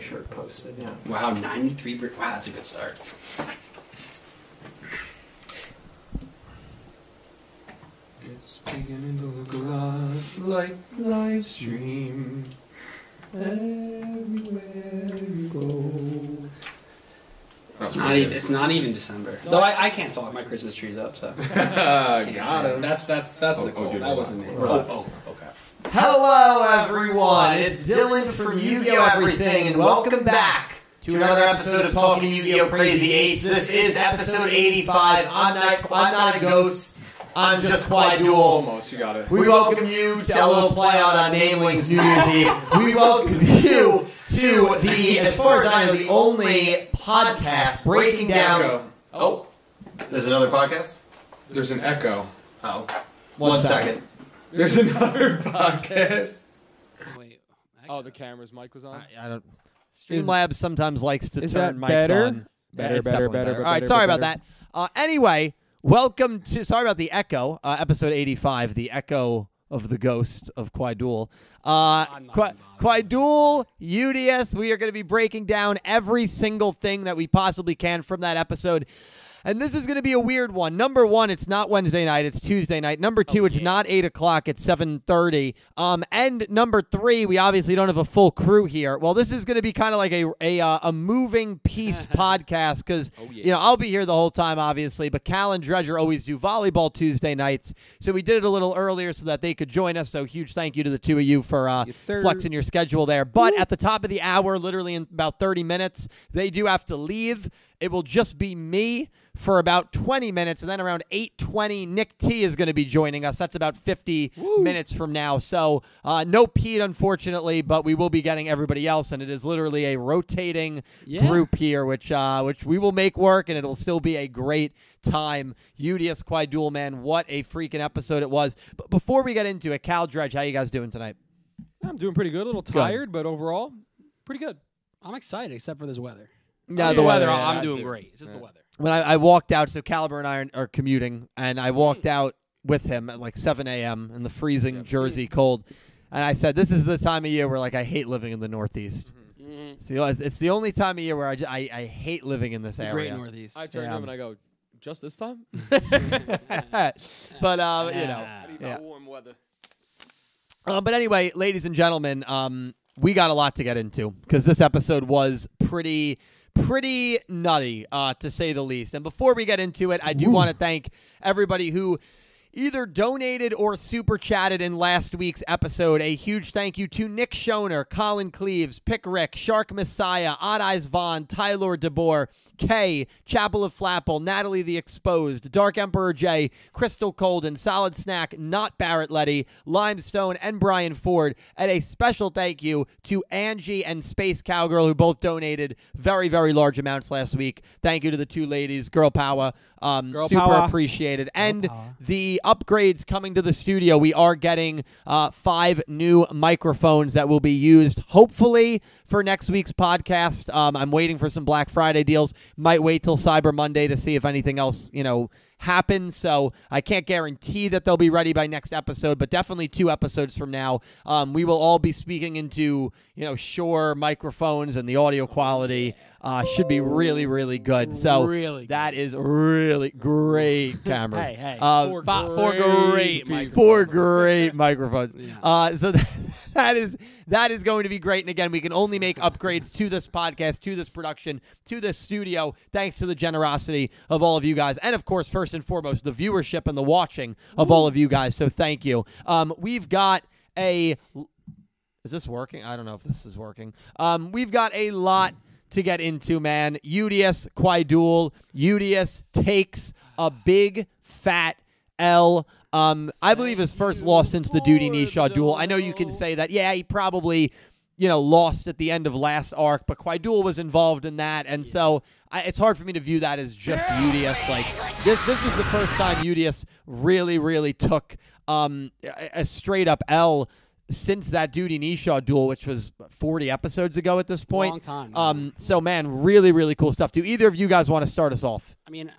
shirt posted. Yeah. Wow, 93. Per- wow, that's a good start. It's beginning to look a lot like live stream. Everywhere you go. It's not, even, it's not even December. Though I, I can't talk. My Christmas tree's up, so. Got Can't do it. him. That's that's that's Oh, the oh, goal. dude, that we're wasn't me. live. We're live. Oh, oh, okay. Hello, everyone. It's Dylan from Yu-Gi-Oh! Everything, and welcome back to another episode of Talking Yu-Gi-Oh! Crazy Eights. This is episode 85. I'm not, I'm not a ghost. I'm just Clyde Duel. Almost, you got it. We welcome you to a little play out on Namelings New Year's Eve. We welcome you to the, as far as I know, the only podcast breaking down. Echo. Oh, there's another podcast. There's an echo. Oh, one second. There's another podcast. Wait. Oh, the camera's mic was on. I, I don't. Streamlabs sometimes likes to Is turn that mics better? on. Better, it's better, definitely better, All right, better, sorry about better. that. Uh, anyway, welcome to. Sorry about the echo. Uh, episode eighty-five, the echo of the ghost of Quaidul. Uh, I'm not Qua- bothered. Quaidul UDS. We are going to be breaking down every single thing that we possibly can from that episode. And this is going to be a weird one. Number one, it's not Wednesday night; it's Tuesday night. Number two, it's not eight o'clock; it's seven thirty. Um, and number three, we obviously don't have a full crew here. Well, this is going to be kind of like a a, uh, a moving piece podcast because Oh, you know I'll be here the whole time, obviously. But Cal and Dredger always do volleyball Tuesday nights, so we did it a little earlier so that they could join us. So huge thank you to the two of you for uh, Yes, sir. flexing in your schedule there. But at the top of the hour, literally in about 30 minutes, they do have to leave. It will just be me for about 20 minutes and then around 8:20 Nick T is going to be joining us. That's about 50 minutes from now. So, uh, no Pete unfortunately, but we will be getting everybody else and it is literally a rotating Yeah. group here which uh, which we will make work and it'll still be a great time. UDS Quad Duel man, what a freaking episode it was. But before we get into it, Cal Dredge, how you guys doing tonight? I'm doing pretty good. A little tired, but overall, pretty good. I'm excited, except for this weather. No, the yeah, weather. yeah, I'm I doing do. great. It's just the Yeah. weather. when I, I walked out, so Caliber and I are, are commuting, and I walked out with him at like 7 a.m. in the freezing Jersey cold. And I said, This is the time of year where like I hate living in the Northeast. It's, the, it's- it's the only time of year where I, ju- I, I hate living in this Great area. Northeast. I turned Yeah. to him and I go, just this time? but, uh, you know. Ah. need Yeah. warm weather. Um, but anyway, ladies and gentlemen, um, we got a lot to get into because this episode was pretty, pretty nutty, uh, to say the least. And before we get into it, I do want to thank everybody who either donated or super chatted in last week's episode. A huge thank you to Nick Schoner, Colin Cleves, Pick Rick, Shark Messiah, Odd Eyes Vaughn, Tyler DeBoer, Kay, Chapel of Flapple, Natalie the Exposed, Dark Emperor J, Crystal Colden, Solid Snack, Not Barrett Letty, Limestone, and Brian Ford. And a special thank you to Angie and Space Cowgirl, who both donated very, very large amounts last week. Thank you to the two ladies, Girl Power. Um, Girl super power. appreciated. And power. the upgrades coming to the studio, we are getting uh, five new microphones that will be used hopefully for next week's podcast. Um, I'm waiting for some Black Friday deals. Might wait till Cyber Monday to see if anything else, you know, happens. So I can't guarantee that they'll be ready by next episode, but definitely two episodes from now, um, we will all be speaking into you know Shure microphones and the audio quality. Uh, should be really, really good. So Really that is really great cameras. Hey, hey. Uh, Four fi- Four great people. microphones. Four great microphones. Yeah. Uh, so that, that is that is going to be great. And again, we can only make upgrades to this podcast, to this production, to this studio, thanks to the generosity of all of you guys, and of course, first and foremost, the viewership and the watching of all of you guys. So thank you. Um, we've got a is this working? I don't know if this is working. Um, we've got a lot to get into, man. UDS Quaidul. UDS takes a big fat L. Um, I believe his first loss since the Duty Nishaw duel. I know you can say that. Yeah, he probably, you know, lost at the end of last arc, but Quaidul was involved in that, and so I, it's hard for me to view that as just UDS. Like this, this was the first time UDS really, really took um, a, a straight up L since that Duty Nishaw duel, which was 40 episodes ago at this point. Long time, yeah. Um, so man, really, really cool stuff. Do either of you guys want to start us off? I mean,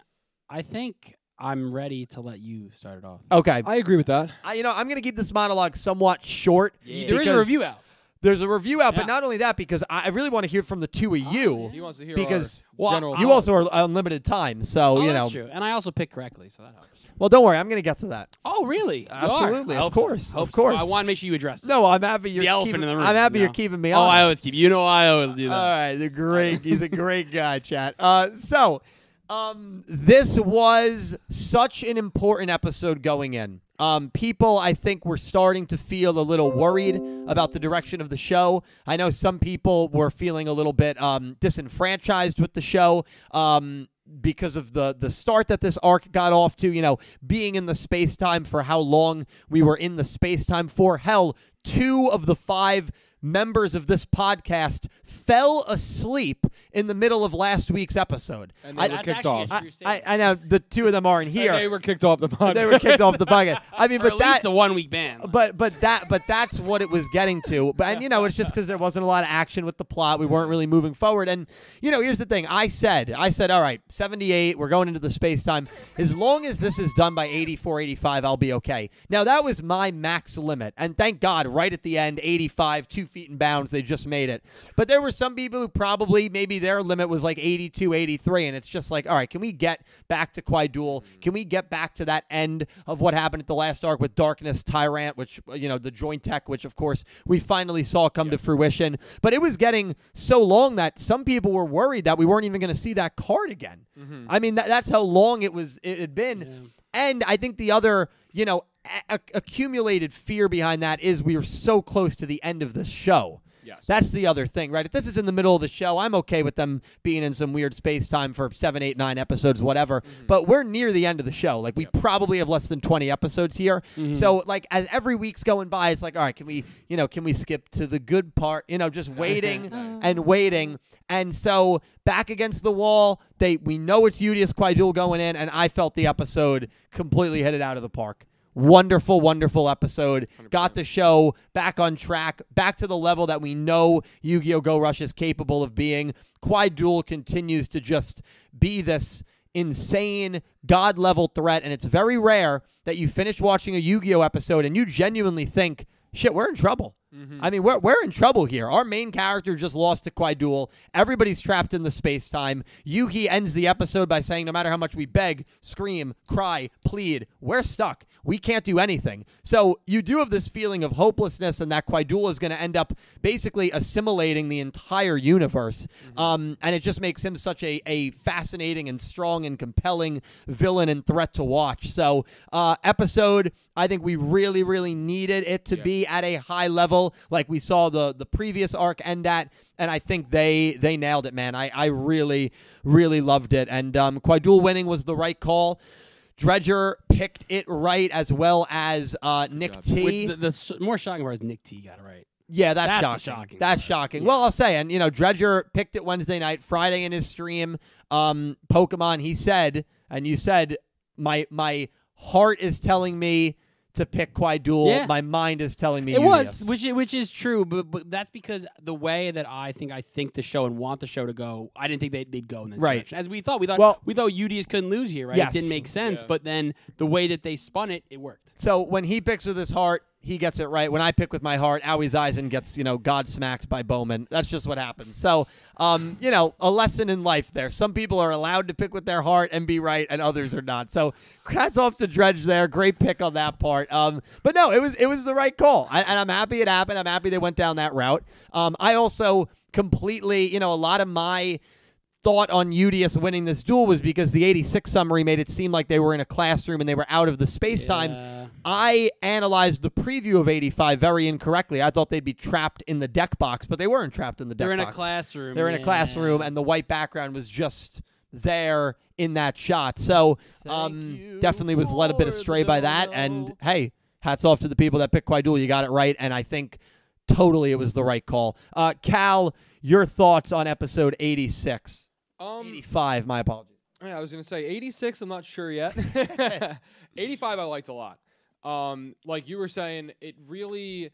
I think I'm ready to let you start it off. Okay. I agree with that. I, you know, I'm going to keep this monologue somewhat short. There is a because- review out. There's a review out, Yeah. but not only that, because I I really want to hear from the two of you. He wants to hear because our Well, general. you I'll- also are unlimited time, so Oh, you know. that's true. And I also picked correctly, so that helps. Well, don't worry, I'm going to get to that. Oh, really? Absolutely, I of hope so. course, I hope of so. Well, course. I want to make sure you address it. No, I'm happy you're the elephant keeping, in the room. I'm happy you you're know? keeping me Uh, Oh, I honest. always keep. You know, I always do that. All right, the great. He's a great guy, chat. Uh, so, um, this was such an important episode going in. Um, people, I think, were starting to feel a little worried about the direction of the show. I know some people were feeling a little bit um, disenfranchised with the show. Um, because of the the start that this arc got off to, you know, being in the space time for how long we were in the space time for. Hell, two of the five members of this podcast fell asleep in the middle of last week's episode. And they I, were That's kicked actually off. a I, true statement. I, I know the two of them aren't And here. They were kicked off the podcast. They were kicked off the podcast. I mean, or but at that least a one week ban. but but that but that's what it was getting to. But and you know, it's just because there wasn't a lot of action with the plot. We weren't really moving forward. And you know, here's the thing. I said, I said, all right, 78. We're going into the space time. As long as this is done by 84, 85, I'll be okay. Now that was my max limit, and thank God, right at the end, 85, two feet in bounds, they just made it. But there were some people who probably maybe their limit was like 82, 83, and it's just like, all right, can we get back to Quaidul? Can we get back to that end of what happened at the last arc with Darkness Tyrant, which uh, you know the Joint Tech, which of course we finally saw come to fruition. But it was getting so long that some people were worried that we weren't even going to see that card again. I mean, that, that's how long it was it had been. And I think the other, you know, a- a- accumulated fear behind that is we were so close to the end of this show. Yes. That's the other thing, right? If this is in the middle of the show, I'm okay with them being in some weird space time for seven, eight, nine episodes, whatever. But we're near the end of the show. Like, we probably have less than 20 episodes here. So, like, as every week's going by, it's like, all right, can we, you know, can we skip to the good part? You know, just waiting and waiting. And so, back against the wall, they we know it's Udius Quaidul going in, and I felt the episode completely hit it out of the park wonderful wonderful episode got the show back on track back to the level that we know Yu-Gi-Oh Go Rush is capable of being Kwai Duel continues to just be this insane god level threat and it's very rare that you finish watching a Yu-Gi-Oh episode and you genuinely think shit we're in trouble I mean, we're, we're in trouble here. Our main character just lost to Quaidul. Everybody's trapped in the space time. Yuhi ends the episode by saying, no matter how much we beg, scream, cry, plead, we're stuck. We can't do anything. So you do have this feeling of hopelessness, and that Quaidul is going to end up basically assimilating the entire universe. Um, and it just makes him such a, a fascinating and strong and compelling villain and threat to watch. So, uh, episode, I think we really, really needed it to be at a high level, like we saw the the previous arc end at. And I think they they nailed it, man. I, I really, really loved it. And um, Quaidul winning was the right call. Dredger picked it right, as well as uh, Nick T. Which- the, the sh- more shocking part is Nick T got it right. Yeah, that's, That's the shocking. shocking That's part. shocking. Yeah. Well, I'll say, and you know, Dredger picked it Wednesday night, Friday in his stream. Um, Pokemon, he said, and you said, my my heart is telling me to pick Quaidul. Yeah. My mind is telling me It was, Udius. which i- which is true, but, but that's because the way that I think I think the show and want the show to go, I didn't think they, they'd go in this Right. direction as we thought. We thought Well- we thought UDS couldn't lose here, right? Yes. It didn't make sense, Yeah. but then the way that they spun it, it worked. So when he picks with his heart, he gets it right. When I pick with my heart, Owie's Eisen gets, you know, God smacked by Bowman. That's just what happens. So, um, you know, a lesson in life there. Some people are allowed to pick with their heart and be right, and others are not. So hats off to Dredge there. Great pick on that part. Um, but no, it was it was the right call. I, and I'm happy it happened. I'm happy they went down that route. Um, I also completely, you know, a lot of my thought on Udius winning this duel was because the 86 summary made it seem like they were in a classroom and they were out of the space time. Yeah. I analyzed the preview of 85 very incorrectly. I thought they'd be trapped in the deck box, but they weren't trapped in the deck They're in a box. classroom. They're in a yeah. classroom, and the white background was just there in that shot. So Thank um, you definitely was led a bit for astray the by that. And dono. hey, hats off to the people that picked Quaidul. You got it right, and I think totally it was the right call. Uh, Cal, your thoughts on episode 86? Um, 85, my apologies. yeah, I was gonna say 86. I'm not sure yet. 85, I liked a lot. Um, like you were saying, it really,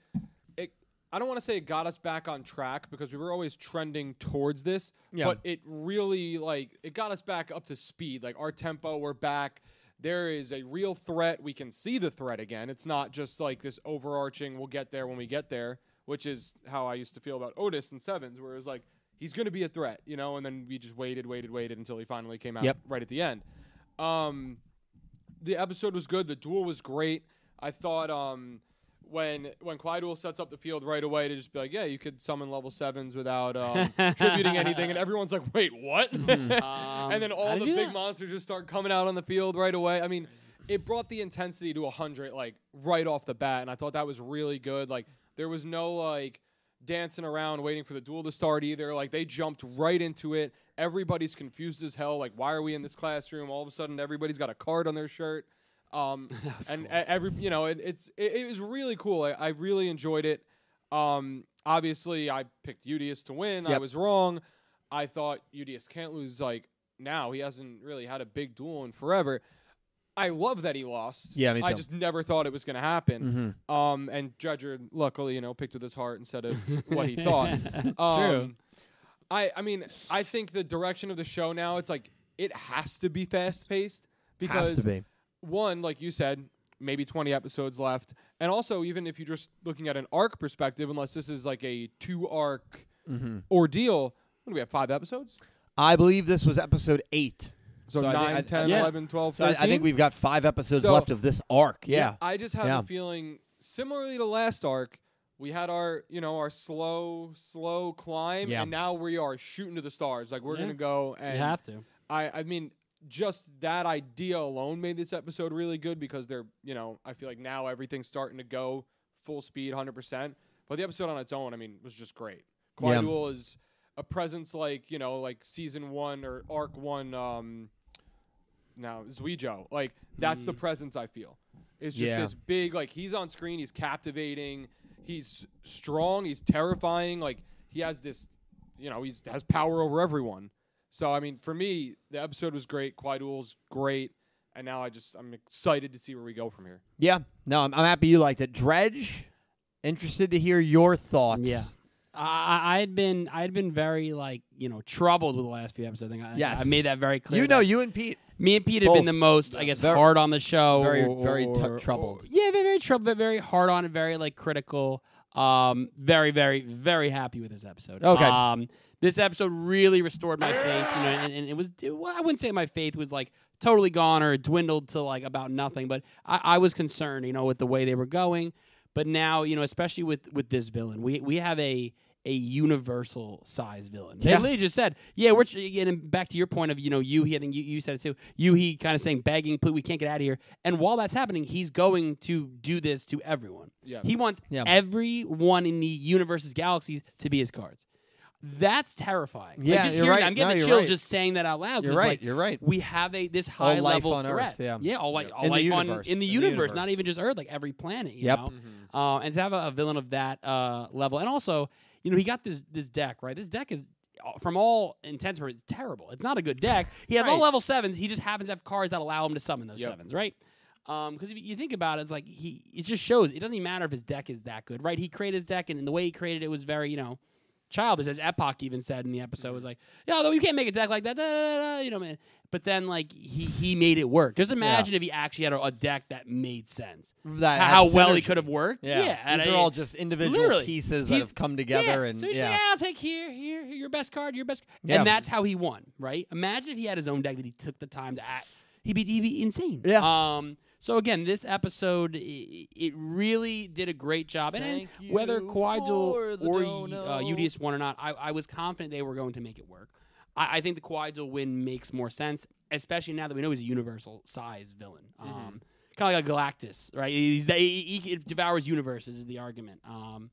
it. I don't want to say it got us back on track because we were always trending towards this, Yeah. but it really like it got us back up to speed. Like our tempo, we're back. There is a real threat. We can see the threat again. It's not just like this overarching. We'll get there when we get there. which is how I used to feel about Otis and Sevens, where it was like he's going to be a threat, you know, and then we just waited, waited, waited until he finally came out Yep. right at the end. Um, the episode was good. The duel was great. I thought um, when when Clyduel sets up the field right away to just be like, yeah, you could summon level sevens without um, tributing anything, and everyone's like, wait, what? and then all Hmm. Um, how the did you do big that? monsters just start coming out on the field right away. I mean, it brought the intensity to hundred like right off the bat, and I thought that was really good. Like there was no like dancing around waiting for the duel to start either. Like they jumped right into it. Everybody's confused as hell. Like, why are we in this classroom? All of a sudden, everybody's got a card on their shirt. Um, and e- every you know, it, it's it, it was really cool. I, I really enjoyed it. Um, obviously, I picked Udius to win. I Yep. was wrong. I thought Udius can't lose. Like now, he hasn't really had a big duel in forever. I love that he lost. Yeah, me I too. Mm-hmm. just never thought it was going to happen. Um, and Dredger, luckily, you know, picked with his heart instead of what he thought. Um, True. I, I mean, I think the direction of the show now, it's like it has to be fast paced because Has to be. one, like you said, maybe 20 episodes left. And also, even if you're just looking at an arc perspective, unless this is like a two arc Mm-hmm. ordeal, what do we have? Five episodes? I believe this was episode eight. So, I thi- I- nine, ten, eleven, yeah. twelve, thirteen. 11, 12, So I, I 13? think we've got five episodes So- left of this arc. Yeah. I just have Yeah. a feeling similarly to last arc, we had our, you know, our slow, slow climb, Yeah. and now we are shooting to the stars. Like we're Yeah. gonna go and You have to. I, I mean, just that idea alone made this episode really good because they're, you know, I feel like now everything's starting to go full speed, 100%. But the episode on its own, I mean, was just great. Yeah. Quadul is a presence like, you know, like season one or arc one, um, now Zuijo. Like, that's Mm. the presence I feel. It's just Yeah. this big, like, he's on screen, he's captivating, he's strong, he's terrifying. Like, he has this, you know, he has power over everyone. So I mean, for me, the episode was great. Quaidul's great, and now I just I'm excited to see where we go from here. Yeah. No, I'm, I'm happy you liked it. Dredge, interested to hear your thoughts. Yeah. I, I- I had been I had been very like you know troubled with the last few episodes. I think I, Yes. I made that very clear. You know, that you and Pete. me and Pete had been the both. most I guess Very- hard on the show. very- or- very or- tou- or- troubled. yeah, very, very troubled, very hard on and very like critical. Um, very very very happy with this episode. Okay. Um, this episode really restored my faith. You know, and, and it was well, I wouldn't say my faith was like totally gone or dwindled to like about nothing, but I, I was concerned. You know, with the way they were going. But now, you know, especially with with this villain, we we have a a universal size villain. They Yeah. literally just said, "Yeah, we're tr- yeah, and back to your point of you know you he I think you, you said it too. You he kind of saying begging, please, we can't get out of here." And while that's happening, he's going to do this to everyone. Yeah. he wants Yeah. everyone in the universe's galaxies to be his cards. That's terrifying. Like, Yeah, just you're hearing right. that, I'm getting No, the you're chills right. just saying that out loud. 'cause You're it's right. like, you're right. we have a this high life level on threat. Earth, yeah. yeah, all like all In the life on universe. in the In the universe, universe. not even just Earth, like every planet. You Yep. know, uh, and to have a, a villain of that uh, level, and also you know he got this this deck right. This deck is uh, from all intents and purposes terrible. It's not a good deck. He has all Right. level sevens. He just happens to have cards that allow him to summon those Yep. sevens, right? Because Um, if you think about it, it's like he it just shows it doesn't even matter if his deck is that good, right? He created his deck, and, the way he created it was very you know childish, as Epoch even said in the episode, Mm-hmm. was like, "Yeah, though you can't make a deck like that, da, da, da, da," you know, man." But then, like, he he made it work. Just imagine if he actually had a, a deck that made sense, That How- had how well he synergy. could have worked. Yeah. and These I- are all just individual literally, pieces that he's- have come together yeah. and so he's yeah. like, "Yeah, I'll take here, here, here, your best card, your best, Yeah. and that's how he won, right? Imagine if he had his own deck that he took the time to act, he'd be, he'd be insane. Yeah. Um. So again, this episode, i- i- it really did a great job, and, then Thank whether you for Quadul the or dono. uh, UDS won or not, I, I was confident they were going to make it work. I, I think the Quadul win makes more sense, especially now that we know he's a universal size villain. Um, Mm-hmm. Kind of like a Galactus, right? He's the, he, he devours universes is the argument. Um,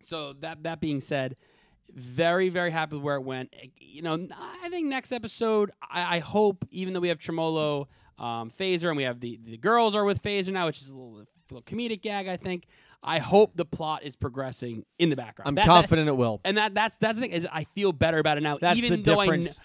so that that being said, very very happy with where it went. Eh, You know, I think next episode, I, I hope even though we have Tremolo, um, Phaser, and we have the the girls are with Phaser now, which is a little, little comedic gag. I think. I hope the plot is progressing in the background. I'm That- that- confident it will. and that that's that's the thing is I feel better about it now. That's even the though difference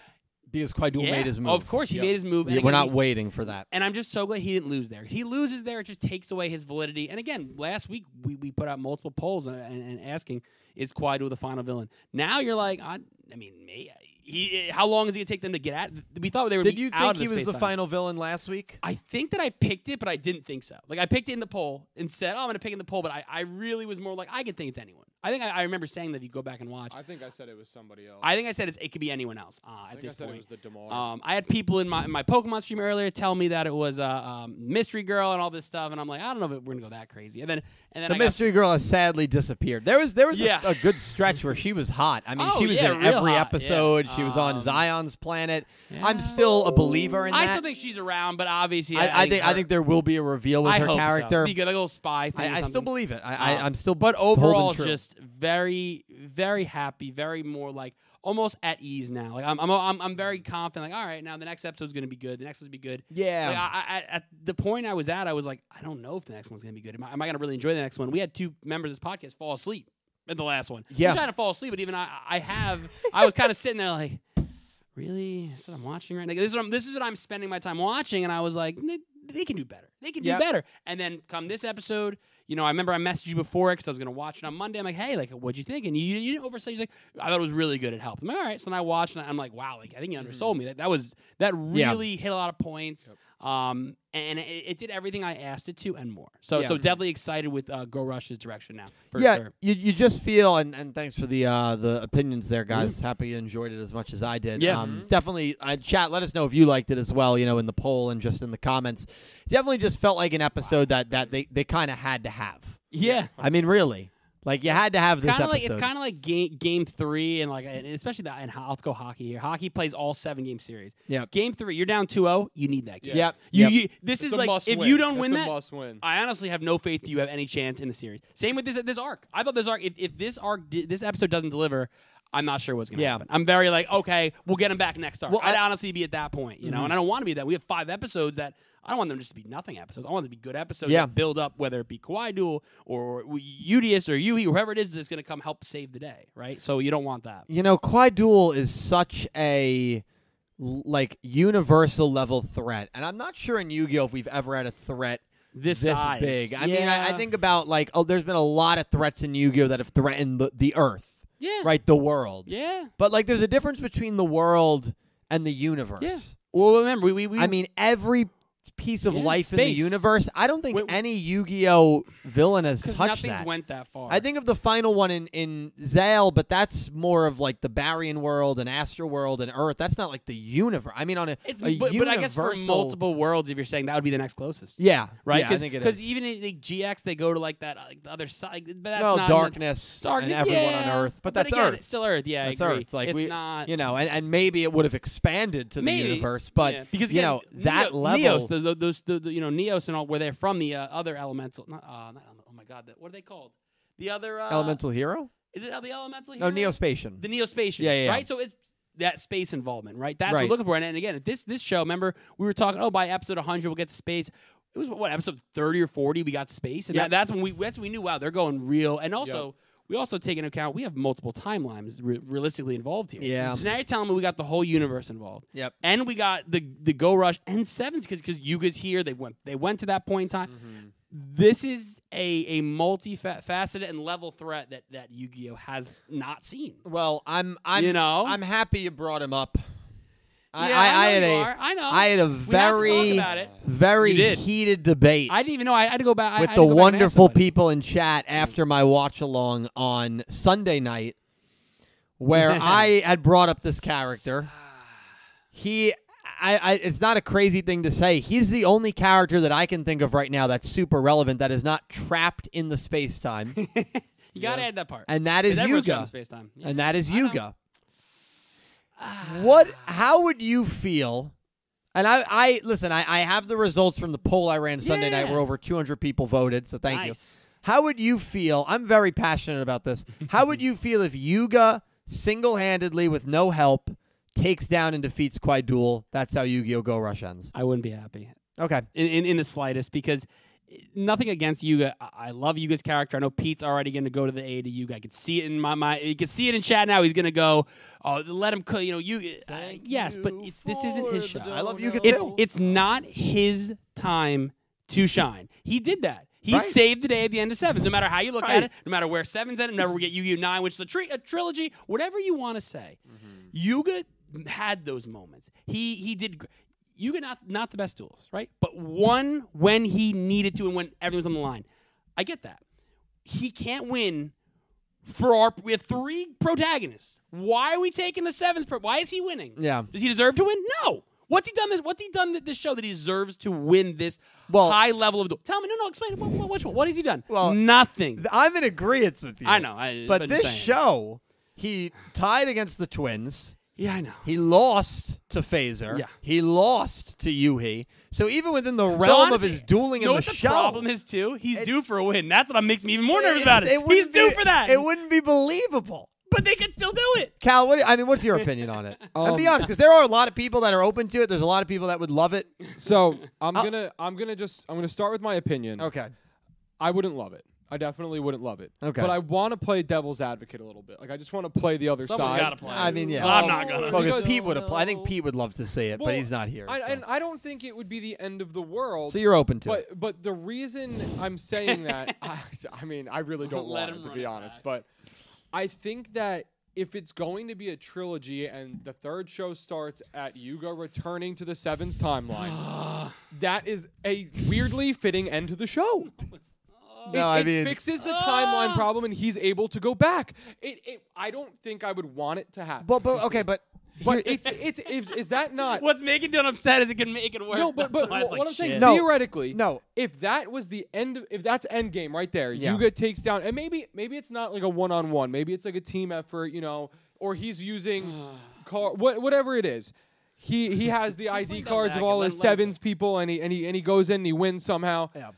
because Quaidul I kn- yeah, made his move. Of course, he Yep. made his move. And Yeah, we're again, not he's- waiting for that. and I'm just so glad he didn't lose there. If he loses there, it just takes away his validity. And again, last week we, we put out multiple polls and, and, and asking, is Quaidu the final villain? Now you're like, I, I mean, may- he, how long is it gonna take them to get at? We thought they would Did be you think out of he was space the time. final villain last week? I think that I picked it, but I didn't think so. Like I picked it in the poll and said, "Oh, I'm gonna pick it in the poll," but I, I really was more like I could think it's anyone. I think I, I remember saying that if you go back and watch. I think I said it was somebody else. I think I said it's, it could be anyone else uh, at I think this I said point. it was the Demar. Um, I had people in my in my Pokemon stream earlier tell me that it was a uh, um, mystery girl and all this stuff, and I'm like, I don't know if we're gonna go that crazy. And then and then The I got- mystery girl has sadly disappeared. There was there was a- Yeah. a, good stretch where she was hot. I mean, Oh, she was yeah, in real every hot, yeah. episode. She was on Um, Zion's planet. yeah. I'm still a believer in I that. still think she's around, but obviously, I, I think I her- think there will be a reveal with I her hope so. character. Be good, like a little spy thing. I, or I still something. believe it. I, I Um, I'm still but holding overall true. just very very happy very more like almost at ease now like i'm i'm i'm, I'm very confident like all right now the next episode's gonna be good the next one's gonna be good yeah. Like, I, I, at- at the point I was at, I was like, I don't know if the next one's gonna be good. Am I, am I gonna really enjoy the next one? We had two members of this podcast fall asleep in the last one. Yeah. I'm trying to fall asleep, but even I, I have. I was kind of sitting there like, really? This is what I'm watching right now. This is what I'm, this is what I'm spending my time watching, and I was like, "They- they can do better. They can Yep. do better. And then come this episode. You know, I remember I messaged you before because I was gonna watch it on Monday. I'm like, hey, like, what'd you think? And you, you didn't oversell. You're like, I thought it was really good. It helped. I'm like, all right. So then I watched, and I'm like, wow, like I think you undersold me. That, that was that Mm-hmm. Yeah. really hit a lot of points. Um, and it, it did everything I asked it to and more. So Yeah. so definitely excited with uh, Go Rush's direction now. For yeah, sure. you you just feel and, and thanks for the uh, the opinions there, guys. Happy you enjoyed it as much as I did. Mm-hmm. Yeah. Mm-hmm. um, definitely. Uh, chat, let us know if you liked it as well. You know, in the poll and just in the comments. Definitely, just felt like an episode that that they they kind of had to have. Yeah. I mean, really, like you had to have this Kind of like episode. it's kind of like game, game three and like and especially the and ho- let's go hockey here. Hockey plays all seven game series. Yep. Game three, you're down 2-0, You need that game. yep. You, yep. you this It's is a like must if win. you don't It's win a that, must win. I honestly have no faith that you have any chance in the series. Same with this this arc. I thought this arc if, if this arc di- this episode doesn't deliver, I'm not sure what's going to Yeah. happen. I'm very like okay, we'll get him back next arc. Well, I'd I- Mm-hmm. honestly be at that point, you know, and I don't want to be that. We have five episodes that I don't want them just to be nothing episodes. I want them to be good episodes Yeah. that build up, whether it be Kawhi Duel or Udius or Yui, whoever it is that's going to come help save the day, right? So you don't want that. you know, Quad Duel is such a l- like universal level threat, and I'm not sure in Yu-Gi-Oh if we've ever had a threat This, size. big. I mean, I, I Yeah. think about like oh, there's been a lot of threats in Yu-Gi-Oh that have threatened the, the Earth, yeah, right, the world. yeah. But like, there's a difference between the world and the universe. Well, remember we, we, we I mean, every piece of Yeah, life in the space. universe. I don't think Wait, any Yu-Gi-Oh villain has because touched nothing's that. went that far. I think of the final one in in Zale, but that's more of like the Baryon world and Astro world and Earth. That's not like the universe. I mean, on a, It's a but, but I guess for universal- multiple worlds, if you're saying that would be the next closest, Yeah, right? Yeah, I think it is. even in like, GX, they go to like that, uh, like the other side. But that's well, not in the- darkness, and darkness, everyone yeah. on Earth, but, that's again, Earth. It's still Earth, yeah. I that's agree. Earth. Like it's we, not. you know, and, and maybe it would have expanded to Maybe. the universe, but yeah. because you again, know that Neo- level. Neos, the, the, those, the, the, you know, Neos and all, where they're from the uh, other elemental. Not, uh, not, element- oh my God, that, what are they called? The other uh, elemental hero? Is it uh, the elemental? No, hero? Neospatian. the neospatians, Yeah, yeah, yeah. right? So it's that space involvement, right? That's what Right. we're looking for. And, and again, this this show, remember we were talking, oh, by episode 100 we'll get to space. It was what episode 30 or 40 we got to space, and Yep. that, that's when we that's when we knew, wow, they're going real. And also. We also take into account we have multiple timelines re- realistically involved here. Yeah. So now you're telling me we got the whole universe involved. Yep. And we got the the Go Rush and Sevens because because Yuga's here. They went they went to that point in time. Mm-hmm. This is a a multifaceted and level threat that that Yu Gi Oh has not seen. Well, I'm, I'm, You know? I'm happy you brought him up. I, Yeah, I, I know had you a, are. I know. I had a We have to talk very, about it. very You did. heated debate I didn't even know. I, I had to go back I- with I had the to go back and ask wonderful somebody. people in chat after my watch along on Sunday night, where I had brought up this character. He, I, I, it's not a crazy thing to say. He's the only character that I can think of right now that's super relevant that is not trapped in the space time, You gotta add that part. and that is Yuga. Space time. And that is Yuga. What? Ah. How would you feel? And I, I listen. I, I have the results from the poll I ran Sunday night, Yeah. where over 200 people voted. So thank you. Nice. How would you feel? I'm very passionate about this. How would you feel if Yuga single-handedly, with no help, takes down and defeats Quaidul? That's how Yu-Gi-Oh! Go Rush ends. I wouldn't be happy Okay. in, in, in the slightest because nothing against Yuga. I, I love Yuga's character. I know Pete's already going to go to the A to Yuga. I can see it in my mind. You can see it in chat now. He's going to go. Oh, let him. Co- you know, Yuga. Uh, yes, but it's this isn't his show. I love Yuga it's too. it's not his time to shine. He did that. He Right. saved the day at the end of sevens. No matter how you look Right. at it, no Mm-hmm. matter where sevens at, no matter we get Yu Yu nine, which is a, tri- a trilogy, whatever you want to say. Yuga had those moments. He he did. gr- You get not not the best duels, right? But one when he needed to and when everything was on the line. I get that. He can't win for our. We have three protagonists. Why are we taking the seventh? Pro, why is he winning? Yeah. Does he deserve to win? No. What's he done this? What's he done th- this show that he deserves to win this Well- high level of duel? Tell me, no, no, explain. What, what, which one? What has he done? Well, nothing. Th- I'm in agreement with you. I know, I- but, but this saying. show, he tied against the Twins. yeah, I know. He lost to Phaser. Yeah. He lost to Yuhi. So even within the realm So of honestly, his dueling in know the what the show, problem is too. He's due for a win. That's what makes me even more nervous it- about it. it He's wouldn't due be- for that. It wouldn't be believable. but they can still do it. Cal, what do you- I mean, what's your opinion on it? and be Um, honest, because there are a lot of people that are open to it. There's a lot of people that would love it. So I'm gonna I'm gonna just I'm gonna start with my opinion. Okay. I wouldn't love it. I definitely wouldn't love it. Okay. But I want to play devil's advocate a little bit. Like I just want to play the other Someone's side. got to play. I mean, yeah. I'm Um, not gonna. Well, because Because- Pete would apply. I think Pete would love to see it, but Well, he's not here. I, so. And I don't think it would be the end of the world. So you're open to it. but but the reason I'm saying that, I, I mean, I really don't Let want him it to run be it honest, back. but I think that if it's going to be a trilogy and the third show starts at Yuga returning to the Sevens timeline, that is a weirdly fitting end to the show. It, No, I it mean- ah. fixes the timeline problem, and he's able to go back. It, it, I don't think I would want it to happen. But, but okay, but but it's, it's, if, is that not? What's making it upset is it can make it work. No, but, That's but why it's what like, I'm saying, shit. No. theoretically, No. If that was the end, if that's end game right there, Yeah. Yuga takes down, and maybe maybe it's not like a one on one, maybe it's like a team effort, you know, or he's using car, what, whatever it is. He he has the ID playing cards Gonzaga. of all Let- his let him sevens people, and he and he and he goes in, and he wins somehow, Yeah.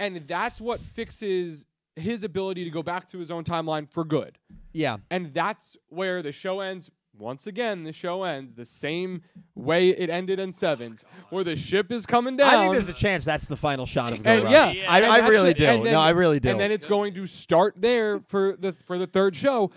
and that's what fixes his ability to go back to his own timeline for good. yeah. And that's where the show ends. Once again, the show ends the same way it ended in Sevens, where the ship is coming down. I think there's a chance that's the final shot of Go and Round. yeah, Yeah. I, and I that's really it. do. And then- no, I really do. And then it's going to start there for the for the third show.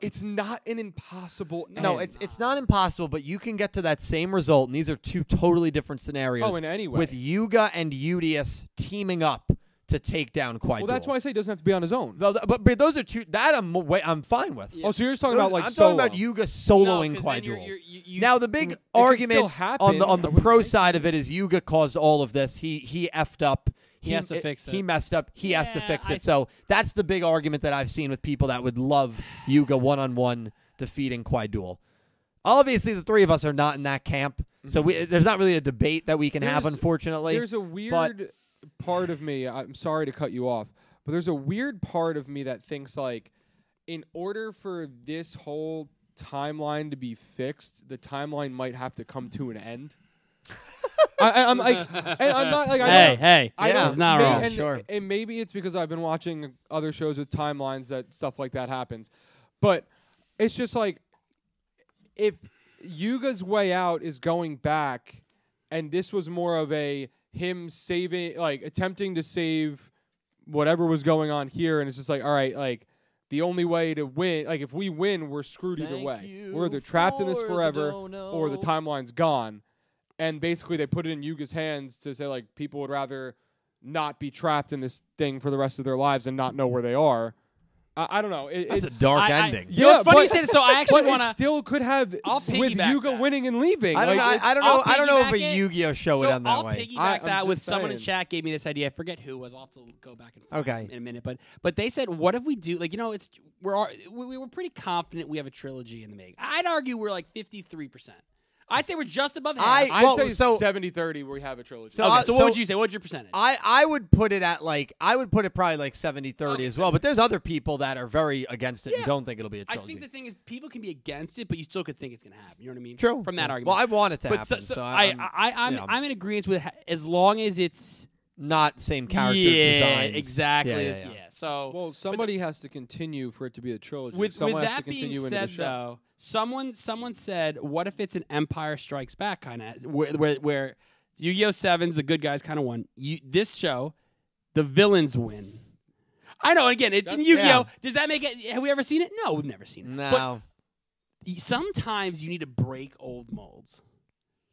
It's not an impossible. No, end. it's it's not impossible, but you can get to that same result, and these are two totally different scenarios. Oh, in any way. with Yuga and Udius teaming up to take down Quaid. well, that's why I say it doesn't have to be on his own. Though, but, but those are two that I'm way, I'm fine with. Oh, so you're just Those- talking about like I'm solo. talking about Yuga No, 'cause soloing then Quaid. you're- you're- you- you- Mm, now the it big could still argument on happen, the on I the would pro think. side of it is Yuga caused all of this. He he effed up. He, has to fix He it. messed up. He has to Yeah, fix I it. So that's the big argument that I've seen with people that would love Yuga one on one defeating Quaid Duel. Obviously, the three of us are not in that camp, so Mm-hmm. we, there's not really a debate that we can have. There's- Unfortunately, There's a weird part of me. I'm sorry to cut you off, but there's a weird part of me that thinks like, in order for this whole timeline to be fixed, the timeline might have to come to an end. I, I, am like, and I'm not like I Hey, don't, hey, I Yeah. don't, it's not may- wrong. And, Sure. and maybe it's because I've been watching other shows with timelines that stuff like that happens, but it's just like if Yuga's way out is going back, and this was more of a him saving, like attempting to save whatever was going on here, and it's just like, all right, like the only way to win, like if we win, we're screwed either Thank way. you We're either trapped in this for the forever, dono. or the timeline's gone. And basically, they put it in Yuga's hands to say like people would rather not be trapped in this thing for the rest of their lives and not know where they are. I, I don't know. It, that's it's a dark I- I- ending. You know, it's Yeah, funny you but- say this. So I actually but want it to. still could have I'll with piggyback Yuga that. winning and leaving. I don't Like, know. I, I don't I'll know. I don't know if a piggyback it. Yu-Gi-Oh show so would end that I'll way. piggyback I- I'm that with just someone in saying. chat gave me this idea. I forget who it was. I'll have to go back and find Okay. in a minute. But but they said, what if we do? Like you know, it's we're al- we, we were pretty confident we have a trilogy in the make. I'd argue we're like fifty three percent. I'd say we're just above half. I- I'd Well, say so- 70-30 we have a trilogy. So okay, I- so, what would you say? What's your percentage? I, I would put it at like I would put it probably like 70 30 Okay, as well, but there's other people that are very against it and Yeah. don't think it'll be a I trilogy. think the thing is, people can be against it, but you still could think it's going to happen. You know what I mean? True. From that Yeah. argument. Well, I want it to but happen, so, so I, I'm- I, I'm, yeah. I'm in agreement with ha- as long as it's not same character yeah, designs. exactly. Yeah, as- yeah, yeah. So well, somebody has to continue for it to be a trilogy. with, Someone with has to that continue being into said, the show. though, someone someone said, "What if it's an Empire Strikes Back kind of where where, where Yu-Gi-Oh Sevens the good guys kind of won? You, this show, the villains win." I know. Again, it's in That's- Yu-Gi-Oh. yeah. Does that make it? Have we ever seen it? No, we've never seen it. No. But y- sometimes you need to break old molds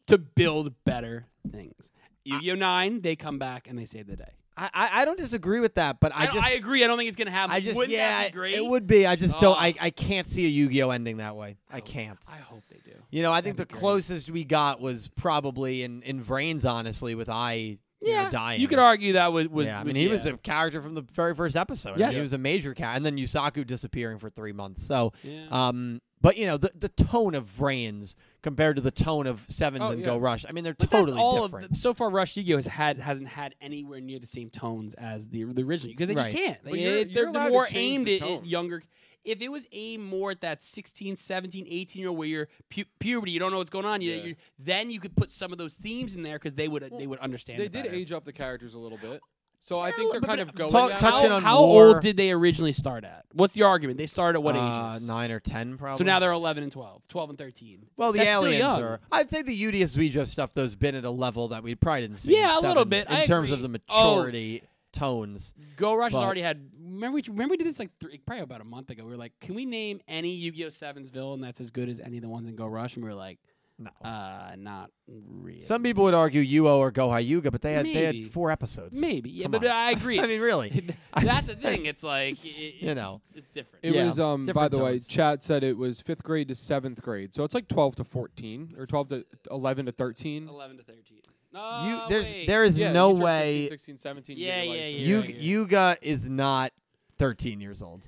to build better things. Yu Gi Oh! 9, they come back and they save the day. I, I I don't disagree with that, but I I, don't- just I agree. I don't think it's gonna happen. I just Wouldn't yeah, that be great? it would be. I just don't. Oh. I, I can't see a Yu-Gi-Oh ending that way. I hope- can't. I hope they do. You know, I think the That'd be great. closest we got was probably in in Vrains, honestly, with I you know, dying. You could argue that was was. yeah, I was- mean, he was yeah. a character from the very first episode. Yeah, Yes. he was a major cat, and then Yusaku disappearing for three months. So, Yeah. um, but you know, the the tone of Vrains compared to the tone of Sevens Oh, and yeah. Go Rush. I mean, they're But totally that's all different. Of the, so far, Rush Yu-Gi-Oh has had hasn't had anywhere near the same tones as the, the original because they Right. just can't. They, But you're- it- they're you're allowed to more change aimed the at, at tone. younger. If it was aimed more at that 16, 17, 18 year old where you're pu- puberty, you don't know what's going on. You, Yeah. you then you could put some of those themes in there because they would they would understand. They it did better. age up the characters a little bit, so I Yeah, think they're but- kind but of going. Talk- that touch route. in How, on how war. old did they originally start at? What's the argument? They started at what Uh, ages? nine or ten, probably. So now they're 11 and 12, 12 and 13. well, the That's still aliens young. are. I'd say the UDS Ouija stuff though's been at a level that we probably didn't see. in Yeah, a little Sevens bit. in I terms of the agree. Oh. maturity tones. Go Rush But- has already had. Remember, we, remember we did this like three, probably about a month ago. We were like, can we name any Yu-Gi-Oh Sevens villain that's as good as any of the ones in Go Rush? And we were like, No. uh, not really. Some people would argue Yuo or Go Hyuga, but they had they Maybe. had four episodes. maybe, yeah, Come but on. I agree. I mean, really. that's the thing. It's like, it, it's- know. it's different. It Yeah, was um. By different the way, tones. chat said it was fifth grade to seventh grade, so it's like twelve to fourteen or twelve to eleven to thirteen. 11 to 13. you No, there's Uh, wait. there is Yeah, no you turn 15, way 16, 17, Yeah, you get your yeah, yeah, Yu- license. yeah. Yuga is not 13 years old.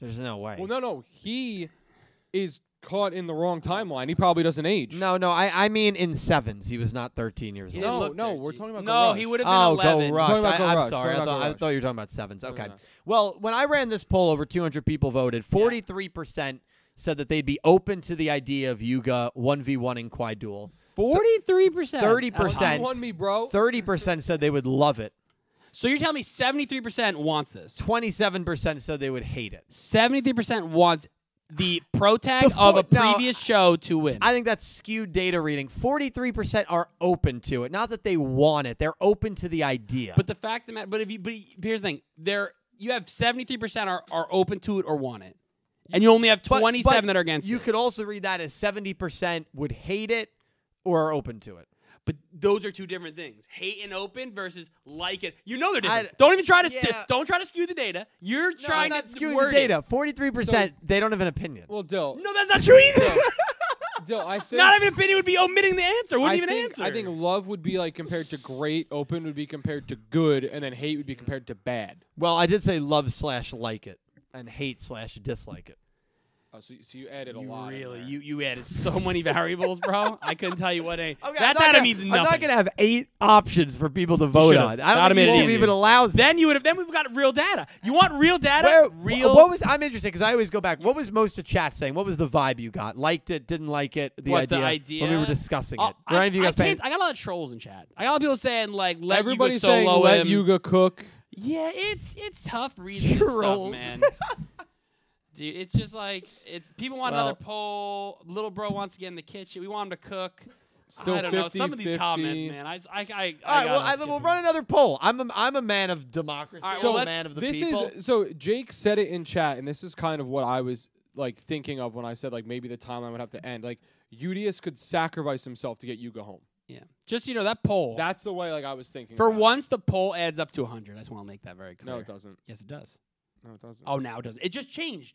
There's no way. Well, no, no, he is caught in the wrong timeline. He probably doesn't age. no, no, I I mean in sevens he was not 13 years It old. No, looked no, 13. we're talking about Go No, Rush. he would have been Oh, 11. go rush! Talking about Go I, am Rush, sorry, talking I about thought, Go I Rush. thought you were talking about sevens. Okay. no. Well, when I ran this poll, over 200 people voted. 43 percent said that they'd be open to the idea of Yuga 1v1 in Kwai duel. 43%. 30%. You won me, bro. 30 percent said they would love it. So you're telling me 73% wants this. 27 percent said they would hate it. 73% wants the pro tag The of a four- no, previous show to win. I think that's skewed data reading. 43% are open to it. Not that they want it, they're open to the idea. but the fact that but if you but here's the thing, there you have 73% are, are open to it or want it. And you only have But- 27 but that are against You it. could also read that as 70% would hate it or are open to it. But those are two different things. Hate and open versus like it. You know they're I- different. don't even try to st- Yeah. don't try to skew the data. You're I'm trying not to skewing word the it. data. 43% they don't have an opinion. Well, Dill, No, that's not true either. Dill, I think not having an opinion would be omitting the answer. Wouldn't I even think, answer. I think love would be like compared to great, open would be compared to good, and then hate would be compared to bad. well, I did say love slash like it and hate slash dislike it. Oh, so, so you added a You lot. in really, there. you you added so many variables, bro. I couldn't tell you what a Okay, I'm that not data gonna- means I'm nothing. not going to have eight options for people to vote should've. on. I That'd don't have think made it YouTube easier. even allows that. then you would have. Then we've got real data. You want real data? Where- real. What was I'm interested because I always go back. What was most of chat saying? What was the vibe you got? Liked it? Didn't like it? The, What, idea, the when we were idea? discussing Oh, it. Were I, any of you I guys paying- can't- I got a lot of trolls in chat. I got a lot of people saying like, "Let Everybody's Yugo saying solo let him." Yuga cook. Yeah, it's it's tough reading this stuff, Trolls. man. Dude, it's just like it's people want Well- another poll. Little bro wants to get in the kitchen. We want him to cook. Still I don't know 50, some of these 50. comments, man. I I All I, right, I well, I, gotta we'll skip run it. another poll. I'm a, I'm a man of democracy. All right, I'm well, a let's- man of the this people. is so Jake said it in chat, and this is kind of what I was like thinking of when I said like maybe the timeline would have to end. Like Udius could sacrifice himself to get Yuga home. Yeah, just you know that poll. That's the way like I was thinking. For about it. once, the poll adds up to 100. I just want to make that very clear. no, it doesn't. Yes, it does. No, it doesn't. Oh, now it does. It just changed,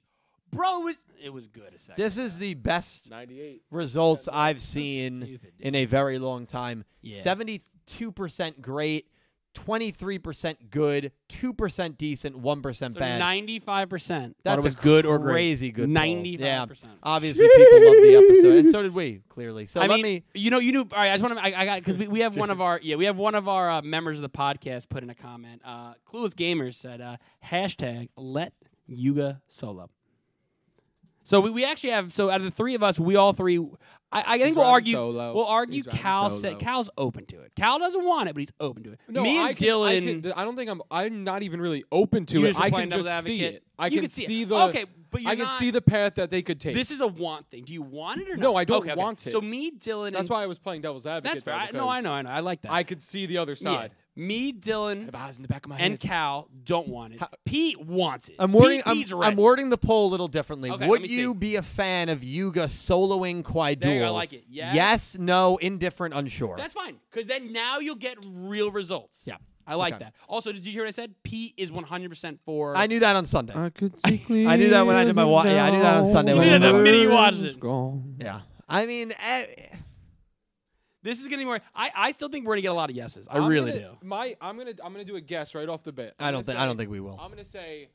bro. It was it was good a second. this is the best 98. results I've seen stupid, dude. in a very long time. Yeah. Seventy-two percent great, twenty-three percent good, two percent decent, one percent so bad. 95 percent. That's it was a good or great. crazy good poll. 95%. Yeah. Obviously, people love the episode, and so did we. Clearly, so I let mean, me. you know, you knew. All right, I just want to. I, I got because we, we have one of our yeah, we have one of our uh, members of the podcast put in a comment. Uh, Clueless Gamers said uh, hashtag Let Yuga Solo. So we, we actually have so out of the three of us, we all three. I, I think we'll riding argue. solo. We'll argue. He's riding Cal solo. said Cal's open to it. Cal doesn't want it, but he's open to it. No, Me and I can, Dylan. I, can, I don't think I'm. I'm not even really open to You it. just I were playing can devil's just see advocate. it. I You can see it. see the. Okay, but you're I can not- see the path that they could take. This is a want thing. Do you want it or not? No, I don't Okay, okay. want it. So me, Dylan. That's and, why I was playing devil's advocate. That's fair. though, I, no, I because know. I know. I like that. I could see the other Yeah. side. Me, Dylan, The eyes in the back of my and head. Cal don't want it. Pete wants it. I'm wording, Pete I'm, needs red. I'm wording the poll a little differently. Okay, let Would me you see. be a fan of Yuga soloing Kwai There you go, I Duel? like it. Yes. no, indifferent, unsure. That's fine, because then now you'll get real results. Yeah. I like Okay. that. Also, did you hear what I said? Pete is 100% for. I knew that on Sunday. I could see I knew that when I did my wa- yeah, I knew that on Sunday when I did my wa- was yeah. I mean, eh, This is going to be more. I, I still think we're going to get a lot of yeses. I really do. My, I'm gonna, I'm gonna do a guess right off the bat. I don't think I don't think we will. I'm gonna say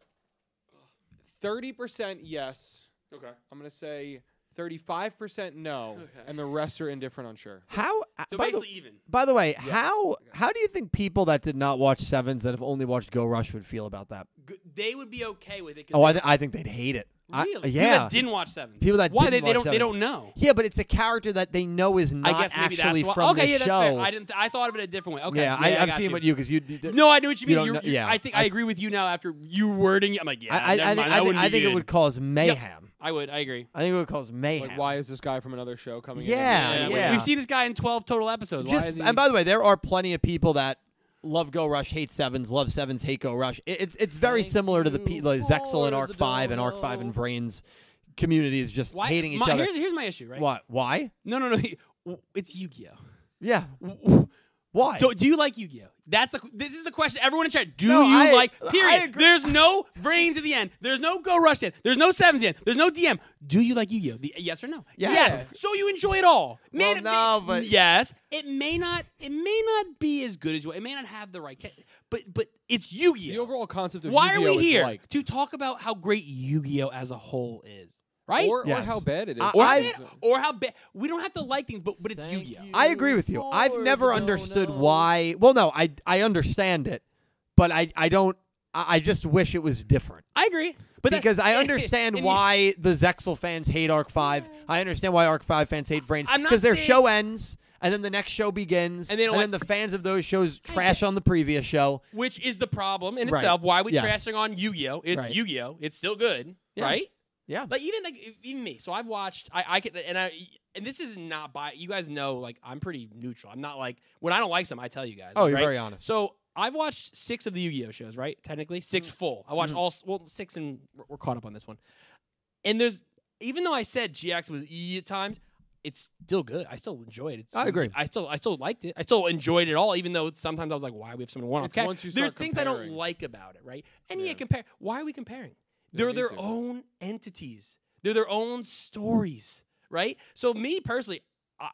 thirty percent yes. Okay. I'm gonna say thirty-five percent no, and the rest are indifferent, unsure. How? uh, So by, basically, the, even. by the way, how how do you think people that did not watch sevens that have only watched Go Rush would feel about that? G- They would be okay with it. 'cause Oh, I, they- th- I think they'd hate it. I- really? People yeah. that didn't watch Seven. People that Why? didn't they, they watch don't. Seven. They don't know. yeah, but it's a character that they know is not I guess maybe actually that's why. from okay, the yeah, show. that's fair. I didn't. Th- I thought of it a different way. Okay. yeah, I, I, I've got seen you. what you because you. d- d- No, I know what you You mean. don't You're- know- you're- yeah. I think I I, s- agree with you now. After you wording, it, I'm like, yeah, I, I, never I, mind. think, that I, think, wouldn't I be think it good. would cause mayhem. I would. I agree. I think it would cause mayhem. Like, why is this guy from another show coming Yeah, in? Yeah, and- we- yeah. We've seen this guy in 12 total episodes. Why is Just he- and by the way, there are plenty of people that love Go Rush, hate Sevens, love Sevens, hate Go Rush. It, it's it's very Thank similar to the you pe- like Zexel and for Arc the Five and Arc Five dono. and Vrains communities just why, hating each my, other. Here's, here's my issue, right? What? Why? No, no, no. It's Yu-Gi-Oh. Yeah. Why? So, do you like Yu-Gi-Oh? That's the. This is the question. Everyone in chat. Do No, you I- like? I Period. agree. There's no brains at the end. There's no go rush in. There's no sevens in. There's no DM. Do you like Yu-Gi-Oh? The, yes or no? Yeah. Yes. So you enjoy it all. May Well, it- no, but- yes, it may not. It may not be as good as you. It may not have the right. ca- But but it's Yu-Gi-Oh. The overall concept of Why are Yu-Gi-Oh! we is here like- to talk about how great Yu-Gi-Oh as a whole is? Right? or, Yes. or how bad it is. I- or, I've- bad- or how bad we don't have to like things, but but it's Yu-Gi-Oh. I agree with you. I've for never the understood dono. why. Well, no, I I understand it, but I I don't. I I just wish it was different. I agree, but that- because I understand and you- why the Zexel fans hate Arc Five. I understand why Arc Five fans hate Brains I'm not because their saying- show ends and then the next show begins, And they don't then like- the fans of those shows trash on the previous show. which is the problem in Right. itself. Why we Yes. trashing on Yu-Gi-Oh? It's Right. Yu-Gi-Oh. It's still good, Yeah. right? Yeah, Like even like even me. So I've watched. I I could and I and this is not by you guys know. Like I'm pretty neutral. I'm not like when I don't like something, I tell you guys. Oh, you're right? very honest. So I've watched six of the Yu-Gi-Oh shows, right? Technically, 6 Mm-hmm. full. I watched all s- well six, and we're- we're caught up on this one. And there's even though I said GX was E at times. It's still good. I still enjoy it. It's I agree. I still I still liked it. I still enjoyed it all, even though sometimes I was like, "Why we have someone one off?" It's once you There's start things I don't comparing. like about it, right? And yeah, Yeah. compare. Why are we comparing? No They're need their to. own entities. They're their own stories, right? So me personally, I,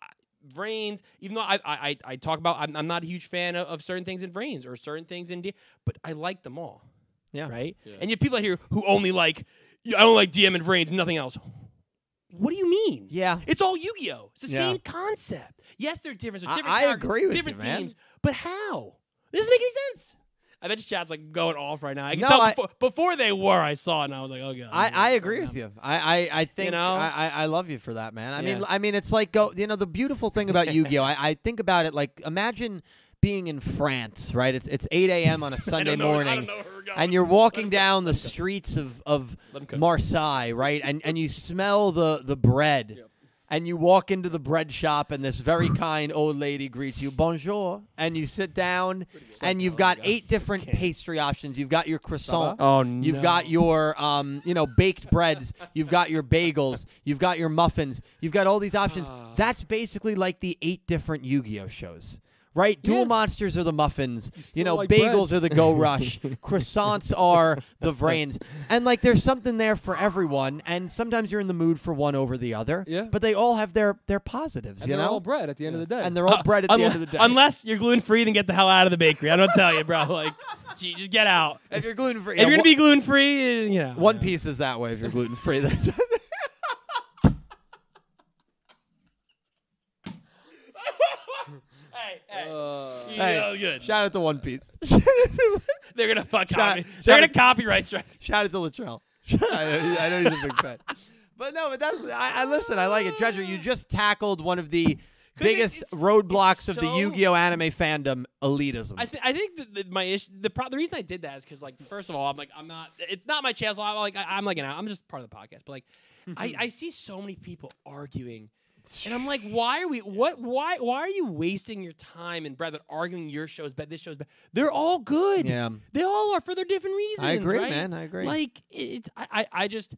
Vrains, even though I I, I, I talk about I'm, I'm not a huge fan of, of certain things in Vrains or certain things in D, but I like them all. Yeah. Right. Yeah. And you have people out here who only like "Yeah, I don't like DM and Vrains, nothing else. What do you mean? yeah. It's all Yu-Gi-Oh. It's the Yeah. same concept. Yes, they're different. They're I- different I characters, agree with you, different man. themes. But how? This doesn't make any sense. I bet you chat's like going off right now. I can No, tell I- before, before they were, I saw it and I was like, oh god. I, I agree with you. I, I, I think know? I, I, I love you for that, man. I mean Yeah. I mean it's like go you know, the beautiful thing about Yu-Gi-Oh! I, I think about it like imagine being in France, right? It's it's eight AM on a Sunday morning. and you're walking down the streets of, of Let 'em cook. Marseille, right? And and you smell the the bread. Yep. And you walk into the bread shop, and this very kind old lady greets you, "Bonjour." And you sit down, and you've got eight different pastry options. You've got your croissant, Oh no. you've got your um, you know, baked breads, you've got your bagels, you've got your muffins, you've got all these options. Ah. That's basically like the eight different Yu-Gi-Oh shows. Right? Dual Yeah. monsters are the muffins. You, still know, like bread. bagels are the go rush. Croissants are the brains. And like there's something there for everyone and sometimes you're in the mood for one over the other. Yeah. But they all have their their positives, and you they're know? all bread at the end of the day. and they're all bread at the end of the day. Uh, Unless you're gluten free, then get the hell out of the bakery. I don't tell you, bro. Like, gee, just get out. if you're gluten free. If you're gonna be gluten free, you know. one piece is that way if you're gluten free. Hey, hey. Uh, you hey, know, good. Shout out to One Piece. They're gonna fuck Shout- copy. shout- They're gonna copyright strike. Shout out to Latrell. I, know, I know he's a big fan. But no, but that's I, I listen. I like it, Dredger. You just tackled one of the biggest it's- roadblocks it's of the so- Yu-Gi-Oh anime fandom: elitism. I, th- I think that the, my issue, the pro- the reason I did that is because like first of all, I'm like I'm not. It's not my channel. So I'm like I, I'm like an, I'm just part of the podcast. But like I, I see so many people arguing, and I'm like, why are we? What? Why? Why are you wasting your time and breath on arguing your show's bad? This show's bad. They're all good. Yeah. They all are for their different reasons. I agree, right? man. I agree. Like it, I, I I just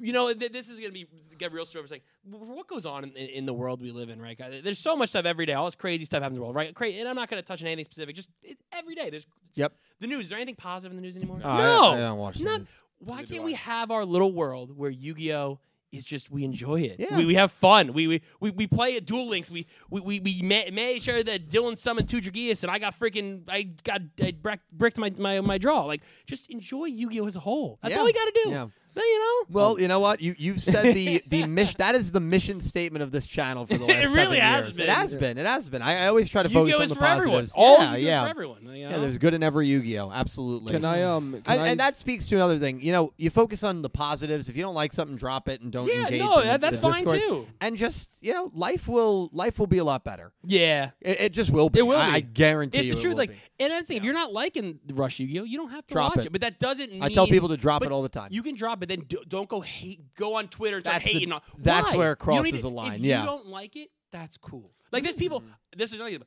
you know, th- this is going to be get real story. It's like w- what goes on in, in, in the world we live in, right? guy? There's so much stuff every day. All this crazy stuff happens in the world, right? Cra- and I'm not going to touch on anything specific. Just it, every day, there's Yep. the news. Is there anything positive in the news anymore? Uh, no, I, I don't watch not- this. why Neither do can't I. we have our little world where Yu-Gi-Oh is just we enjoy it. Yeah. We, we have fun. We we, we, we play at Duel Links. We we, we, we ma- made sure that Dylan summoned two Dragias and I got freaking I got I brick, bricked my, my my draw. Like just enjoy Yu-Gi-Oh as a whole. That's Yeah. all we got to do. Yeah. Then, you know. Well, you know what? You you've said the the mission. That is the mission statement of this channel for the last. It really seven has years. been. It has been. It has been. I, I always try to focus Yu-Gi-Oh on is the for everyone. positives. All yeah, Yu-Gi-Oh yeah. is for everyone. You Yeah, know? there's good in every Yu-Gi-Oh. Absolutely. Can I um? Can And, I, and that speaks to another thing. You know, you focus on the positives. If you don't like something, drop it and don't Yeah, engage. no, in that- the that's fine discourse. too. And just you know, life will life will be a lot better. yeah. It, it just will be. It will I, be. I guarantee It's you. the it truth. will Like, be. and that's the thing. If you're not liking Rush Yu-Gi-Oh, you don't have to Drop watch it. it. But that doesn't. Mean, I tell people to drop but it all the time. You can drop it, then do, don't go hate. Go on Twitter. and Start That's the- hating on. that's Why? where it You crosses need to- the line, If yeah. you don't like it, that's cool. Like there's people. This is another thing.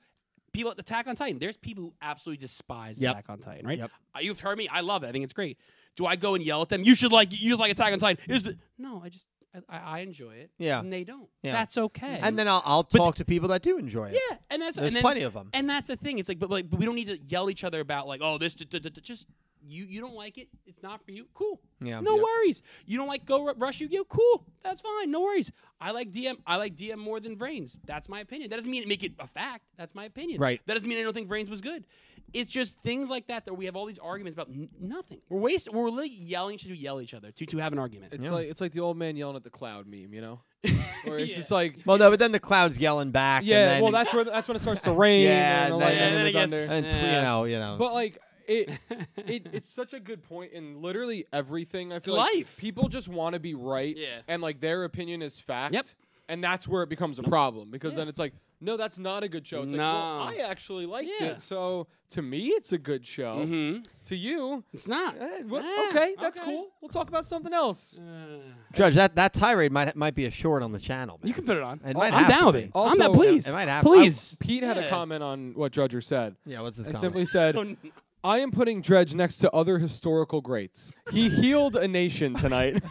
people. at Attack on Titan. There's people who absolutely despise Yep. Attack on Titan. Right. Yep. Uh, You've heard me. I love it. I think it's great. Do I go and yell at them? You should like. You should like Attack on Titan. Is the, no, I just I, I I enjoy it. Yeah. And they don't. Yeah. That's okay. and then I'll, I'll But- talk to people that do enjoy it. Yeah, and that's There's and then, plenty of 'em. And that's the thing. It's like, but like, but we don't need to yell each other about like, oh, this. d- d- d- d- just you, you don't like it. It's not for you. Cool. Yeah. No Yep. worries. You don't like Go Ru- Rush Yu Gi Oh. Cool. That's fine. No worries. I like DM. I like DM more than Vrains. That's my opinion. That doesn't mean make it a fact. That's my opinion. Right. That doesn't mean I don't think Vrains was good. It's just things like that that we have all these arguments about n- nothing. We're waste. We're literally yelling to yell each other to to have an argument. it's Yeah. like it's like the old man yelling at the cloud meme, you know? Where it's Yeah. just like, Well, no, but then the clouds yelling back. yeah. And then, well, that's where that's when it starts to rain. Yeah, and, the and lightning then- and and the then it thunder. gets- and tw- you Yeah. know, you know. But like it, it, it's such a good point in literally everything. I feel like Life. people just want to be right, Yeah. and like their opinion is fact. Yep. And that's where it becomes a problem because then it's like, no, that's not a good show. It's No. like, well, I actually liked Yeah. it, so to me, it's a good show. hmm To you, It's not. Uh, eh, wha- Yeah, okay, that's okay. Uh, cool. We'll talk about something else. Judge, that, that tirade might might be a short on the channel. man. You can put it on. It might I'm have to down with be. it. Also- I'm down. Please, It might have- please. Pete had a Yeah. Oh, comment on what Drudger said. yeah, what's this? and comment? simply said, I am putting Dredge next to other historical greats. He healed a nation tonight.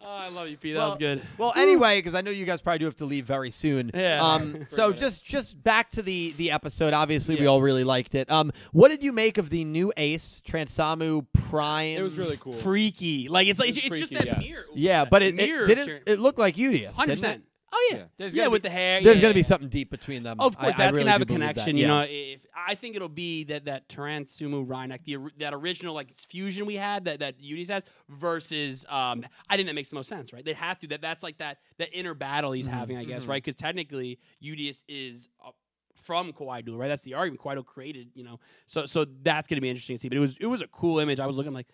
Oh, I love you, Pete. Well- Well, anyway, because I know you guys probably do have to leave very soon. Yeah. Um, so just just back to the the episode. Obviously, we Yeah. all really liked it. Um, what did you make of the new Ace Transamu Prime? it was really cool. freaky. Like it's like it's, It's just freaky, that yes. mirror. Yeah, but it, it mirror didn't. It looked like Udius. Hundred didn't it? percent. Oh yeah. Yeah. There's yeah, gonna with be- the hair. There's yeah, going to be yeah. something deep between them. Of course, I- I that's really gonna have do a believe that. connection. Yeah. You know, if I think it'll be that that Transumu Reinek, the or- that original like fusion we had that that Udy's has versus um, I think that makes the most sense, right? They have to that that's like that that inner battle Mm-hmm. he's having, I guess, right? Because technically Udy's is. Uh, from Kawhi right? That's the argument Kawhi created, you know. So, so that's gonna be interesting to see. But it was, it was a cool image. I was looking like,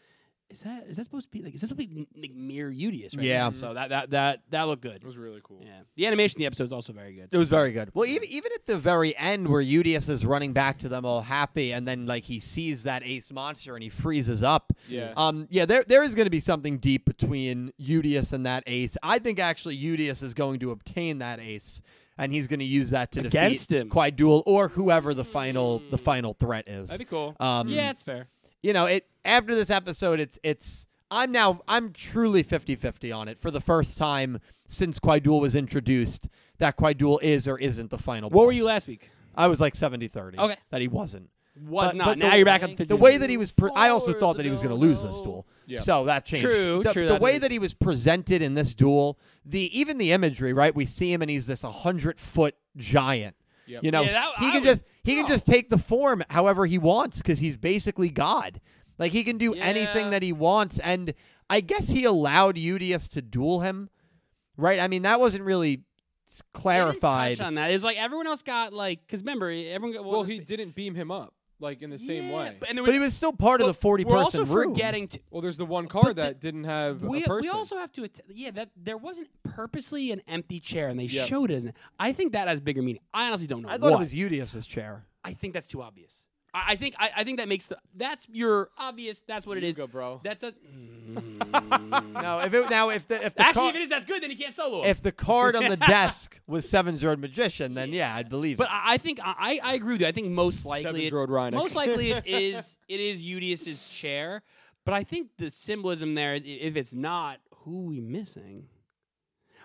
is that, is that supposed to be like, is that supposed to be like mere Udius? Right Yeah. now? So that, that, that, that looked good. It was really cool. Yeah. The animation in the episode is also very good. It was very good. Well, even even at the very end, where Udius is running back to them all happy, and then like he sees that ace monster and he freezes up. Yeah. Um. Yeah. There there is going to be something deep between Udius and that ace. I think actually Udius is going to obtain that ace, and he's going to use that to Against defeat him. Quaidul or whoever the final the final threat is. That'd be cool. Um, yeah, it's fair. you know, it after this episode, it's it's I'm now I'm truly 50-50 on it for the first time since Quaidul was introduced that Quaidul is or isn't the final. What were boss. you last week? I was like 70-30. Okay. that he wasn't. Was But- not. but now the- you're back up to 50. The way that he was, pre- I also thought that he was going to lose this duel. Yeah. So that changed. True, So true, The that way is- that he was presented in this duel, the even the imagery, right? We see him and he's this hundred foot giant. Yep. You know, Yeah, that- he I can was- just he can just take the form however he wants because he's basically God. Like he can do anything Yeah. that he wants, and I guess he allowed Udius to duel him, right? I mean, that wasn't really s- They didn't clarified. touch on that. It was like everyone else got like because remember everyone. Got, Well, he didn't beam him up like in the same yeah, way. But, and there But he was still part of the forty We're person also room. forgetting to. Well, there's the one car that didn't have We, a person. we also have to att- yeah that there wasn't purposely an empty chair and they Yep. showed it as an, I think that has bigger meaning. I honestly don't know. I thought what. it was Udius's chair. I think that's too obvious. I, I think I, I think that makes the that's your obvious. That's what it is, Yuga, bro. Mm. That does. No, if it now if the if the Actually, car- if it is that's good, then he can't solo. him. if the card on the desk was Seven Zero Magician, then yeah, I'd believe. But it. I I think I, I agree with you. I think most likely Sevens it, Road Reineck. most likely it is it is Udius's chair. But I think the symbolism there is i- if it's not, who we missing?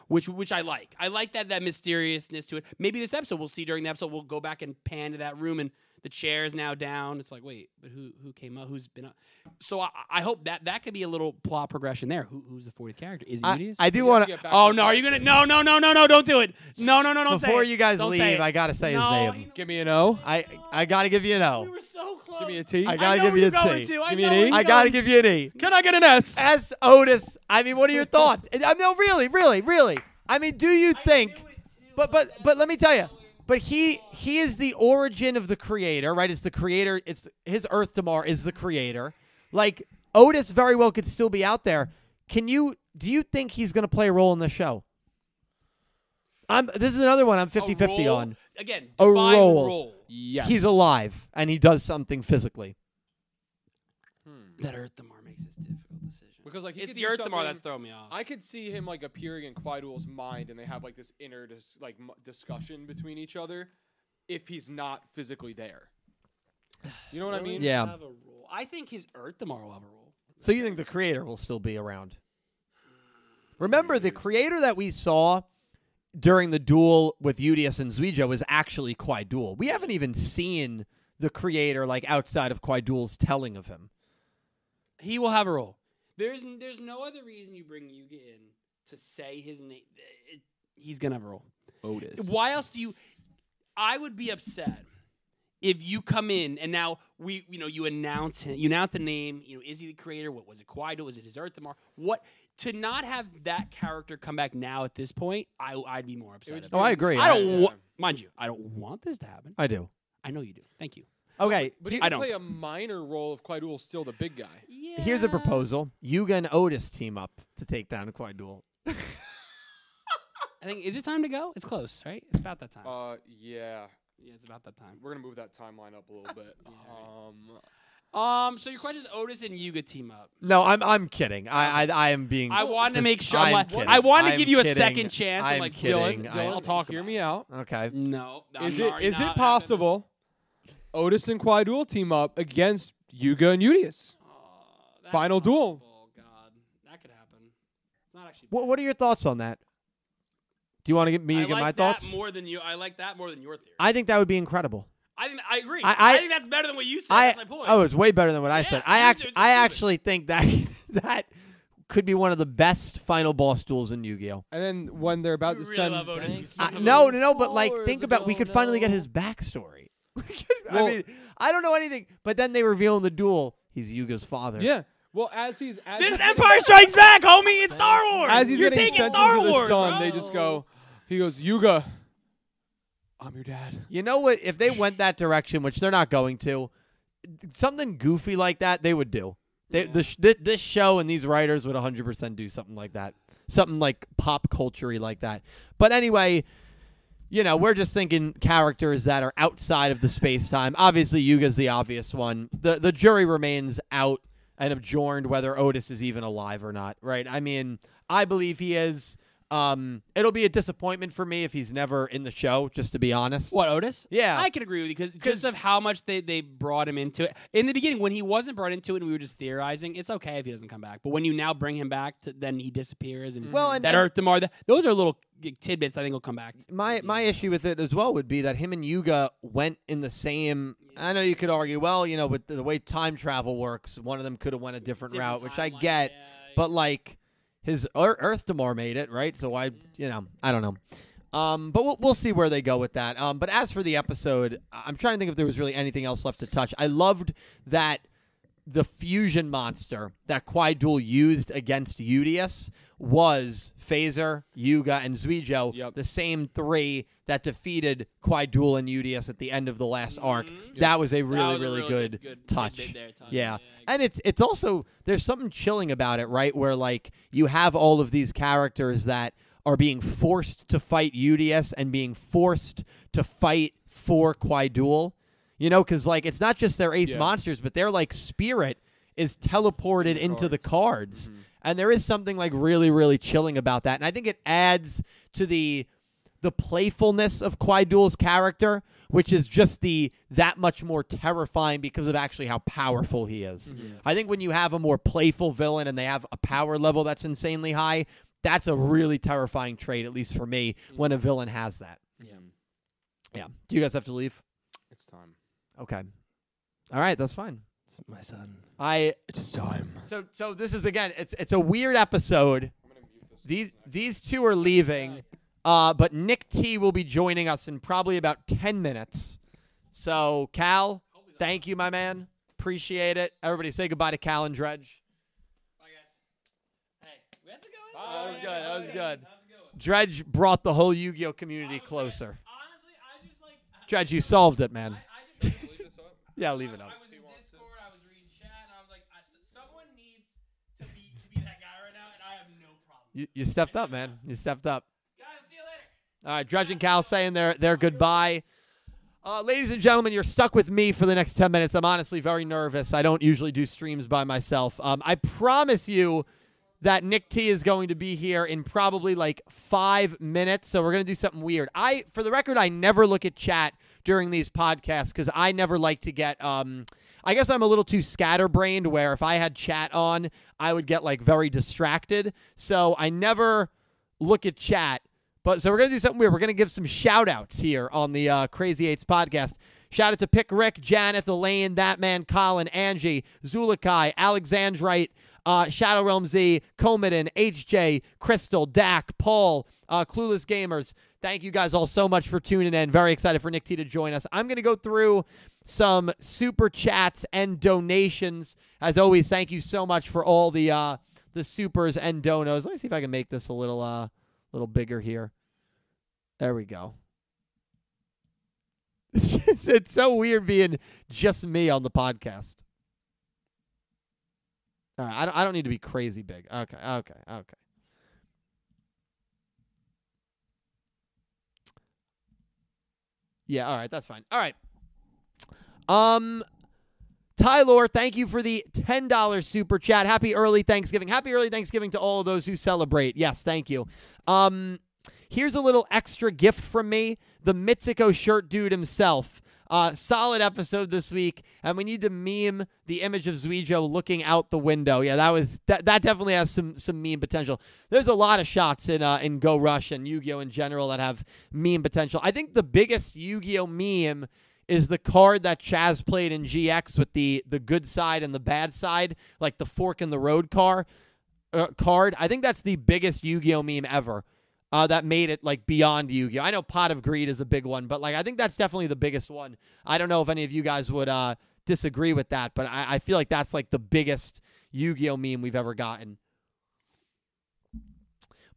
Which which I like. I like that that mysteriousness to it. Maybe this episode we'll see during the episode we'll go back and pan to that room and the chair is now down. It's like wait, but who who came up? Who's been up? So I, I hope that that could be a little plot progression there. Who, who's the 40th character? Is it I, Udius? I We do have want to to. get back Oh to no! Are you Dawson. gonna? No! No! No! No! No! Don't do it! No! No! No! Don't say Before it. you guys Don't say leave, it. I gotta say No, his you name. know- Give me an O. I I gotta give you an We O. were so close. Give me a T. I gotta know give where you you're a going T. to. I Give me know an where E. you're I gotta going. give you an E. Can I get an S? As Otis, I mean, what are your thoughts? And, uh, no, really, really, really. I mean, do you I knew think? it too, But but but let me tell you. But he he is the origin of the creator, right? It's the creator. It's the, his Earth Damar is the creator. Like Otis very well could still be out there. Can you do you think he's going to play a role in the show? I'm this is another one I'm A 50-50 role- on. Again, A define role. role. Yes. He's alive and he does something physically. That Earth Thamar makes this difficult decision. Because, like, he it's could the do Earth Thamar something- that's throwing me off. I could see him like appearing in Quaidul's mind, and they have like this inner dis- like m- discussion between each other, if he's not physically there. You know what I mean? Yeah. Have a role. I think his Earth Thamar will have a role. So you think the creator will still be around? Remember, the creator that we saw during the duel with Udius and Zuija was actually Quaidul. We haven't even seen the creator like outside of Quaidul's telling of him. He will have a role. There's n- there's no other reason you bring Yuga in to say his name. It- he's gonna have a role. Otis. Why else do you? I would be upset if you come in and now we, you know, you announce him, you announce the name. You know, is he the creator? What was it? Quaido? Was it his Earth Thamar? What to not have that character come back now at this point? I I'd be more upset. would about Oh, I agree. I don't Yeah. want, mind you, I don't want this to happen. I do. I know you do. Thank you. Okay, But he I could don't- play a minor role if Quaidul's still the big guy. Yeah. here's a proposal: Yuga and Otis team up to take down Quaidul. I think is it time to go? It's close, right? It's about that time. Uh, yeah. yeah, it's about that time. We're gonna move that timeline up a little bit. Um, Um, so your question is Otis and Yuga team up. No, I'm I'm kidding. I I, I am being. I wanted to make sure. I'm I'm like- kidding. I wanted to I'm give you a kidding. second chance. I'm I'm like, kidding. Dylan, I- Dylan, I'll talk. Hear about me it. out. okay. No. I'm Is it already is it not- possible? Otis and Quaidul team up against Yuga and Udius. Oh, that's Final duel. possible. God, that could happen. It's Not actually. What What are your thoughts on that? Do you want to get me I to get like my that thoughts? more than you. I like that more than your theory. I, I think that would be incredible. think I agree. I- I, I- think that's better than what you said. I that's my point. oh, it's way better than what I Yeah, said. I you actually dudes are I stupid. actually think that that could be one of the best final boss duels in Yu-Gi-Oh. And then when they're about You to really send, love Otis. You I- son of a- no, no, no, but like Lord, think about we could finally get no. his backstory. We could- Well- I mean, I don't know anything, but then they reveal in the duel he's Yuga's father. yeah. Well, as he's as This he's- is Empire Strikes Back, homie. It's Star Wars. as he's You're getting taking sent Star into the Wars. sun, bro. they just go. He goes, Yuga, I'm your dad. You know what? If they went that direction, which they're not going to, something goofy like that they would do. They, the sh- thi- this show and these writers would 100% do something like that. Something like pop culture like that. But anyway, you know, we're just thinking characters that are outside of the space time. Obviously, Yuga's the obvious one. The the jury remains out and abjorned whether Otis is even alive or not, right? I mean, I believe he is. Um, it'll be a disappointment for me if he's never in the show, just to be honest. What Otis? Yeah. I can agree with you because 'Cause- just of how much they, they brought him into it in the beginning when he wasn't brought into it and we were just theorizing. It's okay if he doesn't come back, but when you now bring him back, to, then he disappears and he's Well, and- that and- Earth Thamar. That, those are little tidbits I think will come back. my my issue with it as well would be that him and Yuga went in the same. I know you could argue, well, you know, with the way time travel works, one of them could have went a different, route, Different which I timeline, get. yeah, yeah. But like his Ear- Earth Damar made it right, so I, Mm-hmm. you know, I don't know. Um, but we'll, we'll see where they go with that. Um, but as for the episode, I- I'm trying to think if there was really anything else left to touch. I loved that the fusion monster that Quaidul used against Udius was Phaser, Yuga, and Zuijo, Yep. the same three that defeated Quaidul and Udius at the end of the last arc. That was a really, Mm-hmm. was a really, really good, good- good touch. tidbit there, touch. Yeah. Yeah, And it's it's also there's something chilling about it, right? Where like you have all of these characters that are being forced to fight UDS and being forced to fight for Quaidul. You know, because like it's not just their ace Yeah. monsters, but their like spirit is teleported into the cards. Mm-hmm. And there is something like really, really chilling about that. And I think it adds to the the playfulness of Quaidul's character which is just the that much more terrifying because of actually how powerful he is. Mm-hmm. I think when you have a more playful villain and they have a power level that's insanely high, that's a really terrifying trait, at least for me, Mm. when a villain has that. Yeah. Yeah. Do you guys have to leave? It's time. Okay. All right, that's fine. It's my son. I It's time. so so this is again it's it's a weird episode. These these two are leaving, uh, but Nick T will be joining us in probably about ten minutes. So Cal, thank you, my man. Appreciate it. Everybody, say goodbye to Cal and Dredge. That was good. That was good. Dredge brought the whole Yu-Gi-Oh community closer. Honestly, I just like I, Dredge, you solved it, man. I just really believe Yeah, leave it up. I was in Discord, I was reading chat, and I was like, I, s- someone needs to be to be that guy right now, and I have no problem. You, you stepped up, man. You stepped up. Guys, see you later. All right, Dredge and Cal saying their their goodbye. Uh, ladies and gentlemen, you're stuck with me for the next 10 minutes. I'm honestly very nervous. I don't usually do streams by myself. Um, I promise you that Nick T is going to be here in probably like five minutes. So we're going to do something weird. I, for the record, I never look at chat during these podcasts because I never like to get. Um, I guess I'm a little too scatterbrained. Where if I had chat on, I would get like very distracted. So I never look at chat. But so we're gonna do something weird. We're gonna give some shout outs here on the uh, Crazy Eights podcast. Shout out to Pick Rick, Janeth, Elaine, That Man, Colin, Angie, Zulikai, Alexandrite, uh, Shadow Realm Z, Comedon, HJ, Crystal, Dak, Paul, uh, Clueless Gamers. Thank you guys all so much for tuning in. Very excited for Nick T to join us. I'm going to go through some super chats and donations. As always, thank you so much for all the uh, the supers and donos. Let me see if I can make this a little uh, little bigger here. There we go. it's, it's so weird being just me on the podcast. All right, I don't, I don't need to be crazy big. Okay, okay, okay. Yeah, all right, that's fine. All right. Um Tylor, thank you for the $10 super chat. Happy early Thanksgiving. Happy early Thanksgiving to all of those who celebrate. Yes, thank you. Um here's a little extra gift from me, the Mitsuko shirt dude himself. Uh, solid episode this week, and we need to meme the image of Zuijo looking out the window. Yeah, that was that. That definitely has some some meme potential. There's a lot of shots in uh, in Go Rush and Yu Gi Oh in general that have meme potential. I think the biggest Yu Gi Oh meme is the card that Chaz played in GX with the the good side and the bad side, like the fork in the road car uh, card. I think that's the biggest Yu-Gi-Oh meme ever. Uh, that made it like beyond Yu-Gi-Oh. I know Pot of Greed is a big one, but like I think that's definitely the biggest one. I don't know if any of you guys would uh, disagree with that, but I, I feel like that's like the biggest Yu-Gi-Oh meme we've ever gotten.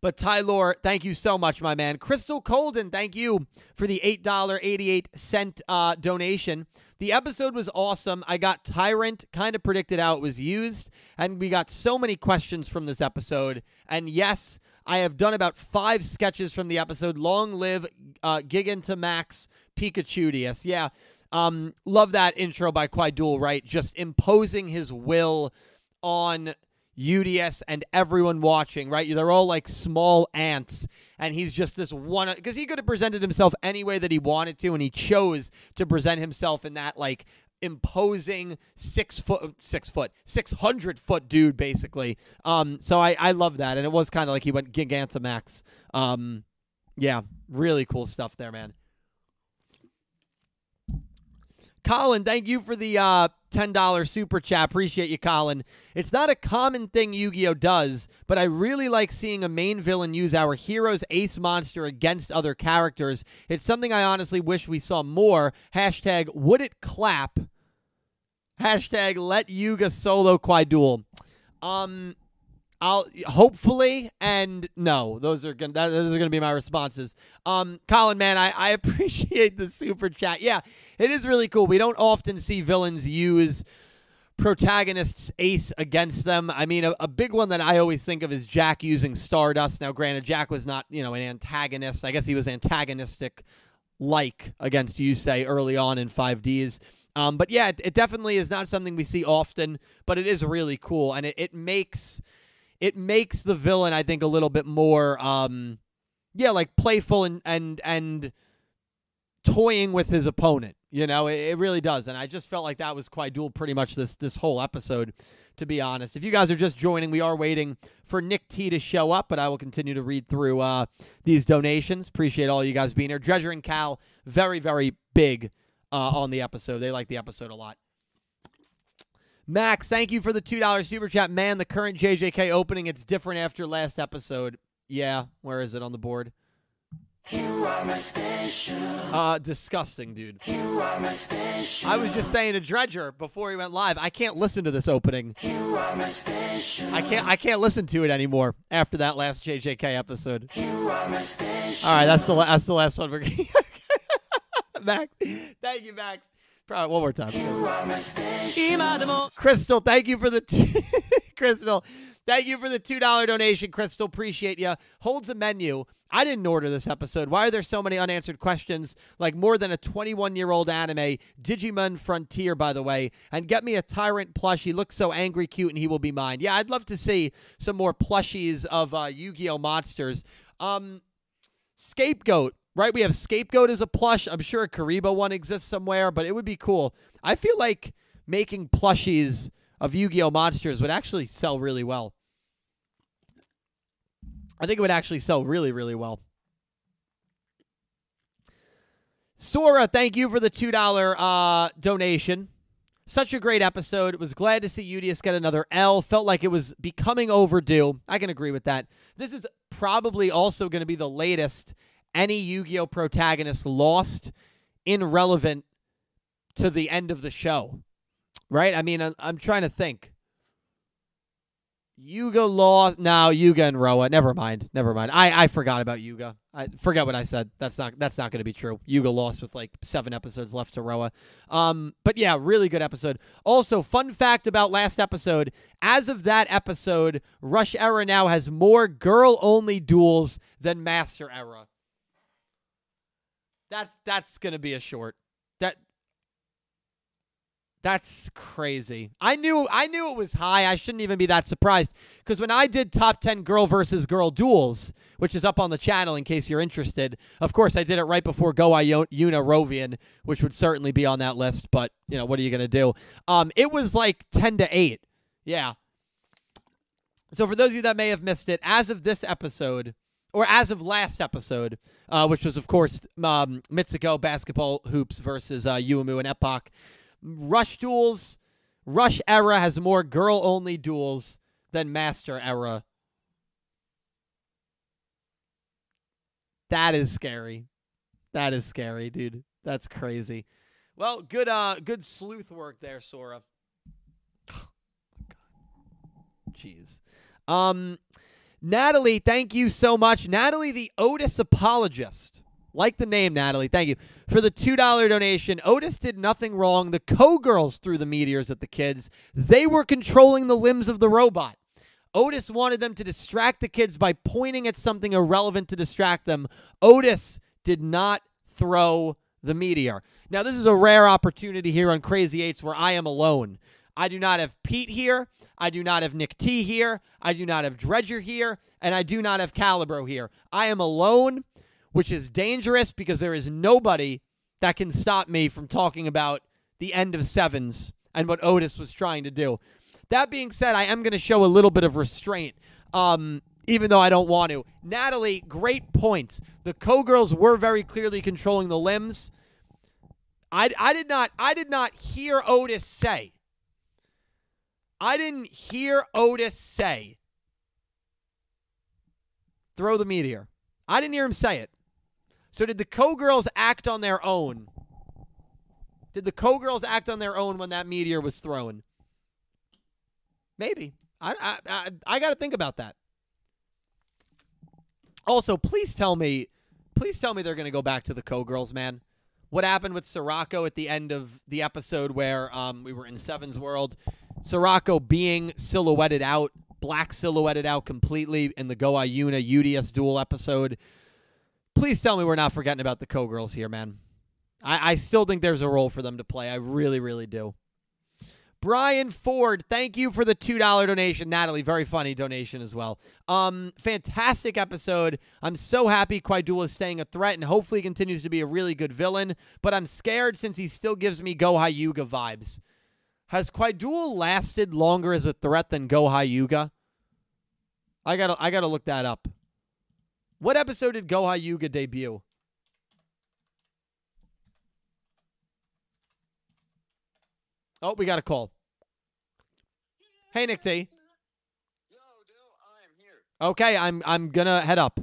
But Tylor, thank you so much, my man. Crystal Colden, thank you for the eight dollar eighty eight cent uh, donation. The episode was awesome. I got Tyrant kind of predicted how it was used, and we got so many questions from this episode. And yes, I have done about five sketches from the episode. Long live uh, Gigan to Max Pikachudius. Yeah, um, love that intro by Quaidul. Right, just imposing his will on UDS and everyone watching, right? They're all like small ants. And he's just this one because he could have presented himself any way that he wanted to, and he chose to present himself in that like imposing six foot six foot six hundred foot dude basically um so i i love that and it was kind of like he went gigantamax um yeah really cool stuff there man Colin, thank you for the uh, $10 super chat. Appreciate you, Colin. It's not a common thing Yu Gi Oh! does, but I really like seeing a main villain use our hero's ace monster against other characters. It's something I honestly wish we saw more. Hashtag would it clap? Hashtag let Yuga solo Quaidul. Um, I'll hopefully and no, those are gonna that, those are gonna be my responses. Um, Colin, man, I, I appreciate the super chat. Yeah, it is really cool. We don't often see villains use protagonists ace against them. I mean, a, a big one that I always think of is Jack using Stardust. Now, granted, Jack was not you know an antagonist. I guess he was antagonistic like against Yusei early on in 5Ds. Um, but yeah, it, it definitely is not something we see often, but it is really cool and it, it makes it makes the villain I think a little bit more um yeah, like playful and and and toying with his opponent. You know, it, it really does. And I just felt like that was quite dual pretty much this this whole episode, to be honest. If you guys are just joining, we are waiting for Nick T to show up, but I will continue to read through uh, these donations. Appreciate all you guys being here. Dredger and Cal, very, very big uh, on the episode. They like the episode a lot. Max, thank you for the $2 super chat. Man, the current JJK opening, it's different after last episode. Yeah, where is it on the board? Uh, disgusting, dude. I was just saying to Dredger before he went live, I can't listen to this opening. I can't I can't listen to it anymore after that last JJK episode. All right, that's the la- that's the last one we're Max. Thank you, Max. Probably one more time. Crystal, thank you for the t- Crystal. Thank you for the two dollar donation, Crystal. Appreciate you. Holds a menu. I didn't order this episode. Why are there so many unanswered questions? Like more than a 21 year old anime, Digimon Frontier, by the way. And get me a tyrant plush. He looks so angry, cute, and he will be mine. Yeah, I'd love to see some more plushies of uh, Yu-Gi-Oh monsters. Um, Scapegoat, right? We have Scapegoat as a plush. I'm sure a Kariba one exists somewhere, but it would be cool. I feel like making plushies of Yu-Gi-Oh monsters would actually sell really well. I think it would actually sell really, really well. Sora, thank you for the two dollar uh, donation. Such a great episode. Was glad to see Udius get another L. Felt like it was becoming overdue. I can agree with that. This is probably also going to be the latest any Yu-Gi-Oh protagonist lost in relevant to the end of the show. Right? I mean, I'm, I'm trying to think. Yuga lost. No, Yuga and Roa. Never mind. Never mind. I, I forgot about Yuga. I forgot what I said. That's not that's not going to be true. Yuga lost with like seven episodes left to Roa. Um, but yeah, really good episode. Also, fun fact about last episode: as of that episode, Rush Era now has more girl-only duels than Master Era. That's that's gonna be a short. That that's crazy. I knew I knew it was high. I shouldn't even be that surprised because when I did top 10 girl versus girl duels, which is up on the channel in case you're interested. Of course, I did it right before Go Iona Rovian, which would certainly be on that list, but you know, what are you going to do? Um it was like 10 to 8. Yeah. So for those of you that may have missed it, as of this episode, or as of last episode, uh, which was, of course, um, Mitsuko basketball hoops versus uh, Uemu and Epoch. Rush duels, Rush era has more girl only duels than Master era. That is scary. That is scary, dude. That's crazy. Well, good uh good sleuth work there, Sora. Oh Jeez. Um Natalie, thank you so much. Natalie, the Otis apologist. Like the name, Natalie. Thank you for the $2 donation. Otis did nothing wrong. The co girls threw the meteors at the kids, they were controlling the limbs of the robot. Otis wanted them to distract the kids by pointing at something irrelevant to distract them. Otis did not throw the meteor. Now, this is a rare opportunity here on Crazy Eights where I am alone. I do not have Pete here. I do not have Nick T here. I do not have Dredger here. And I do not have Calibro here. I am alone, which is dangerous because there is nobody that can stop me from talking about the end of sevens and what Otis was trying to do. That being said, I am going to show a little bit of restraint, um, even though I don't want to. Natalie, great points. The co girls were very clearly controlling the limbs. I, I did not I did not hear Otis say. I didn't hear Otis say throw the meteor. I didn't hear him say it. So did the co-girls act on their own? Did the co-girls act on their own when that meteor was thrown? Maybe. I I I, I got to think about that. Also, please tell me, please tell me they're going to go back to the co-girls, man. What happened with Sirocco at the end of the episode where um, we were in Seven's world? Sirocco being silhouetted out, black silhouetted out completely in the Goa Yuna UDS duel episode. Please tell me we're not forgetting about the co-girls here, man. I, I still think there's a role for them to play. I really, really do. Brian Ford, thank you for the $2 donation. Natalie, very funny donation as well. Um, fantastic episode. I'm so happy Quaidula is staying a threat and hopefully continues to be a really good villain, but I'm scared since he still gives me Go Hyuga vibes. Has Quaidul lasted longer as a threat than Go Hyuga? I gotta I gotta look that up. What episode did Go Hyuga debut? Oh, we got a call. Hey Nick T. Yo, Dill, I am here. Okay, I'm I'm gonna head up.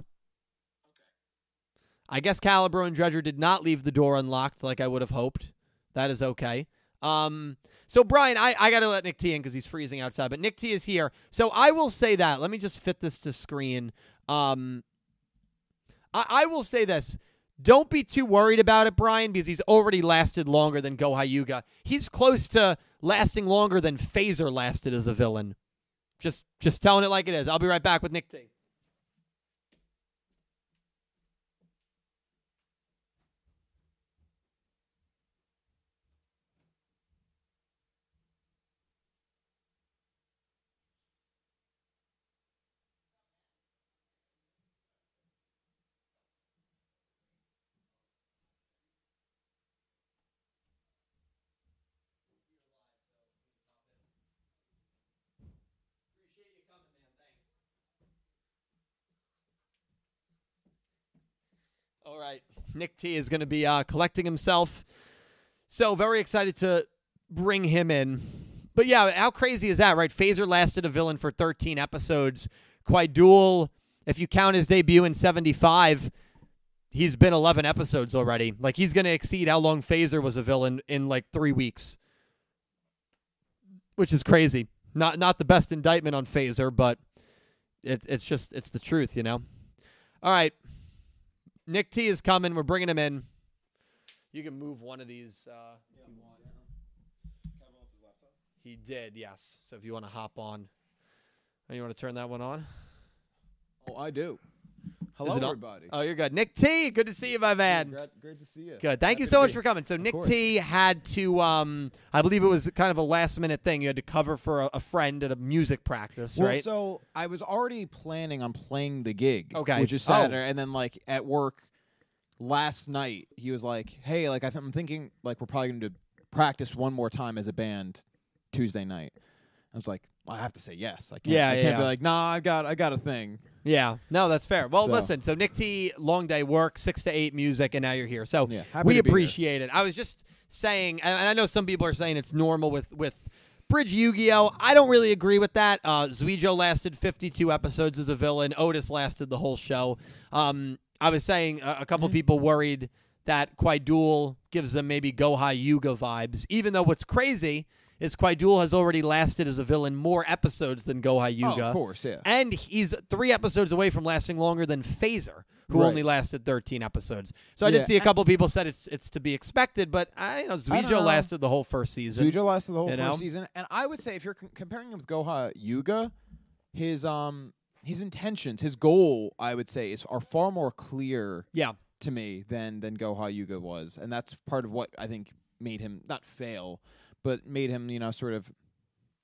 I guess Calibro and Dredger did not leave the door unlocked like I would have hoped. That is okay. Um, so Brian, I, I gotta let Nick T in because he's freezing outside, but Nick T is here. So I will say that. Let me just fit this to screen. Um, I, I will say this. Don't be too worried about it, Brian, because he's already lasted longer than Go Hyuga. He's close to lasting longer than Phaser lasted as a villain. Just just telling it like it is. I'll be right back with Nick T. All right. Nick T is going to be uh, collecting himself. So, very excited to bring him in. But yeah, how crazy is that, right? Phaser lasted a villain for 13 episodes. Quaidul, if you count his debut in 75, he's been 11 episodes already. Like, he's going to exceed how long Phaser was a villain in like three weeks, which is crazy. Not, not the best indictment on Phaser, but it, it's just, it's the truth, you know? All right. Nick T is coming. We're bringing him in. You can move one of these. Uh, if you want. He did, yes. So if you want to hop on, oh, you want to turn that one on? Oh, I do. Is Hello, it on? everybody. Oh, you're good. Nick T, good to see you, my man. great, great to see you. Good. Thank you Happy so to much be- for coming. So Nick course. T had to, um, I believe it was kind of a last minute thing. You had to cover for a, a friend at a music practice, Well, right? so I was already planning on playing the gig, Okay. which is Oh. Saturday, and then like at work last night, he was like, "Hey, like I th- I'm thinking like we're probably going to practice one more time as a band Tuesday night." I was like, well, "I have to say yes. I can't. Yeah, I yeah, can't be yeah. like, nah, I got, I got a thing." yeah. No, that's fair. Well, So- listen. So Nick T, long day work, six to eight music, and now you're here. So Yeah, happy we to be here. appreciate it. I was just saying, and and I know some people are saying it's normal with with Bridge Yu-Gi-Oh. I don't really agree with that. Uh, Zuijo lasted 52 episodes as a villain. Otis lasted the whole show. Um, I was saying a, a couple Mm-hmm. people worried that Quaidul gives them maybe Gohai Yuga vibes, even though what's crazy is Quaidul has already lasted as a villain more episodes than Gohai Yuga. Oh, of course, yeah. And he's three episodes away from lasting longer than Phaser, who Right. only lasted 13 episodes. So I Yeah, did see a couple people said it's it's to be expected, but I you know I don't Zuijo know. lasted the whole first season. Zuijo lasted the whole You first know? season, and I would say if you're c- comparing him with Goha Yuga, his um his intentions, his goal, I would say, is are far more clear Yeah, to me than than Goha Yuga was, and that's part of what I think made him not fail, but made him you know sort of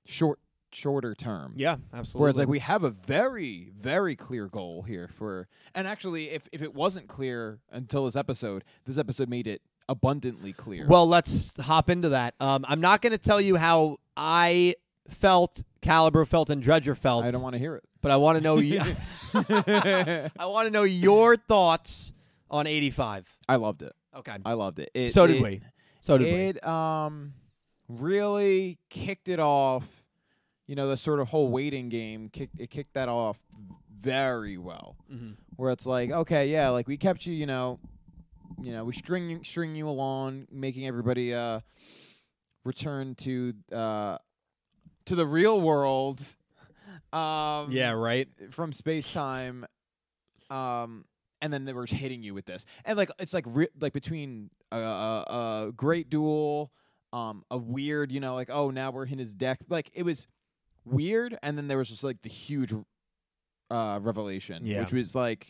short shorter term. yeah, absolutely. Whereas like we have a very very clear goal here for, and actually if if it wasn't clear until this episode, this episode made it abundantly clear. well, let's hop into that. Um, I'm not going to tell you how I felt, Caliber felt, and Dredger felt. I don't want to hear it. but I want to know. y- I want to know your thoughts on 85. I loved it. Okay, I loved it. it so did it- we. So did we. it um really kicked it off. You know, the sort of whole waiting game kick it kicked that off very well. Mhm. Where it's like, okay, yeah, like we kept you, you know, you know, we string you- string you along, making everybody uh return to uh to the real world. Um Yeah, right. from space time, um, and then they were just hitting you with this, and like it's like re- like between a, a, a great duel, um, a weird, you know, like oh now we're in his deck, like it was weird, and then there was just like the huge, uh, revelation, Yeah. which was like,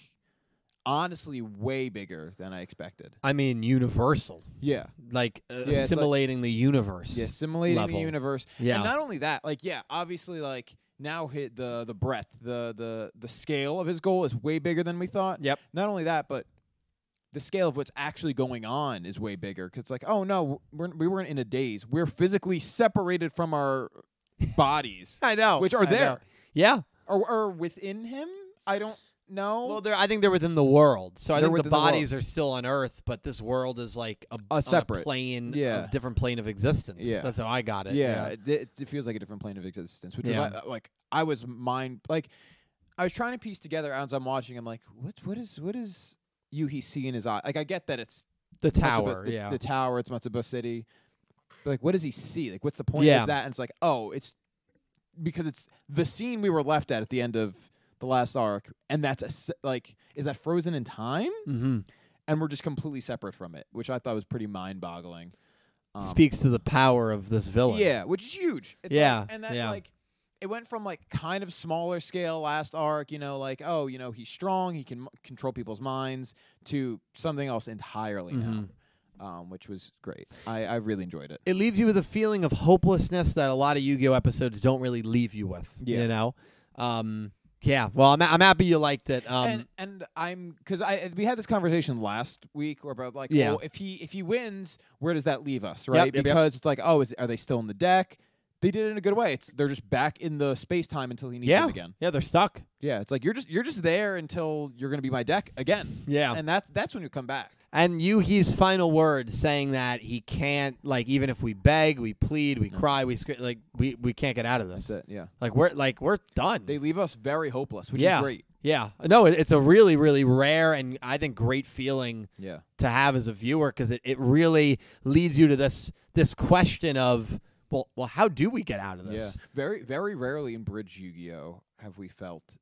honestly way bigger than I expected. I mean, universal, Yeah. like uh, it's like- assimilating the universe. Yeah, simulating level. the universe. Yeah. And not only that, like yeah, obviously like now hit the the breadth, the the the scale of his goal is way bigger than we thought. Yep. Not only that, but the scale of what's actually going on is way bigger. 'Cause it's like, oh no, we're, we weren't in a daze. We're physically separated from our bodies, I know. which are I know. there, Yeah. or, or within him. I don't know. Well, they're, I think they're within the world. So I They're think the within the world. bodies are still on Earth, but this world is like a, on separate. plane, Yeah. a different plane of existence. Yeah. That's how I got it. yeah, It, it, it feels like a different plane of existence which Yeah. is like, like i was mind like i was trying to piece together as i'm watching i'm like what what is what is you he see in his eye like i get that it's The Matsuba- tower. the, yeah. the tower it's matsuba city but like what does he see like what's the point Yeah. of that and it's like oh it's because it's the scene we were left at at the end of the last arc and that's a, se- like is that frozen in time mm-hmm. and we're just completely separate from it which i thought was pretty mind-boggling Um, Speaks to the power of this villain. yeah, which is huge. It's Yeah, like, and that yeah. like it went from like kind of smaller scale last arc, you know, like oh, you know, he's strong, he can m- control people's minds, to something else entirely now, Mm-hmm. um, which was great. I I really enjoyed it. it leaves you with a feeling of hopelessness that a lot of Yu-Gi-Oh episodes don't really leave you with. Yeah. You know, um, yeah. Well, I'm I'm happy you liked it. Um, and and I'm because I we had this conversation last week or about like Yeah. well, if he if he wins where does that leave us right yep, yep. because it's like oh is, are they still in the deck they did it in a good way it's they're just back in the space time until he needs yeah, them again yeah, they're stuck. yeah it's like you're just you're just there until you're gonna be my deck again Yeah, and, and that's that's when you come back. Yuhi's final words saying that he can't, like, even if we beg, we plead, we cry, we scream, like, we we can't get out of this. Yeah, Like we're like we're done. they leave us very hopeless, which yeah, is great. yeah. No, it, it's a really really rare and I think great feeling Yeah, to have as a viewer because it, it really leads you to this this question of well well how do we get out of yeah. this? Very very rarely in Bridge Yu-Gi-Oh have we felt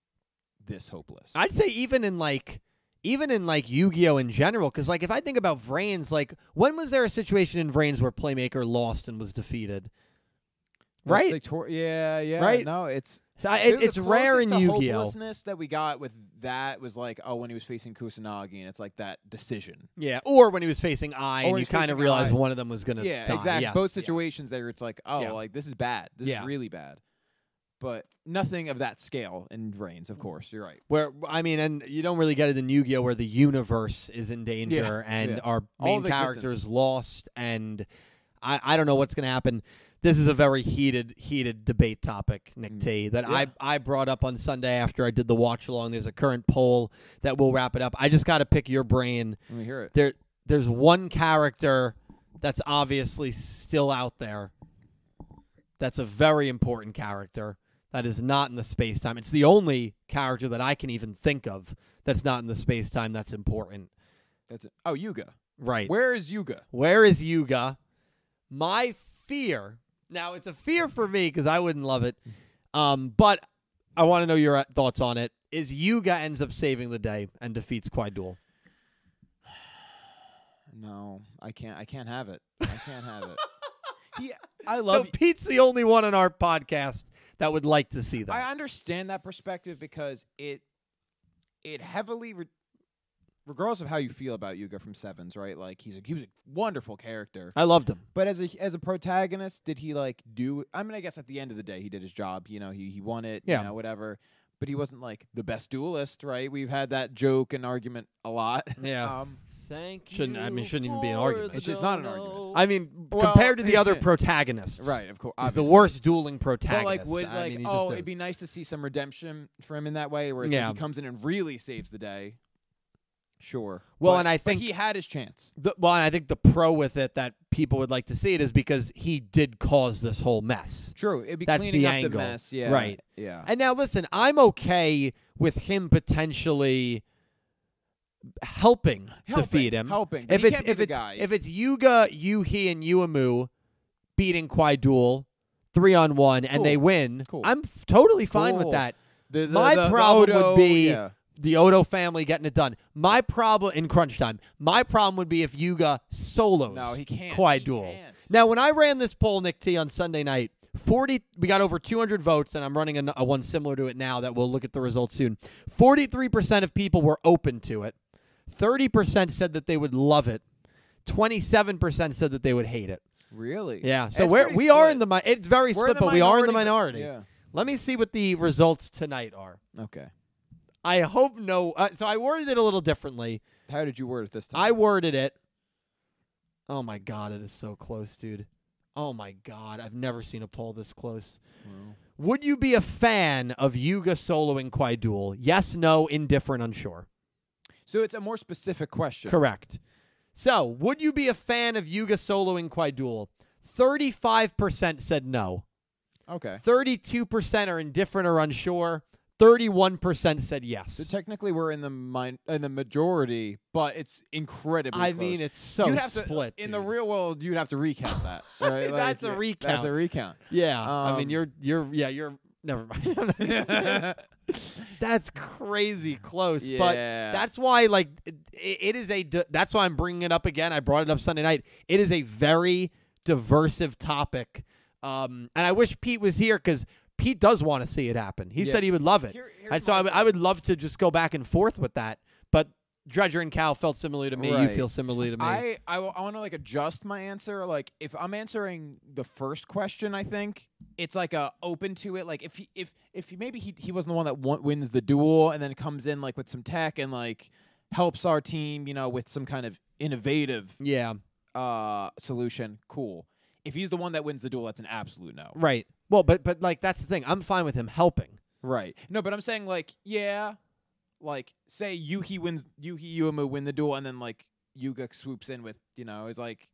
this hopeless. I'd say even in like even in like Yu-Gi-Oh in general cuz like if I think about Vrains like when was there a situation in Vrains where Playmaker lost and was defeated? That's Right? like tor- yeah, yeah. Right? No, it's so I, it, the it's rare in closest to Yu-Gi-Oh. Hopelessness that we got with that was like oh when he was facing Kusanagi and it's like that decision. Yeah, or when he was facing I Or and when you he's kind of facing realized Ai. one of them was going to yeah, die. exactly. Yes. Both Yeah. situations there, it's like oh Yeah. like this is bad. This Yeah. is really bad. But nothing of that scale in Reigns, of course. You're right. Where I mean, and you don't really get it in Yu-Gi-Oh, where the universe is in danger Yeah, and yeah. our All main of existence. characters lost, and I, I don't know what's going to happen. This is a very heated, heated debate topic, Nick Mm. T, that I, I brought up on Sunday after I did the watch along. There's a current poll that will wrap it up. I just got to pick your brain. Let me hear it. There, there's one character that's obviously still out there. That's a very important character that is not in the space time. It's the only character that I can even think of that's not in the space time that's important. That's it. Oh, Yuga. Right. Where is Yuga? Where is Yuga? My fear. Now it's a fear for me because I wouldn't love it. Um, but I want to know your uh, thoughts on it. Is Yuga ends up saving the day and defeats Quaidul? No, I can't. I can't have it. I can't have it. He, I So love. Pete's the only one on our podcast that would like to see that. I understand that perspective because it, it heavily, re- regardless of how you feel about Yuga from Sevens, right? Like he's a he was a wonderful character, I loved him. but as a as a protagonist, did he like do? I mean, I guess at the end of the day, he did his job. You know, he he won it. Yeah. You know, whatever. But he wasn't like the best duelist, right? We've had that joke and argument a lot. Yeah. um, Thank shouldn't I mean shouldn't even be an argument. It's just not an argument. I mean Well, compared to the other protagonists. right. Of course, He's the obviously. worst dueling But protagonist. like, would I like, mean, he just oh, it'd is. be nice to see some redemption for him in that way, where it's Yeah. like he comes in and really saves the day. Sure. Well, But- and I but think- he had his chance. the, well, and I think the pro with it that people would like to see it is because he did cause this whole mess. True. It'd be That's cleaning the up angle. the mess. Yeah. Right. Yeah. And now, listen, I'm okay with him potentially helping, defeat him. Helping. but If he it's can't be if the it's guy. if it's Yuga, Yuhi, and Yuamu beating Kwaidul three on one and they Cool. win, Cool. I'm f- totally fine Cool. with that. The- the- my the- the problem would Odo- be yeah. the Odo family getting it done. My problem in crunch time. My problem would be if Yuga solos. No, he can't. He Kwaidul. can't. Now, when I ran this poll, Nick T, on Sunday night, forty we got over 200 votes, and I'm running a, a one similar to it now that we'll look at the results soon. 43 percent of people were open to it. 30% said that they would love it. 27% said that they would hate it. Really? Yeah. So It's we're, pretty we are split. in the mi- it's very We're in split, the but we are in the minority, minority. but- Let me see what the results tonight are. Yeah. Okay. I hope no. Uh, so I worded it a little differently. How did you word it this time? I worded it. Oh my god, it is so close, dude. Oh my god, I've never seen a poll this close. Would you be a fan of Yuga soloing Quaidul? Yes, no, indifferent, unsure. so it's a more specific question. Correct. So, would you be a fan of Yuga soloing Quaidul? 35% said no. Okay. 32% are indifferent or unsure. 31% said So yes. technically, we're in the min- in the majority, but it's incredibly. I close. mean, it's so You'd have to- uh, split. in the dude. real world, you'd have to recount that. right? That's a yeah, That's recount. a recount. Yeah, I mean Um, you're you're yeah you're never mind. that's crazy close, but Yeah. that's why like it, it is a di- that's why I'm bringing it up again. I brought it up Sunday night. It is a very diversive topic, um, and I wish Pete was here because Pete does want to see it happen. He Yeah. said he would love it, Here- here's and so my I would- I would love to just go back and forth with that. But Dredger and Cal felt similarly to me. You Right. feel similarly to me. I I, want to like adjust my answer. Like if I'm answering the first question, I think it's like a open to it. Like if he, if if he, maybe he he wasn't the one that won, wins the duel and then comes in like with some tech and like helps our team, you know, with some kind of innovative yeah, uh solution. Cool. If he's the one that wins the duel, that's an absolute no. right. Well, but but like that's the thing. I'm fine with him helping. Right. No, but I'm saying like, yeah, like say Yuhi wins Yuhi Uemu win the duel and then like Yuga swoops in with, you know, is like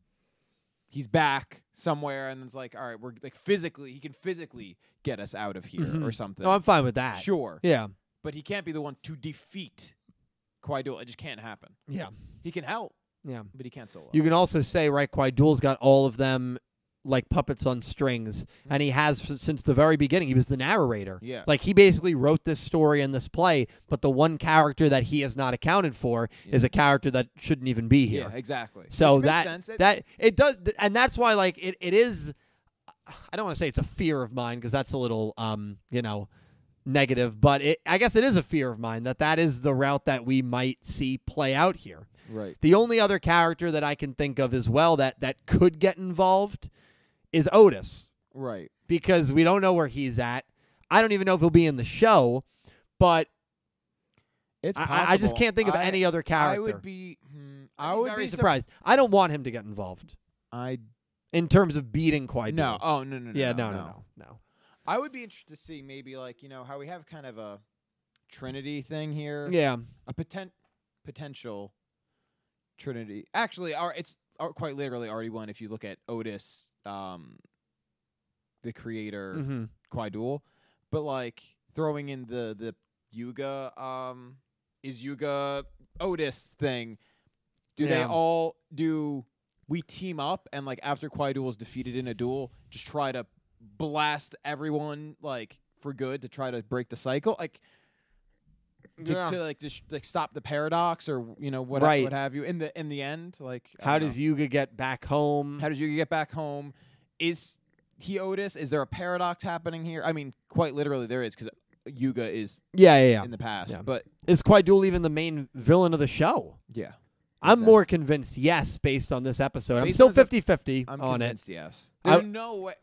he's back somewhere and it's like, all right, we're like physically he can physically get us out of here or Mhm. something. No, I'm fine with that. sure. Yeah. But he can't be the one to defeat Kwai Duel. It just can't happen. Yeah. He can help, Yeah. but he can't solo. You can also say, right, Quaidul's got all of them like puppets on strings, and he has f- since the very beginning. He was the narrator. Mm-hmm. Yeah. Like he basically wrote this story and this play, but the one character that he has not accounted for is a character that shouldn't even be here. yeah, exactly. So Which makes that sense. It- that it does, th- and that's why like it, it is. I don't want to say it's a fear of mine because that's a little um you know negative, but it I guess it is a fear of mine that that is the route that we might see play out here. Right. The only other character that I can think of as well that that could get involved is Otis Right. because we don't know where he's at. I don't even know if he'll be in the show, but It's I- I, I just possible. can't think of I- any other character. I would be hmm, I I'd would very be sur- surprised. I don't want him to get involved I in terms of beating Quaid. no. Oh no no no. yeah, no no, no, no, no. I would be interested to see maybe like you know how we have kind of a trinity thing here. Yeah, A potent potential trinity. Actually, our it's our, quite literally already one if you look at Otis, um, the creator hmm Quaidul, but like throwing in the the Yuga um is Yuga Otis thing. Do they Yeah. all do we team up and like after Quaidul is defeated in a duel, just try to blast everyone like for good to try to break the cycle, like to, Yeah. to like just like stop the paradox or you know what Right. what have you in the in the end like I How don't know. does Yuga get back home? How does Yugi get back home? Is he Otis? Is there a paradox happening here? I mean, quite literally, there is because Yuga is yeah, yeah, yeah. in the past, Yeah. but Is Quaidul even the main villain of the show? yeah, I'm Exactly. more convinced yes based on this episode. I'm Based still on the- 50 50 I'm on it. convinced. Yes, I- there's no way.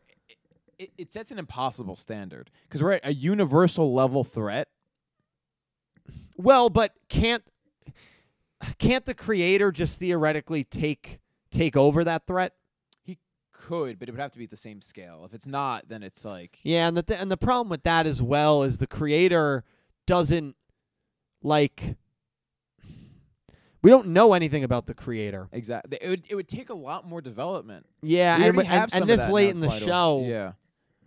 It, it sets an impossible standard because we're at a universal level threat. Well, but can't can't the creator just theoretically take take over that threat? He could, but it would have to be at the same scale. If it's not, then it's like Yeah, and the th- and the problem with that as well is the creator doesn't like we don't know anything about the creator. exactly. It would it would take a lot more development. Yeah, we and, already w- have and, some and of this that late now, in the Quaidul. show, Yeah.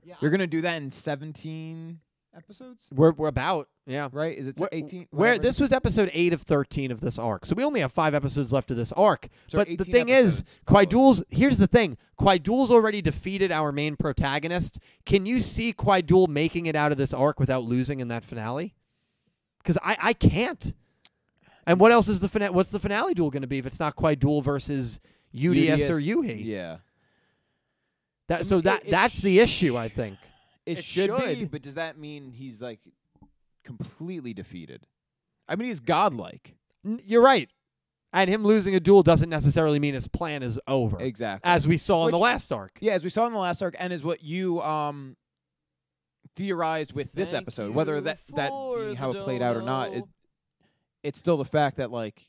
Yeah, you're gonna do that in 17 episodes, we're we're about yeah. right? Is it Where- 18? Where whatever. this was episode eight of thirteen of this arc, so we only have five episodes left of this arc. So but the 18 thing is, episodes. Quaidul's here's the thing: Quaidul's already defeated our main protagonist. Can you see Quaidul making it out of this arc without losing in that finale? Because I I can't. And what else is the finale? What's the finale duel going to be if it's not Quaidul versus UDS, or Yuhi? Yeah. That, so mean, that it- it that's the sh- issue, I think. It, It should, be, should. but does that mean he's like completely defeated? I mean, he's godlike. N- You're right. And him losing a duel doesn't necessarily mean his plan is over, Exactly. as we saw in the Which- last arc. yeah, as we saw in the last arc, and is what you um theorized with this Thank episode, whether you that that for being the how it played out or not, it, dono. it's still the fact that like,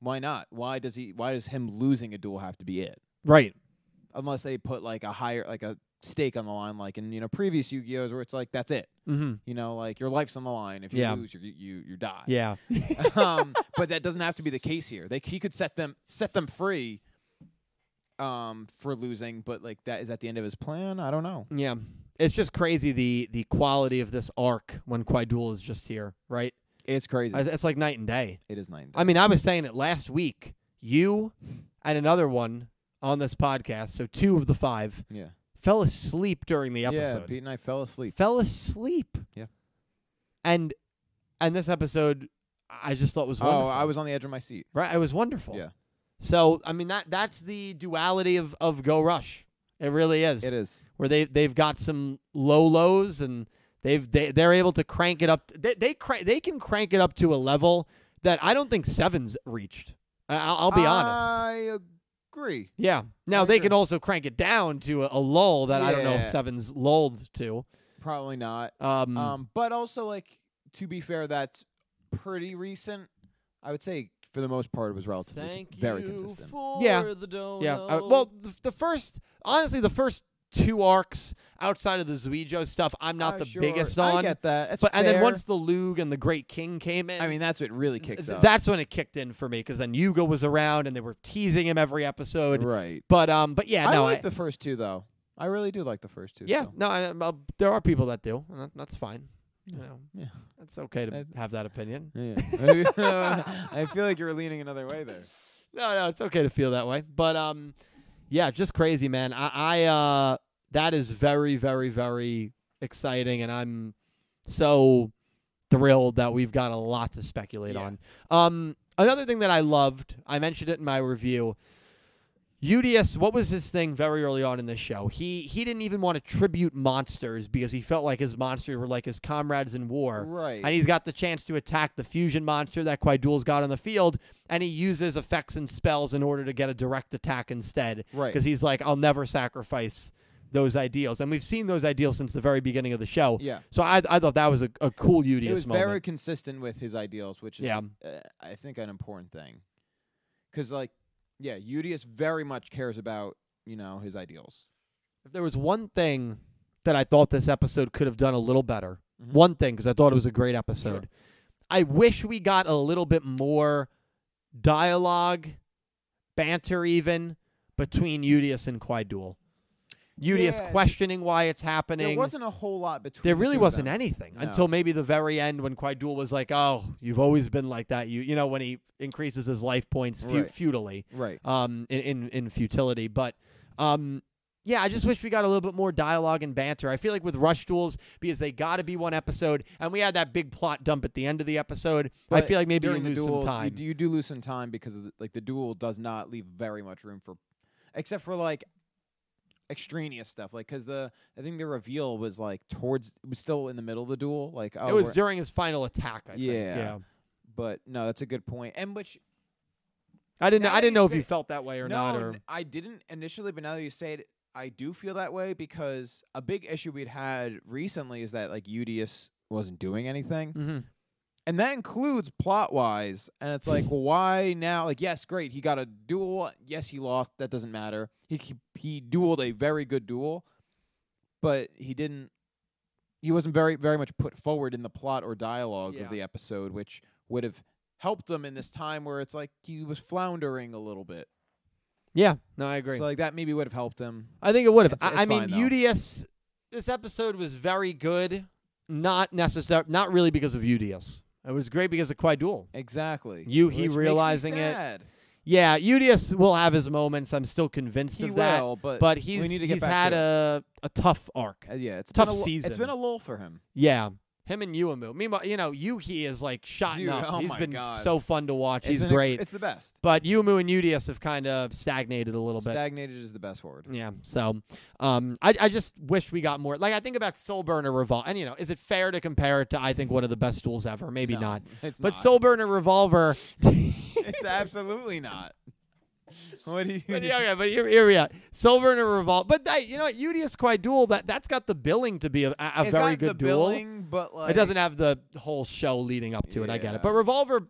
why not? Why does he? Why does him losing a duel have to be it? Right. Unless they put like a higher like a stake on the line, like in you know previous Yu-Gi-Ohs where it's like that's it. Mm-hmm. You know, like your life's on the line. If you Yeah. lose, you you you die. Yeah. um, but that doesn't have to be the case here. They he could set them set them free um for losing, but like that is at the end of his plan. I don't know. Yeah. It's just crazy the the quality of this arc when Quaidul is just here, right? It's crazy. It's it's like night and day. it is nine. I mean, I was saying it last week. You and another one on this podcast, so two of the five, yeah. fell asleep during the Yeah, episode. Pete and I fell asleep. fell asleep. Yeah. And and this episode I just thought was wonderful. Oh, I was on the edge of my seat. right. It was wonderful. Yeah. So I mean that that's the duality of of Go Rush. It really is. It is. Where they they've got some low lows and they've they they're able to crank it up. They they cra- they can crank it up to a level that I don't think Seven's reached. I- I'll, I'll be honest. I agree. Yeah. Now Uh, I they agree. can also crank it down to a, a lull that I don't know if Yeah. Seven's lulled to. Probably not. Um, Um, but also like to be fair, that's pretty recent. I would say for the most part, it was relatively con- very consistent. Yeah. Yeah. oh, uh, well, the, the first, honestly, the first two arcs outside of the Zuijo stuff, I'm not Uh, the sure, biggest I on. get that. That's but and then fair. once the Lug and the Great King came in, I mean, that's what really kicks th- up. that's when it kicked in for me because then Yuga was around and they were teasing him every episode. right. But um, but yeah, I no, like the first two though. I really do like the first two. yeah, still. no, I, well, there are people that do, and that, that's fine. You know, Yeah. that's okay to That- have that opinion. Yeah. I feel like you're leaning another way there. No, no, it's okay to feel that way. But um, yeah, just crazy, man. I, I uh, that is very, very, very exciting, and I'm so thrilled that we've got a lot to speculate Yeah. on. Um, another thing that I loved, I mentioned it in my review. UDS, what was his thing very early on in this show? He he didn't even want to tribute monsters because he felt like his monsters were like his comrades in war. Right. And he's got the chance to attack the fusion monster that Quaidul's got on the field, and he uses effects and spells in order to get a direct attack instead. Right. Because he's like, I'll never sacrifice those ideals. And we've seen those ideals since the very beginning of the show. Yeah. So I, I thought that was a, a cool UDS It was moment. very consistent with his ideals, which is, Yeah. uh, I think, an important thing. Because, like, yeah, Udius very much cares about, you know, his ideals. if there was one thing that I thought this episode could have done a little better, Mm-hmm. one thing, because I thought it was a great episode, I wish we got a little bit more dialogue, banter, even between Udius and Quaidul. Udius Yeah. questioning why it's happening. There wasn't a whole lot between. There the really two of wasn't them. anything No. until maybe the very end when Quaidul was like, "Oh, you've always been like that." You, you know, when he increases his life points fu- Right. futilely Right. um, in, in, in futility. But um, yeah, I just wish we got a little bit more dialogue and banter. I feel like with Rush Duels, because they got to be one episode, and we had that big plot dump at the end of the episode, I But feel like maybe you during the lose duel, some time. You, do- you do lose some time because, of the, like, the duel does not leave very much room for, except for, like, extraneous stuff. Like, because the, I think the reveal was, like, towards, it was still in the middle of the duel. Like, oh, it was we're- during his final attack, I think. Yeah. Yeah. but no, that's a good point. And which I didn't, Now I that didn't you know if say- you felt that way or no, not. Or, n- I didn't initially, but now that you say it, I do feel that way because a big issue we'd had recently is that like Udius wasn't doing anything, Mhm. and that includes plot wise. And it's like, well, why now? Like, yes, great, he got a duel. Yes, he lost. That doesn't matter. He he, he dueled a very good duel, but he didn't. He wasn't very very much put forward in the plot or dialogue Yeah. of the episode, which would have helped him in this time where it's like he was floundering a little bit. Yeah. No, I agree. So like that maybe would have helped him. I think it would have. It's- it's I, I mean, fine, though. UDS. This episode was very good. Not necessar Not really because of UDS. It was great because of Quaidul. Exactly. You- Which he makes me realizing it. sad. Yeah, Udius will have his moments. I'm still convinced He of that. will, but, but he's we need to get he's back had to a a tough arc. it. Uh, yeah, it's tough been a, lu- It's season. been a lull for him. Yeah, Him and Uamu. Meanwhile, you know, Yuki is like shot Dude, up. oh He's my been God. so fun to watch. He's Isn't it- great. It's the best. but Uamu and UDS have kind of stagnated a little bit. Stagnated is the best word. Yeah. So um, I, I just wish we got more. Like, I think about Soul Burner Revolver. And, you know, is it fair to compare it to, I think, one of the best duels ever? Maybe No, not. It's But not. Soul Burner Revolver. it's absolutely not. What do you? but yeah, okay, but here, here we are. Soul Burner Revolver. But that, you know what? UDS Quai Duel, that, that's got the billing to be a, a a It's very got good the duel. billing, but like it doesn't have the whole show leading up to it. I get Yeah. it. But Revolver,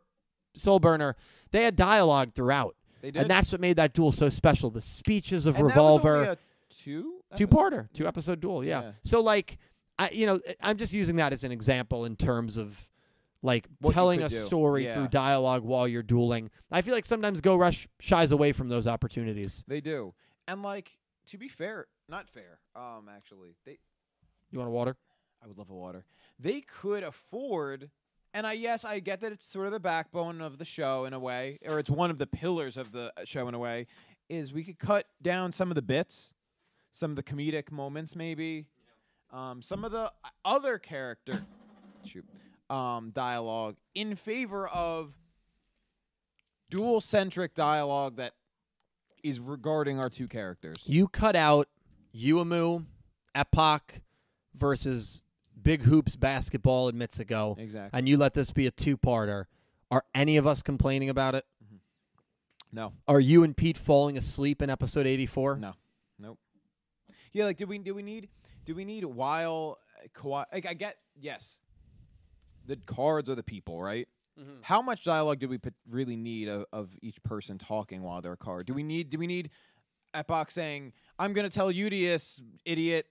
Soul Burner, they had dialogue throughout. They did. And that's what made that duel so special. The speeches of And that was only Revolver. a two. two episode? parter, two episode duel. Yeah. Yeah. So like, I you know I'm just using that as an example in terms of like What you telling could a do. story Yeah. through dialogue while you're dueling. I feel like sometimes Go Rush shies away from those opportunities. They do. And like to be fair, not fair. Um, actually, they You want a water? I would love a water. They could afford, and I yes, I get that it's sort of the backbone of the show in a way, or it's one of the pillars of the uh, show in a way. Is we could cut down some of the bits, some of the comedic moments, maybe, um, some of the other character, shoot, um, dialogue in favor of dual centric dialogue that is regarding our two characters. You cut out Uamu, Epoch versus Big Hoops basketball in Mitsugo, Exactly. and you let this be a two parter. Are any of us complaining about it? Mm-hmm. No. Are you and Pete falling asleep in episode 84? No. Nope. Yeah, like do we do we need do we need while uh, Kawhi like I get yes. The cards are the people, right? How much dialogue do we put, really need of, of each person talking while they're a card? Do we need do we need Epoch saying, "I'm going to tell Udius, idiot."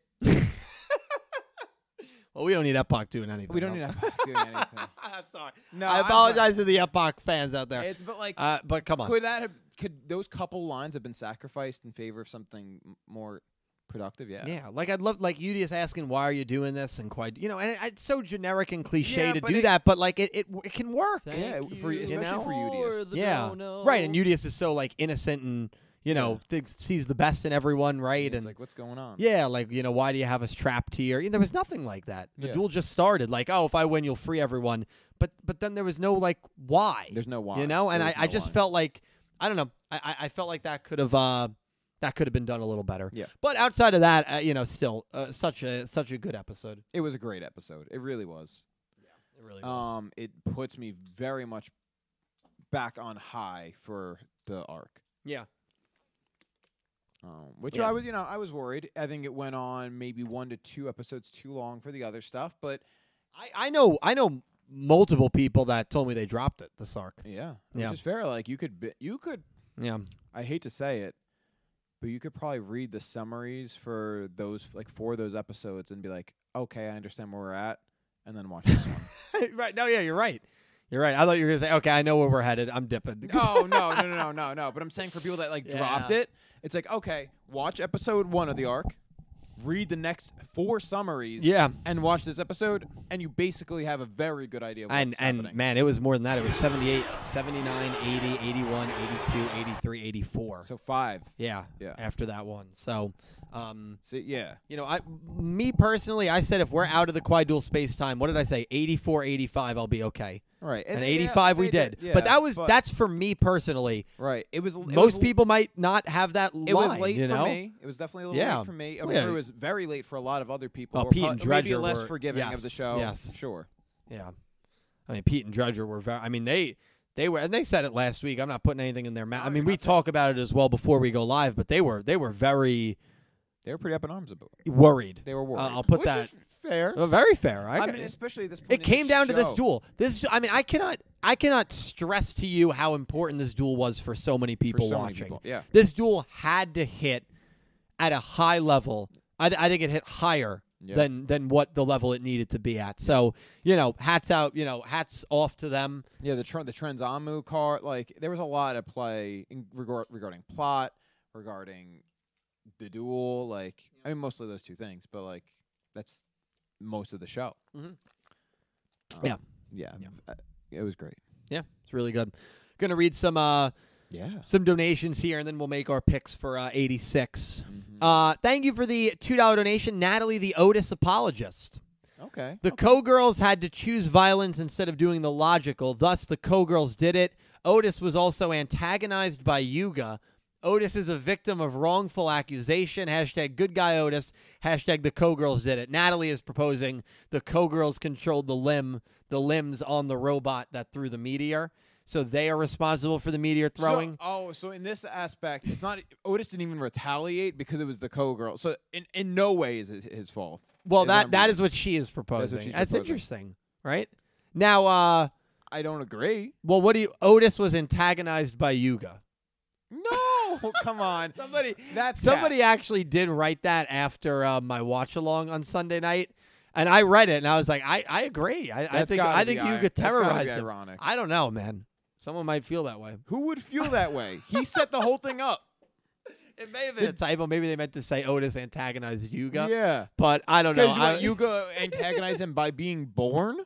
Well, we don't need Epoch doing anything. We don't no. need Epoch doing anything. I'm sorry. No, I I'm apologize to the Epoch fans out there. It's but like Uh, but come on. could that have, could those couple lines have been sacrificed in favor of something m- more productive? Yeah. Yeah, like I'd love like you just asking why are you doing this and quite you know, and it, it's so generic and cliche Yeah, to but do it- that, but like it it, w- it can work. Yeah, for, especially for Udius. yeah, right. And Udius is so like innocent and you know thinks, sees the best in everyone, right? It's And like what's going on? yeah, like you know why do you have us trapped here? You know, there was nothing like that. The Yeah. duel just started. Like oh, if I win, you'll free everyone. But but then there was no like why. There's no why. You know, and I, There's I no just why. felt like I don't know. I, I, I felt like that could have uh that could have been done a little better. Yeah. But outside of that, uh, you know, still uh, such a such a good episode. It was a great episode. It really was. It really Um, it puts me very much back on high for the arc. Yeah. Um, which Yeah. I was, you know, I was worried. I think it went on maybe one to two episodes too long for the other stuff, but I I know I know multiple people that told me they dropped it this arc. yeah, Yeah. which is fair. Like you could, bi- you could. Yeah. I hate to say it, but you could probably read the summaries for those, like for those episodes, and be like, okay, I understand where we're at, and then watch this one. right. No. Yeah. You're right. You're right. I thought you were gonna say, okay, I know where we're headed. I'm dipping. No, Oh, no, no, no, no, no, no. But I'm saying for people that like dropped Yeah. it, it's like okay, watch episode one of the arc, read the next four summaries, Yeah. and watch this episode, and you basically have a very good idea. Of what's And and happening. man, it was more than that. It was 78, 79, 80, 81, 82, 83, 84. so five. yeah. Yeah. After that one. So, um, So yeah, You know, I me personally, I said if we're out of the quad dual space time, what did I say? 84, 85, I'll be okay. All right. And, they- yeah, 85 we they did. but yeah, that was but- that's for me personally. right. It was it Most was- people might not have that line. It was late you know? for me. It was definitely a little Yeah. late for me. I Well, mean, yeah. It was very late for a lot of other people. Well, who are Pete prob- and maybe Dredger less were- forgiving of the yes, show. yes. sure. Yeah. I mean, Pete and Drudger were very. I mean, they they were, and they said it last week. I'm not putting anything in their mouth. I mean, we talk about it as well before we go live, but they were they were very They were pretty up in arms about. it. worried. They were worried. Uh, I'll put Which is that fair. uh, very fair. I, I got- mean, especially at this. Point in the it came down to this show. duel. This, I mean, I cannot, I cannot stress to you how important this duel was for so many people so many watching. people, yeah. this duel had to hit at a high level. I, th- I think it hit higher Yeah. than than what the level it needed to be at. So you know, hats out. You know, hats off to them. Yeah, the trend, the Trenzamu card, like there was a lot at play in regard regarding plot, regarding the duel. Like, I mean, mostly those two things, but like that's most of the show. Mhm. Um, Yeah. yeah, Yeah. uh, it was great. Yeah, it's really good. Gonna read some uh Yeah, some donations here, and then we'll make our picks for uh, eighty six. Uh, thank you for the two dollar donation, Natalie the Otis apologist. Okay. The co-girls had to choose violence instead of doing the logical. Thus, the co-girls did it. Otis was also antagonized by Yuga. Otis is a victim of wrongful accusation. Hashtag good guy Otis. Hashtag the co-girls did it. Natalie is proposing the co-girls controlled the limb, the limbs on the robot that threw the meteor. So they are responsible for the meteor throwing. So, oh, so in this aspect, it's not Otis didn't even retaliate because it was the co-girl. So in, in no way is it his fault. well, Is that I'm that reading. is what she is proposing. That's, she's proposing. interesting, right? Now, uh, I don't agree. well, what do you? Otis was antagonized by Yuga. No, come on. Somebody That's somebody actually did write that after uh, my watch along on Sunday night, and I read it and I was like, I, I agree. I, I That's think gotta I be think ir- you could that's gotta be terrorize him. ironic. I don't know, man. Someone might feel that way. Who would feel that way? He set the whole thing up. It may have been a typo. Maybe they meant to say Otis antagonized Yuga. Yeah. But I don't know. Because I, you go antagonize him by being born,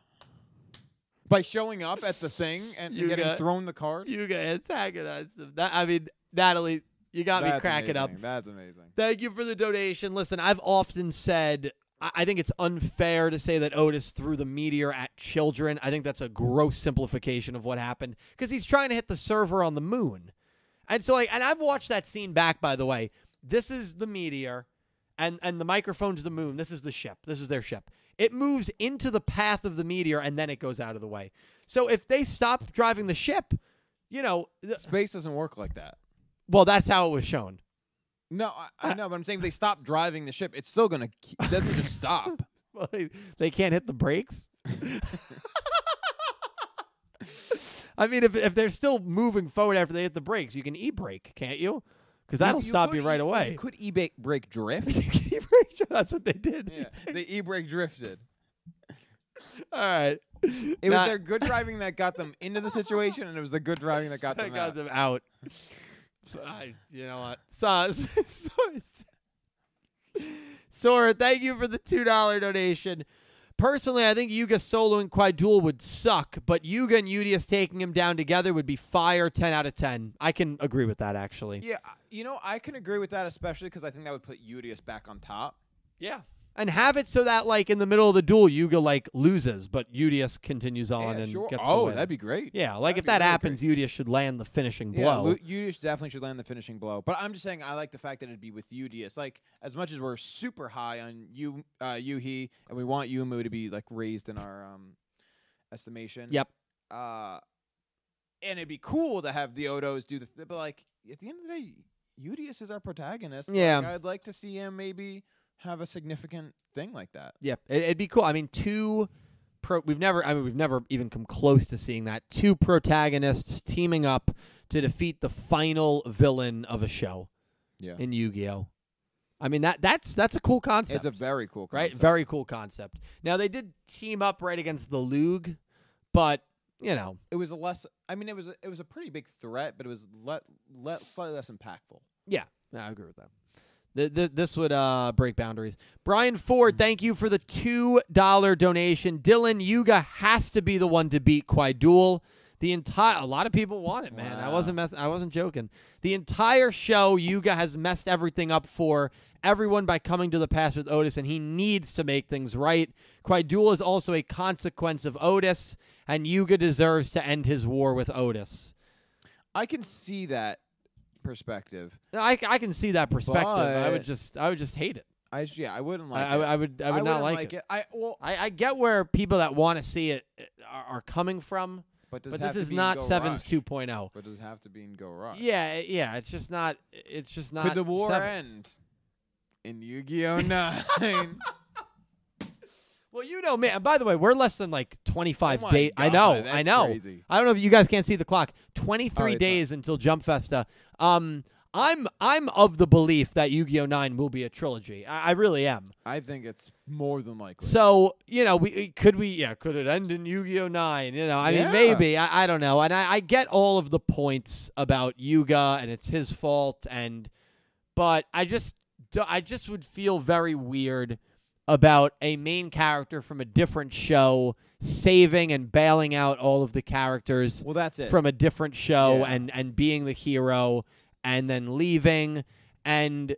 by showing up at the thing and You getting got- thrown the card. Yuga antagonized him. That, I mean, Natalie, you got me That's cracking up. amazing. That's amazing. Thank you for the donation. Listen, I've often said I I think it's unfair to say that Otis threw the meteor at children. I think that's a gross simplification of what happened because he's trying to hit the server on the moon. And so, like, and I've watched that scene back, by the way. This is the meteor, and and the microphone's the moon. This is the ship. This is their ship. It moves into the path of the meteor, and then it goes out of the way. So if they stop driving the ship, you know, th- Space doesn't work like that. well, that's how it was shown. No, I, I know, but I'm saying if they stop driving the ship, it's still gonna. Keep, it doesn't just stop. Well, they- they can't hit the brakes. I mean, if, if they're still moving forward after they hit the brakes, you can e-brake, can't you? Because that'll stop could you e- right away. could e brake You drift. can e-brake. That's what they did. yeah, they e brake drifted. All right. It It was their good driving that got them into the situation, and it was the good driving that got them I got out. them out. So I, you know what? So, sorry. Sora, thank you for the two dollar donation. Personally, I think Yuga solo and Quadul would suck, but Yuga and Udius taking him down together would be fire. Ten out of ten. I can agree with that actually. Yeah, I- you know, I can agree with that, especially because I think that would put Udius back on top. Yeah. And have it so that like in the middle of the duel, Yuga like loses, but Udius continues on yeah, and sure. gets the oh, win. that'd be great. yeah. Like that'd if be that really happens, Udius should land the finishing Yeah, blow. Lu- Udius definitely should land the finishing blow. But I'm just saying, I like the fact that it'd be with Udius. Like, as much as we're super high on you, uh, Yuhi, and we want Yumu to be like raised in our um, estimation. Yep. Uh, and it'd be cool to have the Odos do the, th- but like at the end of the day, Udius is our protagonist. Like, Yeah. I'd like to see him maybe have a significant thing like that. Yep, it, it'd be cool. I mean, two pro. We've never. I mean, we've never even come close to seeing that two protagonists teaming up to defeat the final villain of a show Yeah. in Yu-Gi-Oh. I mean that that's that's a cool concept, It's a very cool right? concept. Very cool concept. Now they did team up right against the Lug, but you know, it was a less. I mean, it was a, it was a pretty big threat, but it was le- le- slightly less impactful. yeah, I agree with that. Th- th- this would uh, break boundaries. Brian Ford, thank you for the two dollar donation. Dylan Yuga has to be the one to beat Quaidul. The entire a lot of people want it, man. I wasn't mess- I wasn't joking. The entire show, Yuga has messed everything up for everyone by coming to the past with Otis, and he needs to make things right. Quaidul is also a consequence of Otis, and Yuga deserves to end his war with Otis. I can see that perspective. I, I can see that perspective. I would But- just I would just hate it. I just, yeah, I wouldn't like I, it. I, I would I would wouldn't not like, it. it. I well, I, I get where people that want to see it uh, are, are coming from, but does but it have this to is be in not Go Sevens Rush? 2.0. But does it have to be in Go Rush? Yeah, it- yeah, it's just not. It's just not. Could the war Sevens. end in Yu-Gi-Oh Nine? Well, you know, man. By the way, we're less than like 25 Oh my days. I God, know. I that's know. crazy. Oh, I don't know if you guys can't see the clock. 23 it's not- days until Jump Festa. Um, I'm I'm of the belief that Yu-Gi-Oh! 9 will be a trilogy. I, I really am. I think it's more than likely. So you know, we could we yeah could it end in Yu Gi Oh nine? You know, I mean Yeah. maybe I, I don't know, and I, I get all of the points about Yuga and it's his fault, and but I just do- I just would feel very weird about a main character from a different show saving and bailing out all of the characters well, that's it. from a different show Yeah. and and being the hero and then leaving and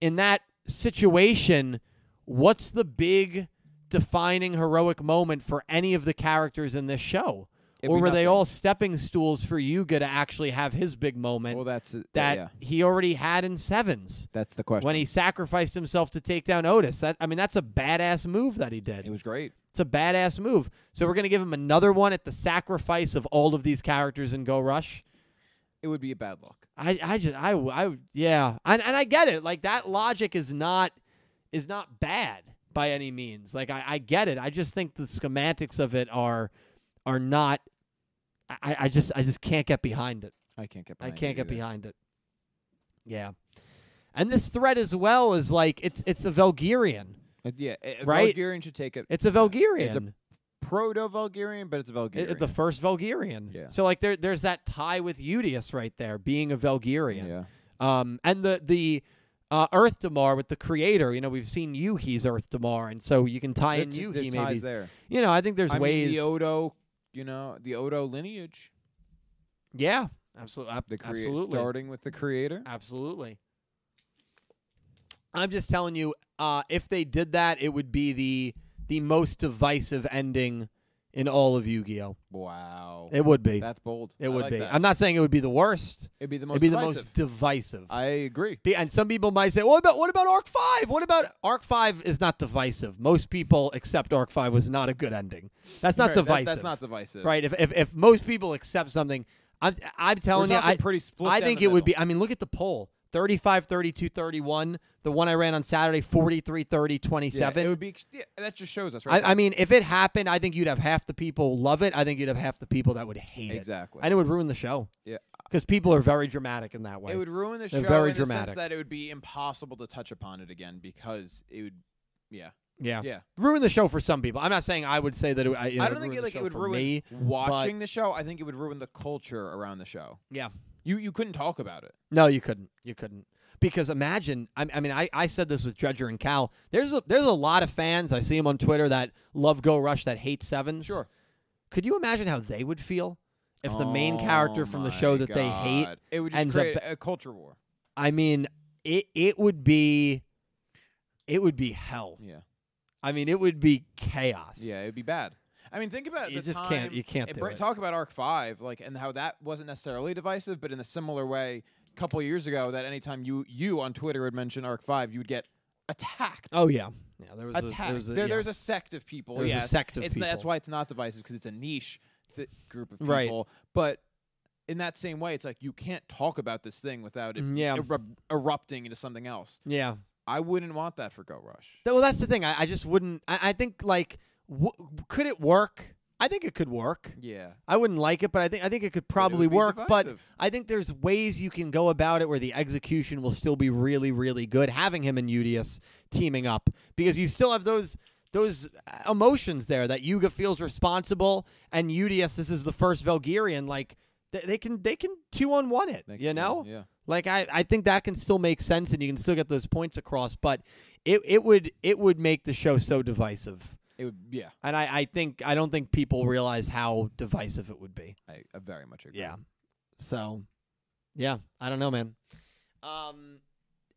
in that situation what's the big defining heroic moment for any of the characters in this show? It'd or be were they nothing. all stepping stools for Yuga to actually have his big moment Well, that's it. that yeah, he already had in sevens that's the question. when he sacrificed himself to take down Otis? That, I mean, that's a badass move that he did. it was great. It's a badass move. So we're gonna give him another one at the sacrifice of all of these characters in Go Rush. It would be a bad look. I, I just, I, w- I w- yeah, and and I get it. Like that logic is not, is not bad by any means. Like I, I get it. I just think the schematics of it are, are not. I- I, I just, I just can't get behind it. I can't get. I Behind it can't get either. behind it. Yeah, and this thread as well is like it's, it's a Velgirian. Uh, yeah, a- a Right? Vulgarian should take it. It's a Velgirian. proto Vulgarian, but it's a Vulgarian. I- the first Vulgarian. Yeah. So like there, there's that tie with Udius right there, being a Vulgarian. yeah. Um, and the the uh, Earth Damar with the Creator. You know, we've seen Yuhi's Earth Damar, and so you can tie in There's- Yuhi there's maybe. ties there. You know, I think there's I ways. mean, the Odo, you know, the Odo lineage, yeah, absolutely. the crea- absolutely. starting with the creator. Absolutely. I'm just telling you, uh, if they did that, it would be the the most divisive ending in all of Yu-Gi-Oh. Wow, It would be. that's bold. it I would like be. that. I'm not saying it would be the worst. It'd be the most. It'd be the divisive. most divisive. I agree. Be- and some people might say, "What about what about Arc 5? What about Arc 5 is not divisive. Most people accept Arc 5 was not a good ending. That's not Right, that- divisive. that's not divisive. right. If, if if most people accept something, I'm I'm We're telling you talking I pretty split. I down think the it would middle. be I mean, look at the poll. 35 32 31, the one I ran on Saturday 43 30 Yeah, 27. It would be. ex- Yeah, that just shows us, right? I, I mean, if it happened, I think you'd have half the people love it. I think you'd have half the people that would hate it. Exactly. And it would ruin the show. Yeah. Because people are very dramatic in that way. It would ruin the show They're very in the dramatic. sense that it would be impossible to touch upon it again because it would. Yeah, yeah. yeah. ruin the show for some people. I'm not saying I would say that. It, I, I don't think it, like it would ruin me. watching the show. I think it would ruin the culture around the show. Yeah. You you couldn't talk about it. No, you couldn't. You couldn't because imagine. I, I mean, I, I said this with Dredger and Cal. There's a, there's a lot of fans. I see them on Twitter that love Go Rush that hate sevens. Sure. Could you imagine how they would feel if the main character Oh from the my show that they hate? God. it would just ends up create ba- a culture war. I mean, it it would be, it would be hell. Yeah, I mean, it would be chaos. yeah, it'd be bad. I mean, think about You the just time. can't- you can't and do br- it. Talk about Arc Five, like, and how that wasn't necessarily divisive, but in a similar way, a couple years ago, that anytime you you on Twitter would mention Arc Five, you would get attacked. Oh yeah. Yeah. There was attack. a there was a, there, There's a yes. sect of people. There's a yes. sect of it's, That's people. why it's not divisive because it's a niche th- group of people. Right. But in that same way, it's like you can't talk about this thing without it Mm, yeah. eru- erupting into something else. yeah. I wouldn't want that for Go Rush. Th- Well, that's the thing. I, I just wouldn't. I, I think like, w- could it work? I think it could work. Yeah. I wouldn't like it, but I think I think it could would probably be work. divisive. But I think there's ways you can go about it where the execution will still be really, really good. Having him and Udius teaming up because you still have those those uh, emotions there that Yuga feels responsible and Udius. This is the first Velgirian. Like they, they can they can two on one it. Like, you know. Yeah. Like I, I think that can still make sense and you can still get those points across, but it, it would it would make the show so divisive. It would. Yeah. And I, I think I don't think people realize how divisive it would be. I, I very much agree. Yeah. So yeah, I don't know, man. Um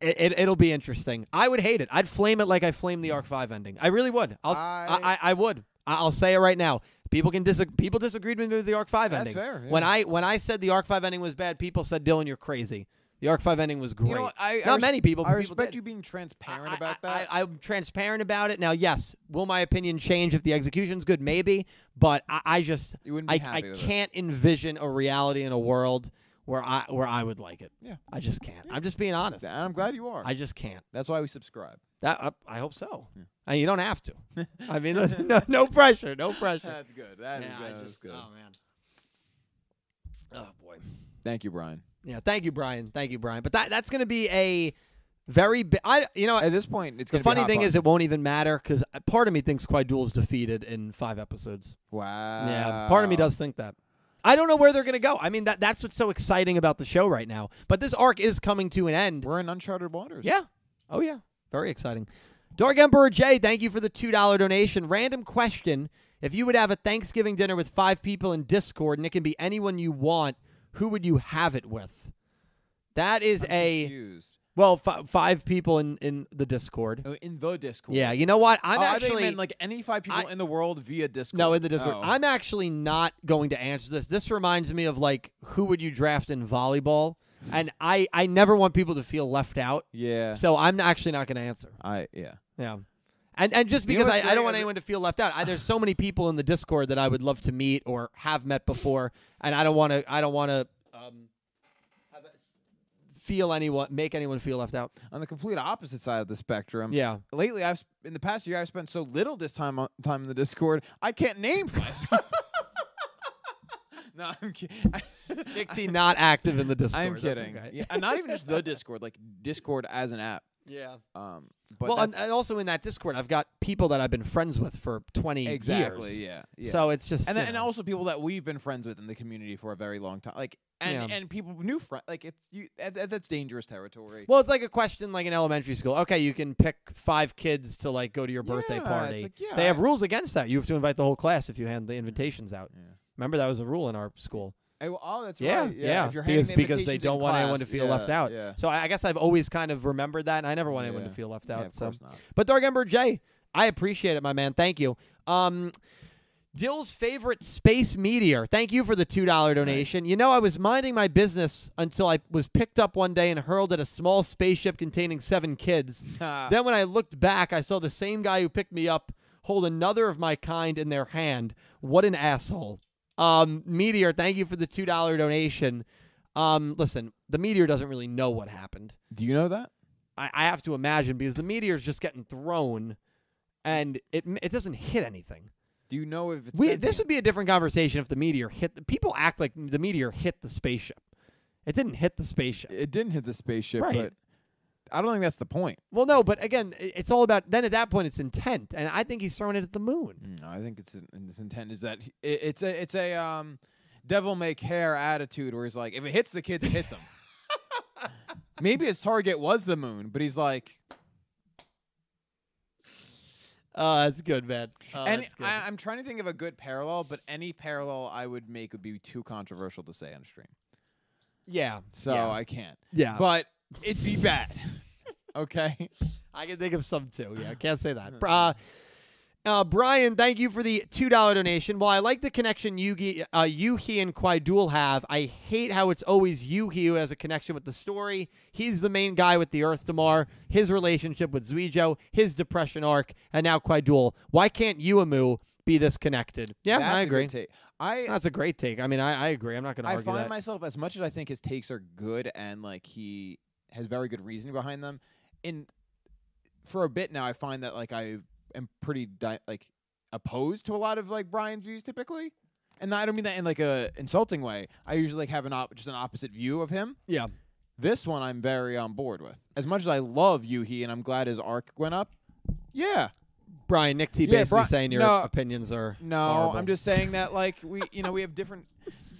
it, it it'll be interesting. I would hate it. I'd flame it like I flame the Arc Five ending. I really would. I'll I, I, I- I would. I- I'll say it right now. People can dis- people disagreed with me with the Arc Five That's ending. fair, yeah. When I when I said the Arc Five ending was bad, people said Dylan, you're crazy. The Arc Five ending was great. You know, what? I, I Not res- many people. I but people respect did. you being transparent I- about I- that. I, am transparent about it. Now, yes, will my opinion change if the execution's good? Maybe, but I, I just You wouldn't be I, happy I with it. can't envision a reality in a world where I where I would like it. Yeah. I just can't. I'm just being honest. and I'm glad you are. I just can't. That's why we subscribe. That I, I hope so. Hmm. I mean, you don't have to. I mean, no, no pressure, no pressure. That's good. That is Yeah, I that was just- good. Oh man. Oh boy. Thank you, Brian. Yeah. Thank you, Brian. Thank you, Brian. But that that's going to be a very bi- I you know At this point, it's The gonna be funny hot thing button. is, it won't even matter because part of me thinks Quaidul's defeated in five episodes. Wow. Yeah, part Oh. of me does think that. I don't know where they're going to go. I mean, that that's what's so exciting about the show right now. But this arc is coming to an end. We're in uncharted waters. Yeah. Oh yeah. Very exciting. Dark Emperor J, thank you for the two dollar donation. Random question: If you would have a Thanksgiving dinner with five people in Discord, and it can be anyone you want, who would you have it with? That is I'm a confused. Well, fi- five people in in the Uh, Discord. Oh, in the Discord. Yeah, you know what? I'm Oh, I think you actually meant, like any five people I- in the world via Discord. no in the Discord. Oh. I'm actually not going to answer this. This reminds me of like who would you draft in volleyball? And I I never want people to feel left out, yeah. so I'm actually not going to answer. I yeah. Yeah. And, and just You know because what's I, I funny? don't want I- anyone to feel left out, I, there's so many people in the Discord that I would love to meet or have met before, and I don't want to. I don't want to um, have a- feel anyone make anyone feel left out. On the complete opposite side of the spectrum. Yeah, Lately, I've sp- in the past year I've spent so little this time on, time in the Discord. I can't name. Five people. no, I'm kidding. Big T not active in the Discord. I'm That's kidding. okay. Yeah, and not even just the Discord, like Discord as an app. Yeah. Um, but well, and, uh, that's- and also in that Discord, I've got people that I've been friends with for 20 exactly, years. yeah, yeah. So it's just and you then, and know. also people that we've been friends with in the community for a very long time, like and Yeah. and people new friends, like it's you that, that- that's dangerous territory. Well, it's like a question like in elementary school. Okay, you can pick five kids to like go to your birthday Yeah, it's party. like, yeah, they have I- rules against that. You have to invite the whole class if you hand the invitations out. Yeah. Remember that was a rule in our school. Eh, well, oh, that's yeah, right. Yeah, yeah. If you're handing because the because they invitations in don't want anyone to class, feel yeah, left out. Yeah. So I, I guess I've always kind of remembered that, and I never want anyone to Yeah. feel left Yeah, out. of so, course not. but Dark Ember J, I appreciate it, my man. Thank you. Um, Dill's favorite space meteor. Thank you for the two dollar donation. You know, I was minding my business until I was picked up one day and hurled at a small spaceship containing seven kids. then when I looked back, I saw the same guy who picked me up hold another of my kind in their hand. What an asshole! Um, meteor, thank you for the two dollar donation. Um, listen, the meteor doesn't really know what happened. Do you know that? I, I have to imagine because the meteor's just getting thrown, and it m- it doesn't hit anything. Do you know if it's We, sentient? this would be a different conversation if the meteor hit. The, people act like the meteor hit the spaceship. It didn't hit the spaceship. it didn't hit the spaceship, Right. but I don't think that's the point. well, no, but again, i- it's all about. Then at that point, it's intent, and I think he's throwing it at the moon. No, Mm, I think it's in its intent is that he- i it's a it's a um, devil may care attitude where he's like, if it hits the kids, it hits them. Maybe his target was the moon, but he's like, Oh, that's good, man. Oh, and that's good. I, I'm trying to think of a good parallel, but any parallel I would make would be too controversial to say on stream, yeah. so yeah. I can't. yeah. But it'd be bad. okay. I can think of some too. Yeah, I can't say that. Uh, uh, Brian, thank you for the two dollar donation. While I like the connection Yugi, uh, Yuhi and Kwaidul have, I hate how it's always Yuhi who has a connection with the story. He's the main guy with the Earth Damar, his relationship with Zuijo, his depression arc, and now Kwaidul. Why can't Yuamu be this connected? Yeah, That's I a good agree. take. I That's a great take. I mean, I, I agree. I'm not going to I argue find that. myself as much as I think his takes are good and like he has very good reasoning behind them. In for a bit now, I find that like I am pretty di- like opposed to a lot of like Brian's views typically, and I don't mean that in like a insulting way. I usually like have an op- just an opposite view of him. yeah, This one I'm very on board with. As much as I love Yuhi and I'm glad his arc went up. Yeah, Brian, Nick T Yeah, basically Bri- saying your no. opinions are no, horrible. I'm just saying that like we, you know, we have different.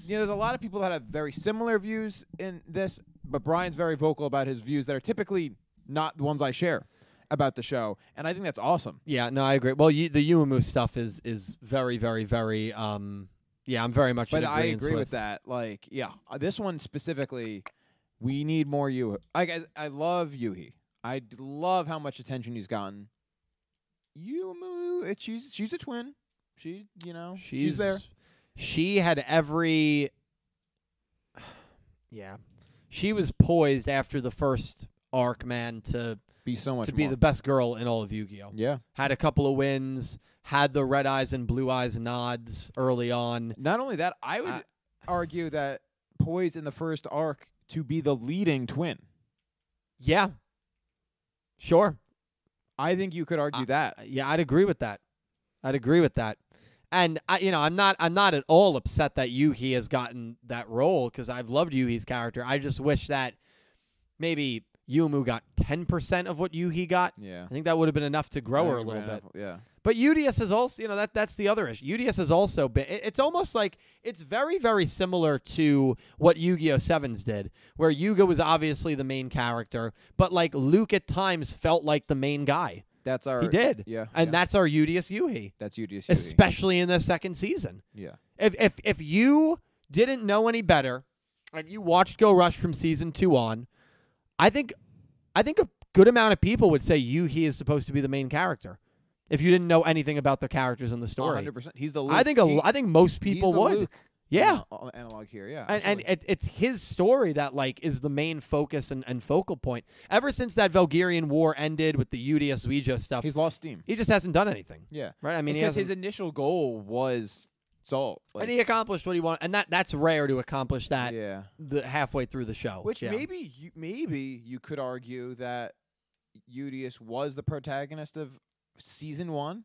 You know, there's a lot of people that have very similar views in this, but Brian's very vocal about his views that are typically not the ones I share about the show, and I think that's awesome. Yeah, no, I agree. Well, you, the Uemu stuff is is very, very, very. Um, yeah, I'm very much. But in I agreeance agree with, that. Like, yeah, uh, this one specifically, we need more Yuhi. Like, I, I love Yuhi. I d- love how much attention he's gotten. Yumu, it, she's she's a twin. She, you know, She's, she's there. She had every. Yeah, she was poised after the first arc, man, to Be so much to be more. the best girl in all of Yu-Gi-Oh. yeah. Had a couple of wins. Had the red eyes and blue eyes nods early on. Not only that, I would I- argue that poised in the first arc to be the leading twin. Yeah. Sure. I think you could argue that. yeah, I'd agree with that. I'd agree with that. And I, you know, I'm not, I'm not at all upset that Yuhi has gotten that role because I've loved Yuhi's character. I just wish that maybe Yumu got 10 percent of what Yuhi got. Yeah. I think that would have been enough to grow her a little bit. Yeah. But UDS has also, you know, that that's the other issue. UDS has also been. It, it's almost like it's very, very similar to what Yu-Gi-Oh Sevens did, where Yuga was obviously the main character, but like Luke at times felt like the main guy. That's our He did. Yeah. And yeah. that's our UDS Yuhi, that's UDS. especially in the second season. yeah. If if if you didn't know any better and you watched Go Rush from season two on, I think I I think a good amount of people would say Yuhi is supposed to be the main character. If you didn't know anything about the characters in the story, hundred percent. He's the Luke. I think a, He- I think most he's people the would. Luke Yeah, ana- analog here. Yeah, and, and absolutely. it, it's his story that like is the main focus and, and focal point. Ever since that Valgirian War ended with the Udius Ouija stuff, he's lost steam. he just hasn't done anything, Yeah, right? I mean, he because his hasn't- initial goal was salt. Like, and he accomplished what he wanted, and that that's rare to accomplish that yeah, the halfway through the show. which yeah. maybe you, maybe you could argue that Udius was the protagonist of season one,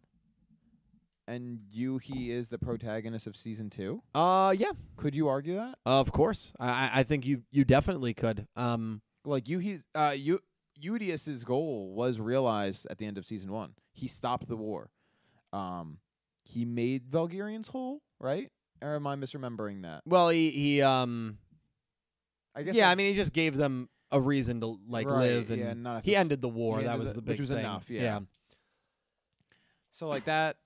and you he is the protagonist of season two. uh, yeah, Could you argue that? of course. I I- I think you you definitely could. Um, Like you he uh you. Udius's goal was realized at the end of season one. He stopped the war. Um, he made Valgarians whole, right? Or am I misremembering that? well, he he um, I guess yeah, that- I mean, he just gave them a reason to like Right, live, and yeah, not have he to s- ended the war. he that ended was the- the which big was thing. enough, yeah. yeah. so like that.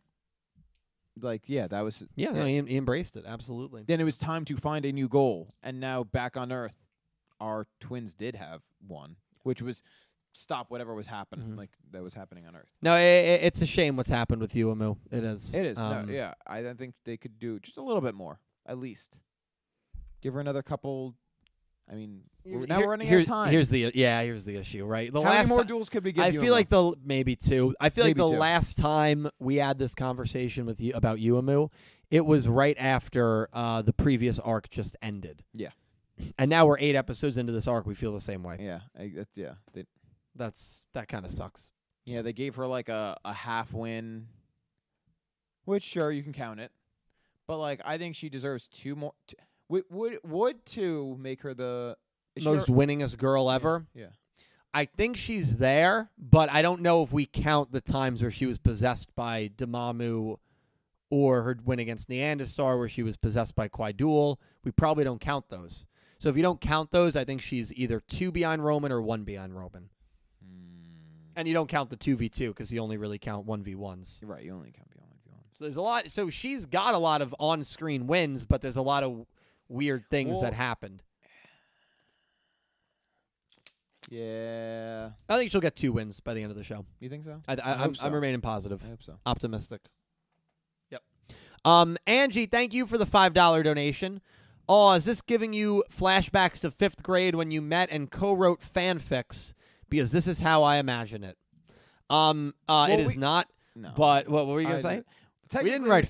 Like yeah, that was Yeah, no, he, he embraced it absolutely. then it was time to find a new goal. And now back on Earth, our twins did have one, which was stop whatever was happening, Mhm. like that was happening on Earth. No, i i it's a shame what's happened with you, Amu. It is. It is. Um, no, yeah, I don't think they could do just a little bit more, at least. Give her another couple. I mean, we're, now Here- we're running out here's- of time. Here's the yeah. Here's the issue, right? The How last many more ti- duels could we give I you? Emil? feel like the maybe two. I feel Maybe like the two. last time we had this conversation with you about you, Amu, it was right after uh, the previous arc just ended. Yeah. And now we're eight episodes into this arc. We feel the same way. yeah, I, that's yeah. They, That's that kind of sucks. yeah, they gave her like a a half win, which sure you can count it, but like I think she deserves two more. T- would would would two make her the is she Most al- winningest girl ever. Yeah. I think she's there, but I don't know if we count the times where she was possessed by Demamu or her win against Neanderstar where she was possessed by Quaidul. We probably don't count those. So if you don't count those, I think she's either two behind Roman or one behind Roman. Hmm. And you don't count the 2v2 because you only really count 1v1s. Right, you only count beyond beyond. So there's a lot. So she's got a lot of on screen wins, but there's a lot of weird things Well- that happened. Yeah, I think she'll get two wins by the end of the show. you think so? I, I, hope I'm, I'm so. remaining positive. I hope so. optimistic. Yep. Um, Angie, thank you for the five dollar donation. Oh, is this giving you flashbacks to fifth grade when you met and co-wrote fanfics? Because this is how I imagine it. Um, uh, Well, it is we- not. No, But what were you gonna I- say? We technically- didn't write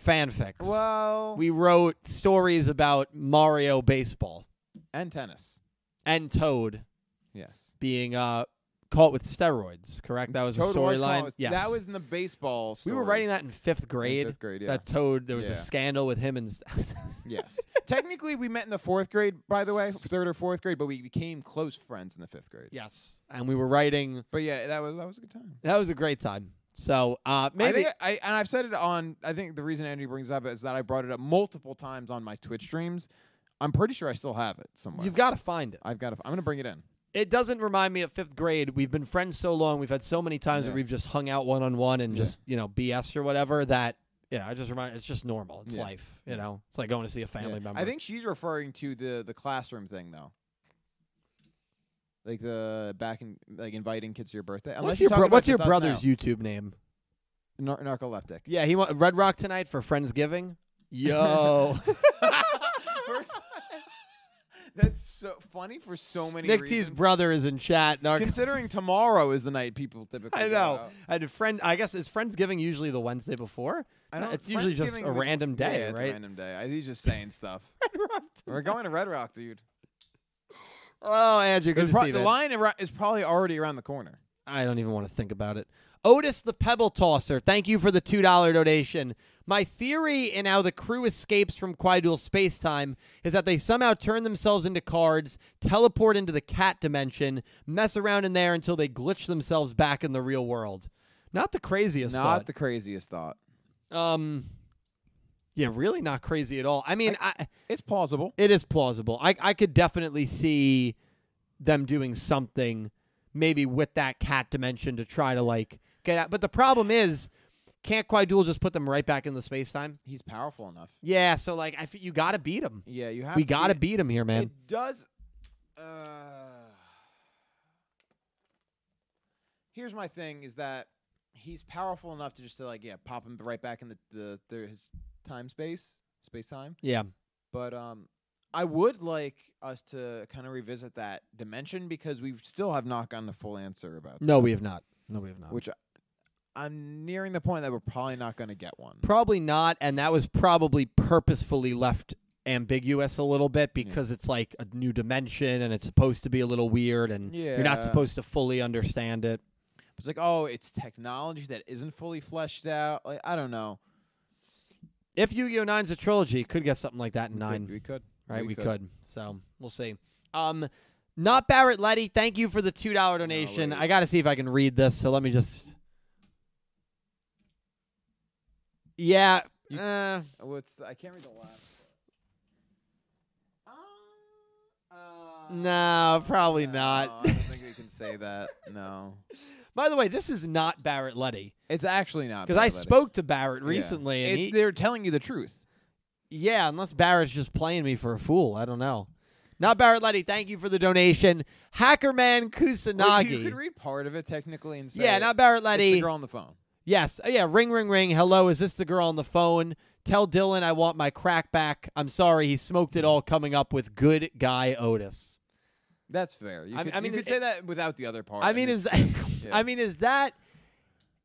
fanfics. Well, we wrote stories about Mario baseball and tennis. and Toad Yes, being uh caught with steroids. Correct. That was Toad a storyline. Collins- Yes. that was in the baseball. We Story. were writing that in fifth grade. fifth grade, yeah. That Toad, there was Yeah. a scandal with him and. St- Yes. Technically, we met in the fourth grade, by the way, third or fourth grade, but we became close friends in the fifth grade. yes, and we were writing. But yeah, that was that was a good time. That was a great time. So I uh, maybe think I, and I've said it on. I think the reason Andy brings it up is that I brought it up multiple times on my Twitch streams. I'm pretty sure I still have it somewhere. you've got to find it. I've got. To, I'm gonna bring it in. It doesn't remind me of fifth grade. We've been friends so long. We've had so many times Yeah. where we've just hung out one on one and Yeah. just you know BS or whatever. That you know, I just remind. It's just normal. It's Yeah. life. You know, it's like going to see a family Yeah. member. I think she's referring to the the classroom thing though. Like the back in like inviting kids to your birthday. What's Unless you're your bro- talking about What's your just us brother's now. YouTube name? Nar- narcoleptic. Yeah, he went Red Rock tonight for Friendsgiving. Yo, First- that's so funny for so many Nick reasons. T's brother is in chat. Narc- Considering tomorrow is the night people typically. I go know. out. I had a friend. I guess is Friendsgiving usually the Wednesday before. I don't, it's usually just Friendsgiving a was- random day, yeah, it's right? A random day. I, he's just saying stuff. We're going to Red Rock, dude. oh, Andrew, good It's to pro- see you. the man. line ar- is probably already around the corner. I don't even want to think about it. Otis the Pebble Tosser, thank you for the $2 donation. My theory in how the crew escapes from Quaidul's space time is that they somehow turn themselves into cards, teleport into the cat dimension, mess around in there until they glitch themselves back in the real world. Not the craziest Not thought. the craziest thought. um, yeah, really not crazy at all. I mean, I, It's plausible. it is plausible. I I could definitely see them doing something maybe with that cat dimension to try to like get out. But the problem is, can't Quaidul just put them right back in the space time? He's powerful enough. Yeah, so like I f- you got to beat him. Yeah, you have. We to got to be. uh, beat him here, man. It does. Uh, here's my thing is that he's powerful enough to just to like yeah pop him right back in the the, the his time space space time Yeah. but um I would like us to kind of revisit that dimension because we still have not gotten a full answer about No, we have not. No, we have not. which I, I'm nearing the point that we're probably not going to get one. Probably not, and that was probably purposefully left ambiguous a little bit because it's like a new dimension and it's supposed to be a little weird and you're not Yeah. supposed to fully understand it. It's like, oh, it's technology that isn't fully fleshed out. Like I don't know. If Yu-Gi-Oh! Nine's a trilogy, could get something like that in We could- nine. we could, right? We, could. So we'll see. Um, not Barrett Letty. Thank you for the two dollar donation. wait. I got to see if I can read this. So let me just. Yeah. You- uh, What's the, I can't read the last. Uh, no, probably No, not. I don't think we can say that. No, By the way, this is not Barrett Letty it's actually not because I bad, buddy. spoke to Barrett Yeah. recently, It- and he, they're telling you the truth. Yeah, unless Barrett's just playing me for a fool. I don't know. Not Barrett Letty. Thank you for the donation, Hackerman Well, Kusanagi. You could read part of it technically and say yeah, it. not Barrett It's Letty. the girl on the phone. Yes. Oh, yeah. Ring, ring, ring. Hello. Is this the girl on the phone? Tell Dylan I want my crack back. I'm sorry. He smoked it all coming up with good guy Otis. That's fair. You I- could, I mean, you could it- say that without the other part. I mean, is that, yeah. I mean, is that,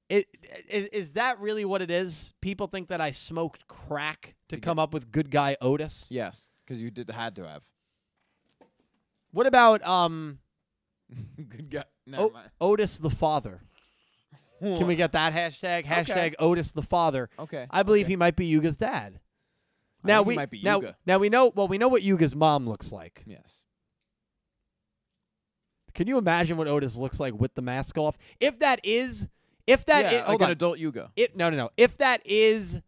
it, is, is that really what it is? People think that I smoked crack to come up with good guy Otis. yes, because you did had to have What about, um, good guy. Never o- mind. Otis the father? Oh, Can we get that hashtag? Hashtag Otis the father. Okay. I believe he might be Yuga's dad. I Now think he we might be now Yuga. now we know well we know what Yuga's mom looks like. Yes. Can you imagine what Otis looks like with the mask off? If that is, if that yeah, is- like hold an on. adult Yuga. If- no, no, no. If that is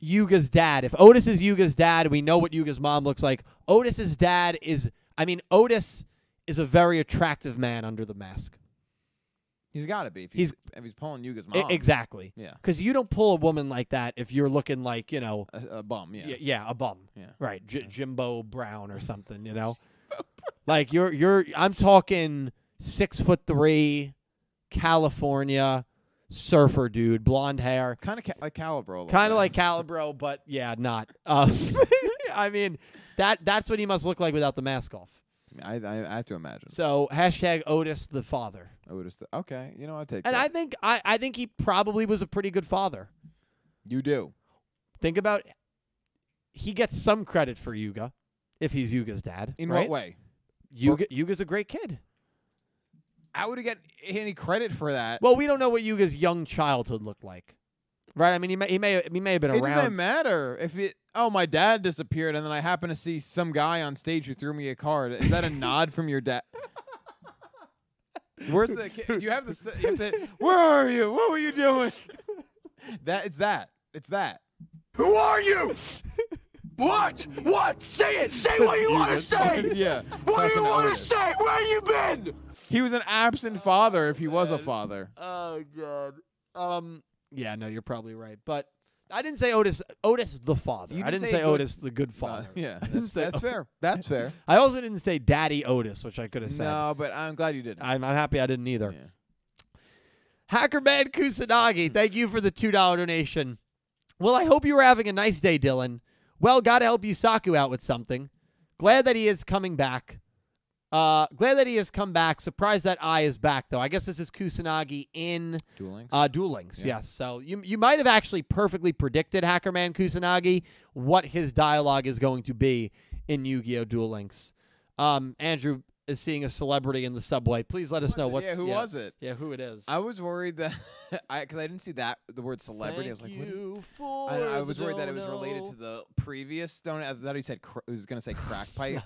Yuga's dad, if Otis is Yuga's dad, we know what Yuga's mom looks like. Otis's dad is, I mean, Otis is a very attractive man under the mask. He's got to be. If He's- he's, if he's pulling Yuga's I- mom. E, exactly. Yeah. Because you don't pull a woman like that if you're looking like, you know, A, a bum. Yeah. yeah, yeah a bum. Yeah. Right. J- Jimbo Brown or something, you know? like you're you're I'm talking six foot three, California, surfer dude, blonde hair. Kind of ca- like Calibro. Kind of like Calibro, but yeah, not. Um, I mean, that that's what he must look like without the mask off. I, I, I have to imagine. So hashtag Otis the father. I would have. Okay. You know, I take. And that. I think I, I think he probably was a pretty good father. you do. Think about he gets some credit for Yuga if he's Yuga's dad. In right? what way? Yuga Yuga's a great kid. I would have get any credit for that. Well, we don't know what Yuga's young childhood looked like, right? I mean, he may he may he may have been it doesn't around. matter if it. Oh, my dad disappeared, and then I happen to see some guy on stage who threw me a card. Is that a nod from your dad? Where's the? ki- Do you have the? s- You have to, where are you? What were you doing? that it's that. It's that. Who are you? what? What? Say it! Say what you want to say! yeah. What do Talking you want to Otis. say? Where you been? He was an absent father if he was a father. Oh god. Um. Yeah. No, you're probably right, but I didn't say Otis. Otis the father. You I didn't didn't say say, good- Otis the good Uh, father. yeah, I didn't that's, say. that's fair. That's fair. I also didn't say Daddy Otis, which I could have said. no, but I'm glad you did. I'm, I'm happy I didn't either. Yeah. Hackerman Kusanagi, thank you for the $2 donation. Well, I hope you were having a nice day, Dylan. Well, gotta help you Saku out with something. Glad that he is coming back. Uh, glad that he has come back. Surprised that I is back, though. I guess this is Kusanagi in Dueling. uh, Duel Links. Yeah. Yes. So you you might have actually perfectly predicted Hackerman Kusanagi what his dialogue is going to be in Yu-Gi-Oh! Duel Links. Um, Andrew is seeing a celebrity in the subway. Please let us know what's yeah, who was it? Yeah, who it is. I was worried that I because I didn't see that the word celebrity. I was like, what- for I, I was worried that it was related to the previous donut. I thought he said cr- he was going to say crack pipe,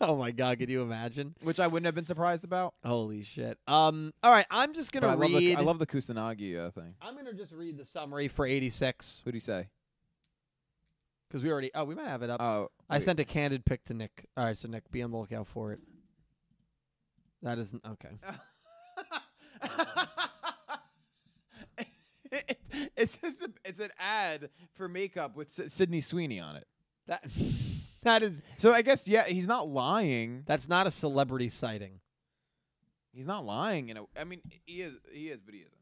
Oh my god, could you imagine? which I wouldn't have been surprised about. Holy shit. Um all right, I'm just going But I to love, the, read I love the Kusanagi uh, thing. I'm going to just read the summary for 86 Who do you say? cuz we already Oh, we might have it up. Oh, I wait. sent a candid pic to Nick. All right, so Nick, be on the lookout for it. That isn't okay. it's just a, it's an ad for makeup with S- Sydney Sweeney on it. That that is So I guess yeah, he's not lying. that's not a celebrity sighting. He's not lying. You know, I mean, he is. He is, but he isn't.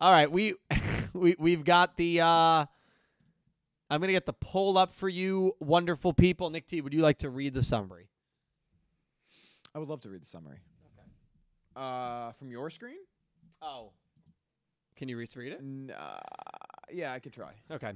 All right, we we we've got the. uh I'm gonna get the poll up for you, wonderful people. Nick T, would you like to read the summary? I would love to read the summary. Okay. Uh, from your screen? Oh, can you read it? Nah, uh, yeah, I could try. Okay.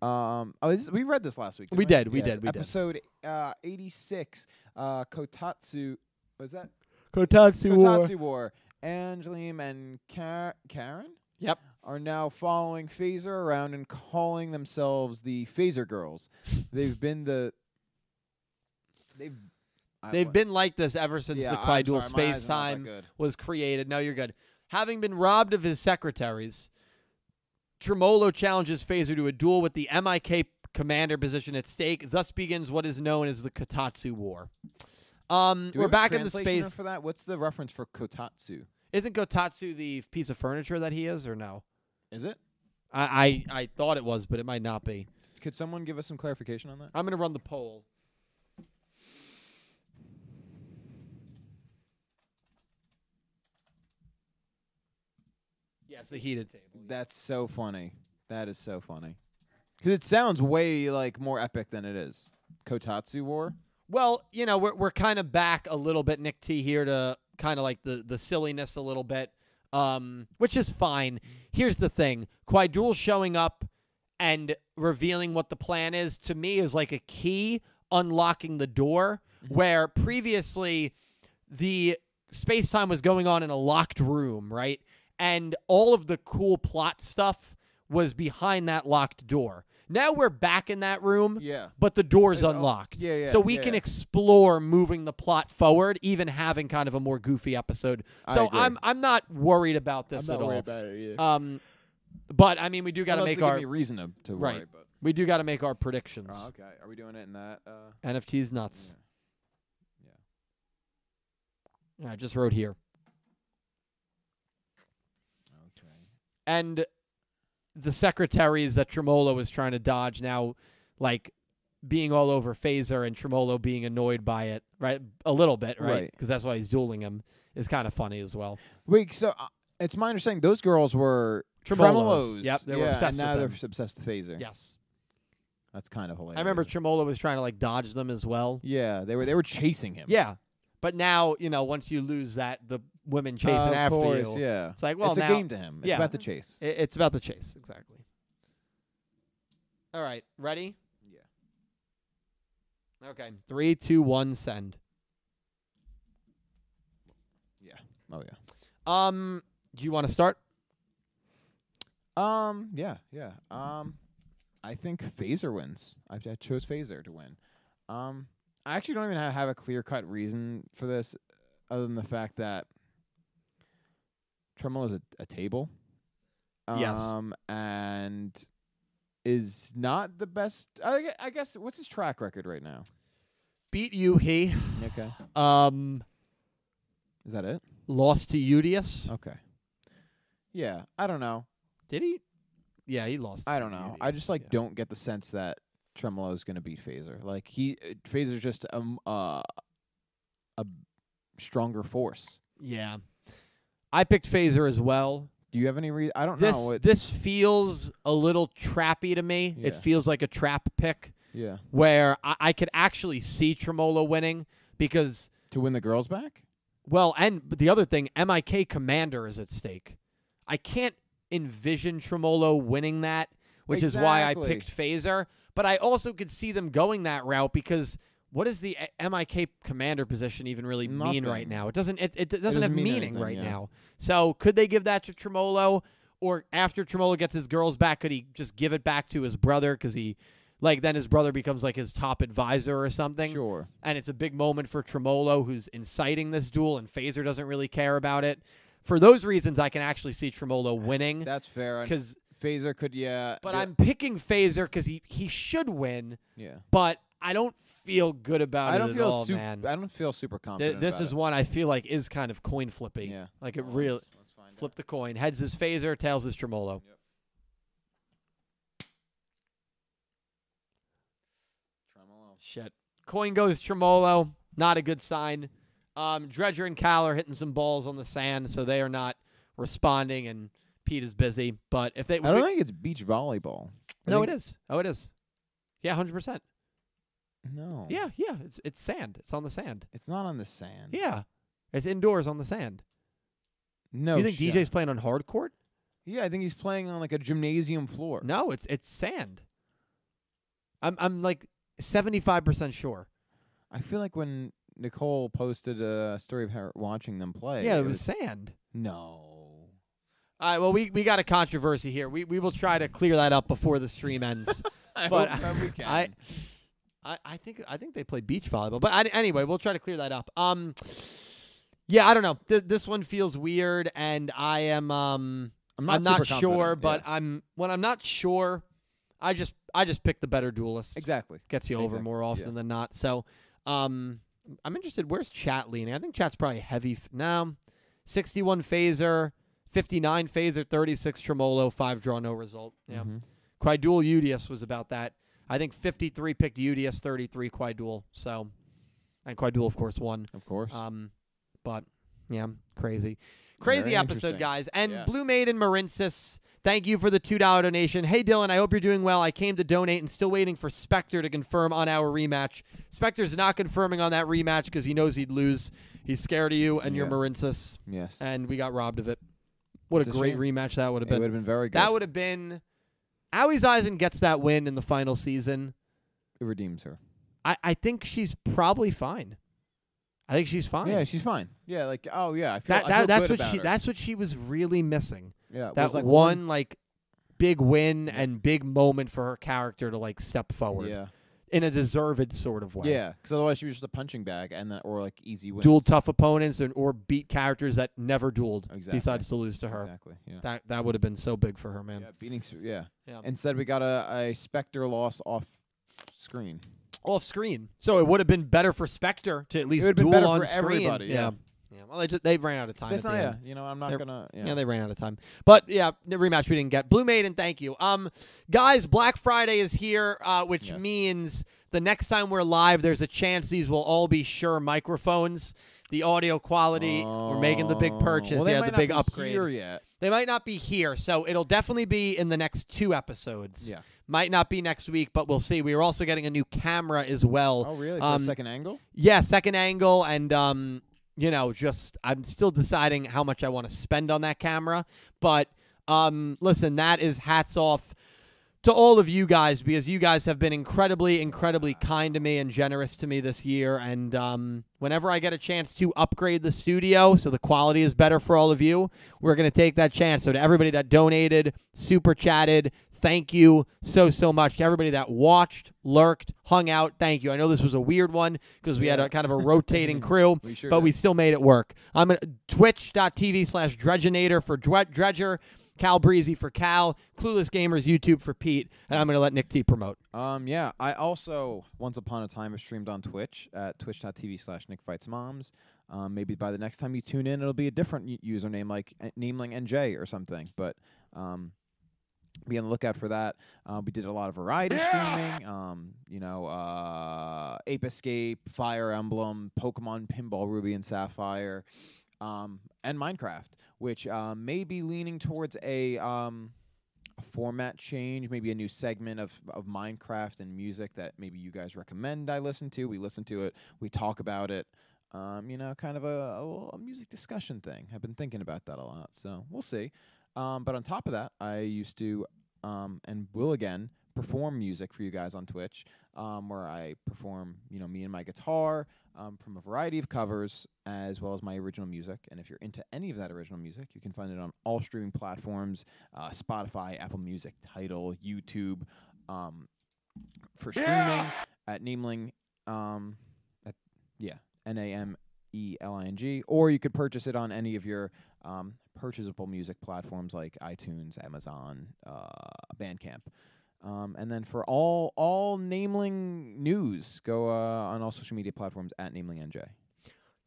Um, oh, this, we read this last week. didn't We did, we Yes, did, we did. Episode uh, eighty-six. Uh, Kotatsu. Was that Kotatsu. Kotatsu War? Angeline and Ka- Karen Yep. are now following Phaser around and calling themselves the Phaser Girls. They've been the. They've. I- They've what- been like this ever since Yeah, the I'm sorry, my Quaidul eyes space are not that time good. was created. No, you're good. Having been robbed of his secretaries, Tremolo challenges Phaser to a duel with the MIK commander position at stake. Thus begins what is known as the Kotatsu War. Um, Do we we're have a back in the translation space. for that. What's the reference for Kotatsu? Isn't Kotatsu the piece of furniture that he is, or no? Is it? I, I, I thought it was, but it might not be. Could someone give us some clarification on that? I'm going to run the poll. Yes, the heated table. That's so funny. That is so funny. Because it sounds way like more epic than it is. Kotatsu War. Well, you know, we're we're kind of back a little bit, Nick T, here to kind of like the the silliness a little bit, um, which is fine. Here's the thing: Quadrul showing up and revealing what the plan is to me is like a key unlocking the door Mm-hmm. where previously the space time was going on in a locked room, right? And all of the cool plot stuff was behind that locked door. Now we're back in that room Yeah. but the door's Oh, unlocked. yeah, yeah, so we yeah, can yeah. explore moving the plot forward, even having kind of a more goofy episode. I So agree. I'm I'm not worried about this at all. Um, but I mean, we do got to Unless make they give our me reason to, to Right. worry. But we do got to make our predictions. Oh, okay, are we doing it in that? Uh, NFT's nuts. Yeah. Yeah, I just wrote here, okay. and the secretaries that Tremolo is trying to dodge now, like being all over Phaser and Tremolo being annoyed by it, right? A little bit, right? Right. Because that's why he's dueling him. Is kind of funny as well. Wait. So uh, it's my understanding those girls were Tremolos. tremolos. Yep, they were yeah, obsessed And now with they're them. s- obsessed with phaser. Yes. That's kind of hilarious. I remember Tremolo was trying to like dodge them as well. Yeah, they were they were chasing him. Yeah. But now, you know, once you lose that, the women Uh, chasing of after course, you. Yeah. It's like, well, it's now- a game to him. It's yeah. about the chase. I- It's about the chase, exactly. All right, ready? Yeah. Okay, three, two, one, send. Oh yeah. Um, do you want to start? Um. Yeah. Yeah. Um. I think Phaser wins. I, I chose Phaser to win. Um. I actually don't even have, have a clear cut reason for this, uh, other than the fact that Tremolo is a, a table. Yes. Um. And is not the best. I, gue- I guess what's his track record right now? Beat you, he. Okay. Um, Is that it? lost to Udius. Okay. Yeah. I don't know. Did he? Yeah, he lost. I to don't know. I Udius, just like yeah. don't get the sense that Tremolo is going to beat Phaser. Like he uh, Phaser's just um uh a stronger force. Yeah. I picked Phaser as well. Do you have any reason? I don't this know. It, this feels a little trappy to me. It Yeah. feels like a trap pick yeah. where I, I could actually see Tremolo winning because To win the girls back? well, and but the other thing, MIK Commander is at stake. I can't envision Tremolo winning that, which is why I Exactly. picked Phaser. But I also could see them going that route because what does the uh, MIK Commander position even really mean Nothing. right now? It doesn't. It, it doesn't, doesn't have mean meaning anything, right yeah. now. So could they give that to Tremolo, or after Tremolo gets his girls back, could he just give it back to his brother because he, like, then his brother becomes like his top advisor or something? Sure. and it's a big moment for Tremolo, who's inciting this duel, and Phaser doesn't really care about it. For those reasons, I can actually see Tremolo winning. That's fair. Because Because, Phaser could yeah. but do- I'm picking Phaser because he he should win, yeah. but I don't feel good about I it don't at feel all, sup- man. I don't feel super Th- confident. this about is it. one I feel like is kind of coin flippy. Yeah. Like it Well, really let's- let's find flip the coin. Heads is Phaser, tails is Tremolo. out. Tremolo. Shit. Coin goes Tremolo. Not a good sign. Um, Dredger and Cal are hitting some balls on the sand, so they are not responding, and Pete is busy. But if they, I don't think it's beach volleyball. I no, it think- is. Oh, it is. Yeah, hundred percent. No. Yeah, yeah. It's it's sand. It's on the sand. It's not on the sand. Yeah, it's indoors on the sand. No. you think shot. DJ's playing on hard court? Yeah, I think he's playing on like a gymnasium floor. No, it's it's sand. I'm I'm like seventy five percent sure. I feel like when Nicole posted a story of her watching them play. yeah, it was sand. No. All right. Well, we, we got a controversy here. We we will try to clear that up before the stream ends. I but hope that we can. I, I I think I think they play beach volleyball. But I, anyway, we'll try to clear that up. Um, yeah, I don't know. Th- this one feels weird, and I am um I'm not super confident, sure, but yeah. I'm when I'm not sure, I just I just pick the better duelist. exactly. Gets you over Exactly, more often yeah. than not. So, um, I'm interested. Where's chat leaning? I think chat's probably heavy f- now. 61 phaser, 59 phaser, 36 tremolo, five draw, no result. Yeah. Mm-hmm. Quidul Udius was about that. I think 53 picked Udius, 33 Quidul. So, and Quidul, of course, won. Of course. Um, but yeah, crazy, crazy Very episode, interesting. guys. And Yes. Blue Maid and Marinsis, thank you for the two dollar donation. Hey Dylan, I hope you're doing well. I came to donate and still waiting for Spectre to confirm on our rematch. Spectre's not confirming on that rematch because he knows he'd lose. He's scared of you and your Yeah. you're Marinsis, yes. and we got robbed of it. What It's a a great shame. rematch that would have it would been. have been very good. That would have been. Aoi Eisen gets that win in the final season. it redeems her. I, I think she's probably fine. I think she's fine. Yeah, she's fine. Yeah, like oh yeah, I feel, that, I that- feel that's good what about she her. that's what she was really missing. yeah, it That was like one, like big win and big moment for her character to like step forward Yeah, in a deserved sort of way. yeah, because otherwise she was just a punching bag and then or like easy win. Duel tough opponents and or beat characters that never dueled Exactly. besides to lose to her. exactly. Yeah. That that would have been so big for her, man. Um, yeah, beating. Su- Yeah. Yeah. Instead, we got a, a Spectre loss off screen. Off screen. So it would have been better for Spectre to at least would've been duel better on for screen. everybody, Yeah. yeah. Yeah. Well they just they ran out of time. That's at not. the end. Yeah, you know, I'm not They're- gonna. Yeah. Yeah. they ran out of time. But yeah, the rematch we didn't get. Blue Maiden, thank you. Um, guys, Black Friday is here, uh, which Yes. means the next time we're live, there's a chance these will all be sure microphones. The audio quality, we're making the big Oh. purchase. Well, they yeah, might the not big be upgrade. Here yet. They might not be here, so it'll definitely be in the next two episodes. Yeah. Might not be next week, but we'll see. We are also getting a new camera as well. Oh really? For Um, a second angle? yeah, second angle, and um, you know, just I'm still deciding how much I want to spend on that camera. But um, listen, that is hats off to all of you guys because you guys have been incredibly, incredibly kind to me and generous to me this year. And um, whenever I get a chance to upgrade the studio so the quality is better for all of you, we're going to take that chance. So, to everybody that donated, super chatted, thank you so, so much. To everybody that watched, lurked, hung out, thank you. I know this was a weird one because we had a kind of a rotating crew, We sure but did. we still made it work. I'm at twitch.tv slash dredgenator for dre- dredger. Cal Breezy for Cal, Clueless Gamers YouTube for Pete, and I'm going to let Nick T promote. Um, yeah, I also once upon a time have streamed on Twitch at twitch.tv slash Nick Fights Moms. Um, maybe by the next time you tune in, it'll be a different u- username like uh, Nameling NJ or something. But um, be on the lookout for that. Uh, we did a lot of variety streaming. Um, you know, uh, Ape Escape, Fire Emblem, Pokemon Pinball Ruby and Sapphire, um, and Minecraft, which uh, may be leaning towards a um, a format change, maybe a new segment of, of Minecraft and music that maybe you guys recommend I listen to. We listen to it, we talk about it. Um, you know, kind of a, a, little- a music discussion thing. I've been thinking about that a lot, so we'll see. Um, but on top of that, I used to um, and will again perform music for you guys on Twitch, um, where I perform, you know, me and my guitar um, from a variety of covers as well as my original music. And if you're into any of that original music, you can find it on all streaming platforms uh, Spotify, Apple Music, Title, YouTube, um, for streaming at Nameling, um, at, yeah, N A M E L I N G, or you could purchase it on any of your um, purchasable music platforms like iTunes, Amazon, uh, Bandcamp. Um, and then for all all Nameling news, go uh, on all social media platforms at NamelingNJ.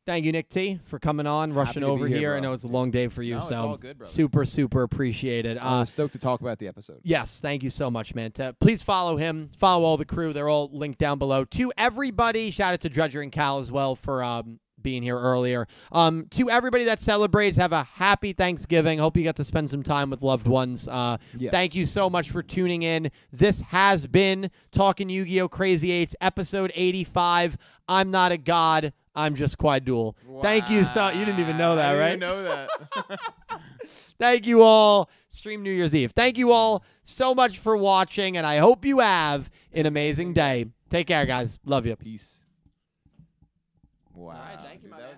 Thank you, Nick T, for coming on, rushing to be over here, here. I bro. know it's a long day for you, No, it's so all good, brother. super, super appreciated. Uh, Uh, stoked to talk about the episode. Yes, thank you so much, man. To- please follow him. Follow all the crew. They're all linked down below. To everybody, shout out to Dredger and Cal as well for um, being here earlier. Um, to everybody that celebrates, have a happy Thanksgiving. Hope you got to spend some time with loved ones. Uh, Yes. Thank you so much for tuning in. This has been Talking Yu Gi Oh! Crazy Eights, episode 85. I'm not a god. I'm just Quaidul. Thank you so. You didn't even know that, I right? didn't know that. Thank you all. Stream New Year's Eve. Thank you all so much for watching, and I hope you have an amazing day. Take care, guys. Love you. Peace. Wow. thank you, dude, my that man. was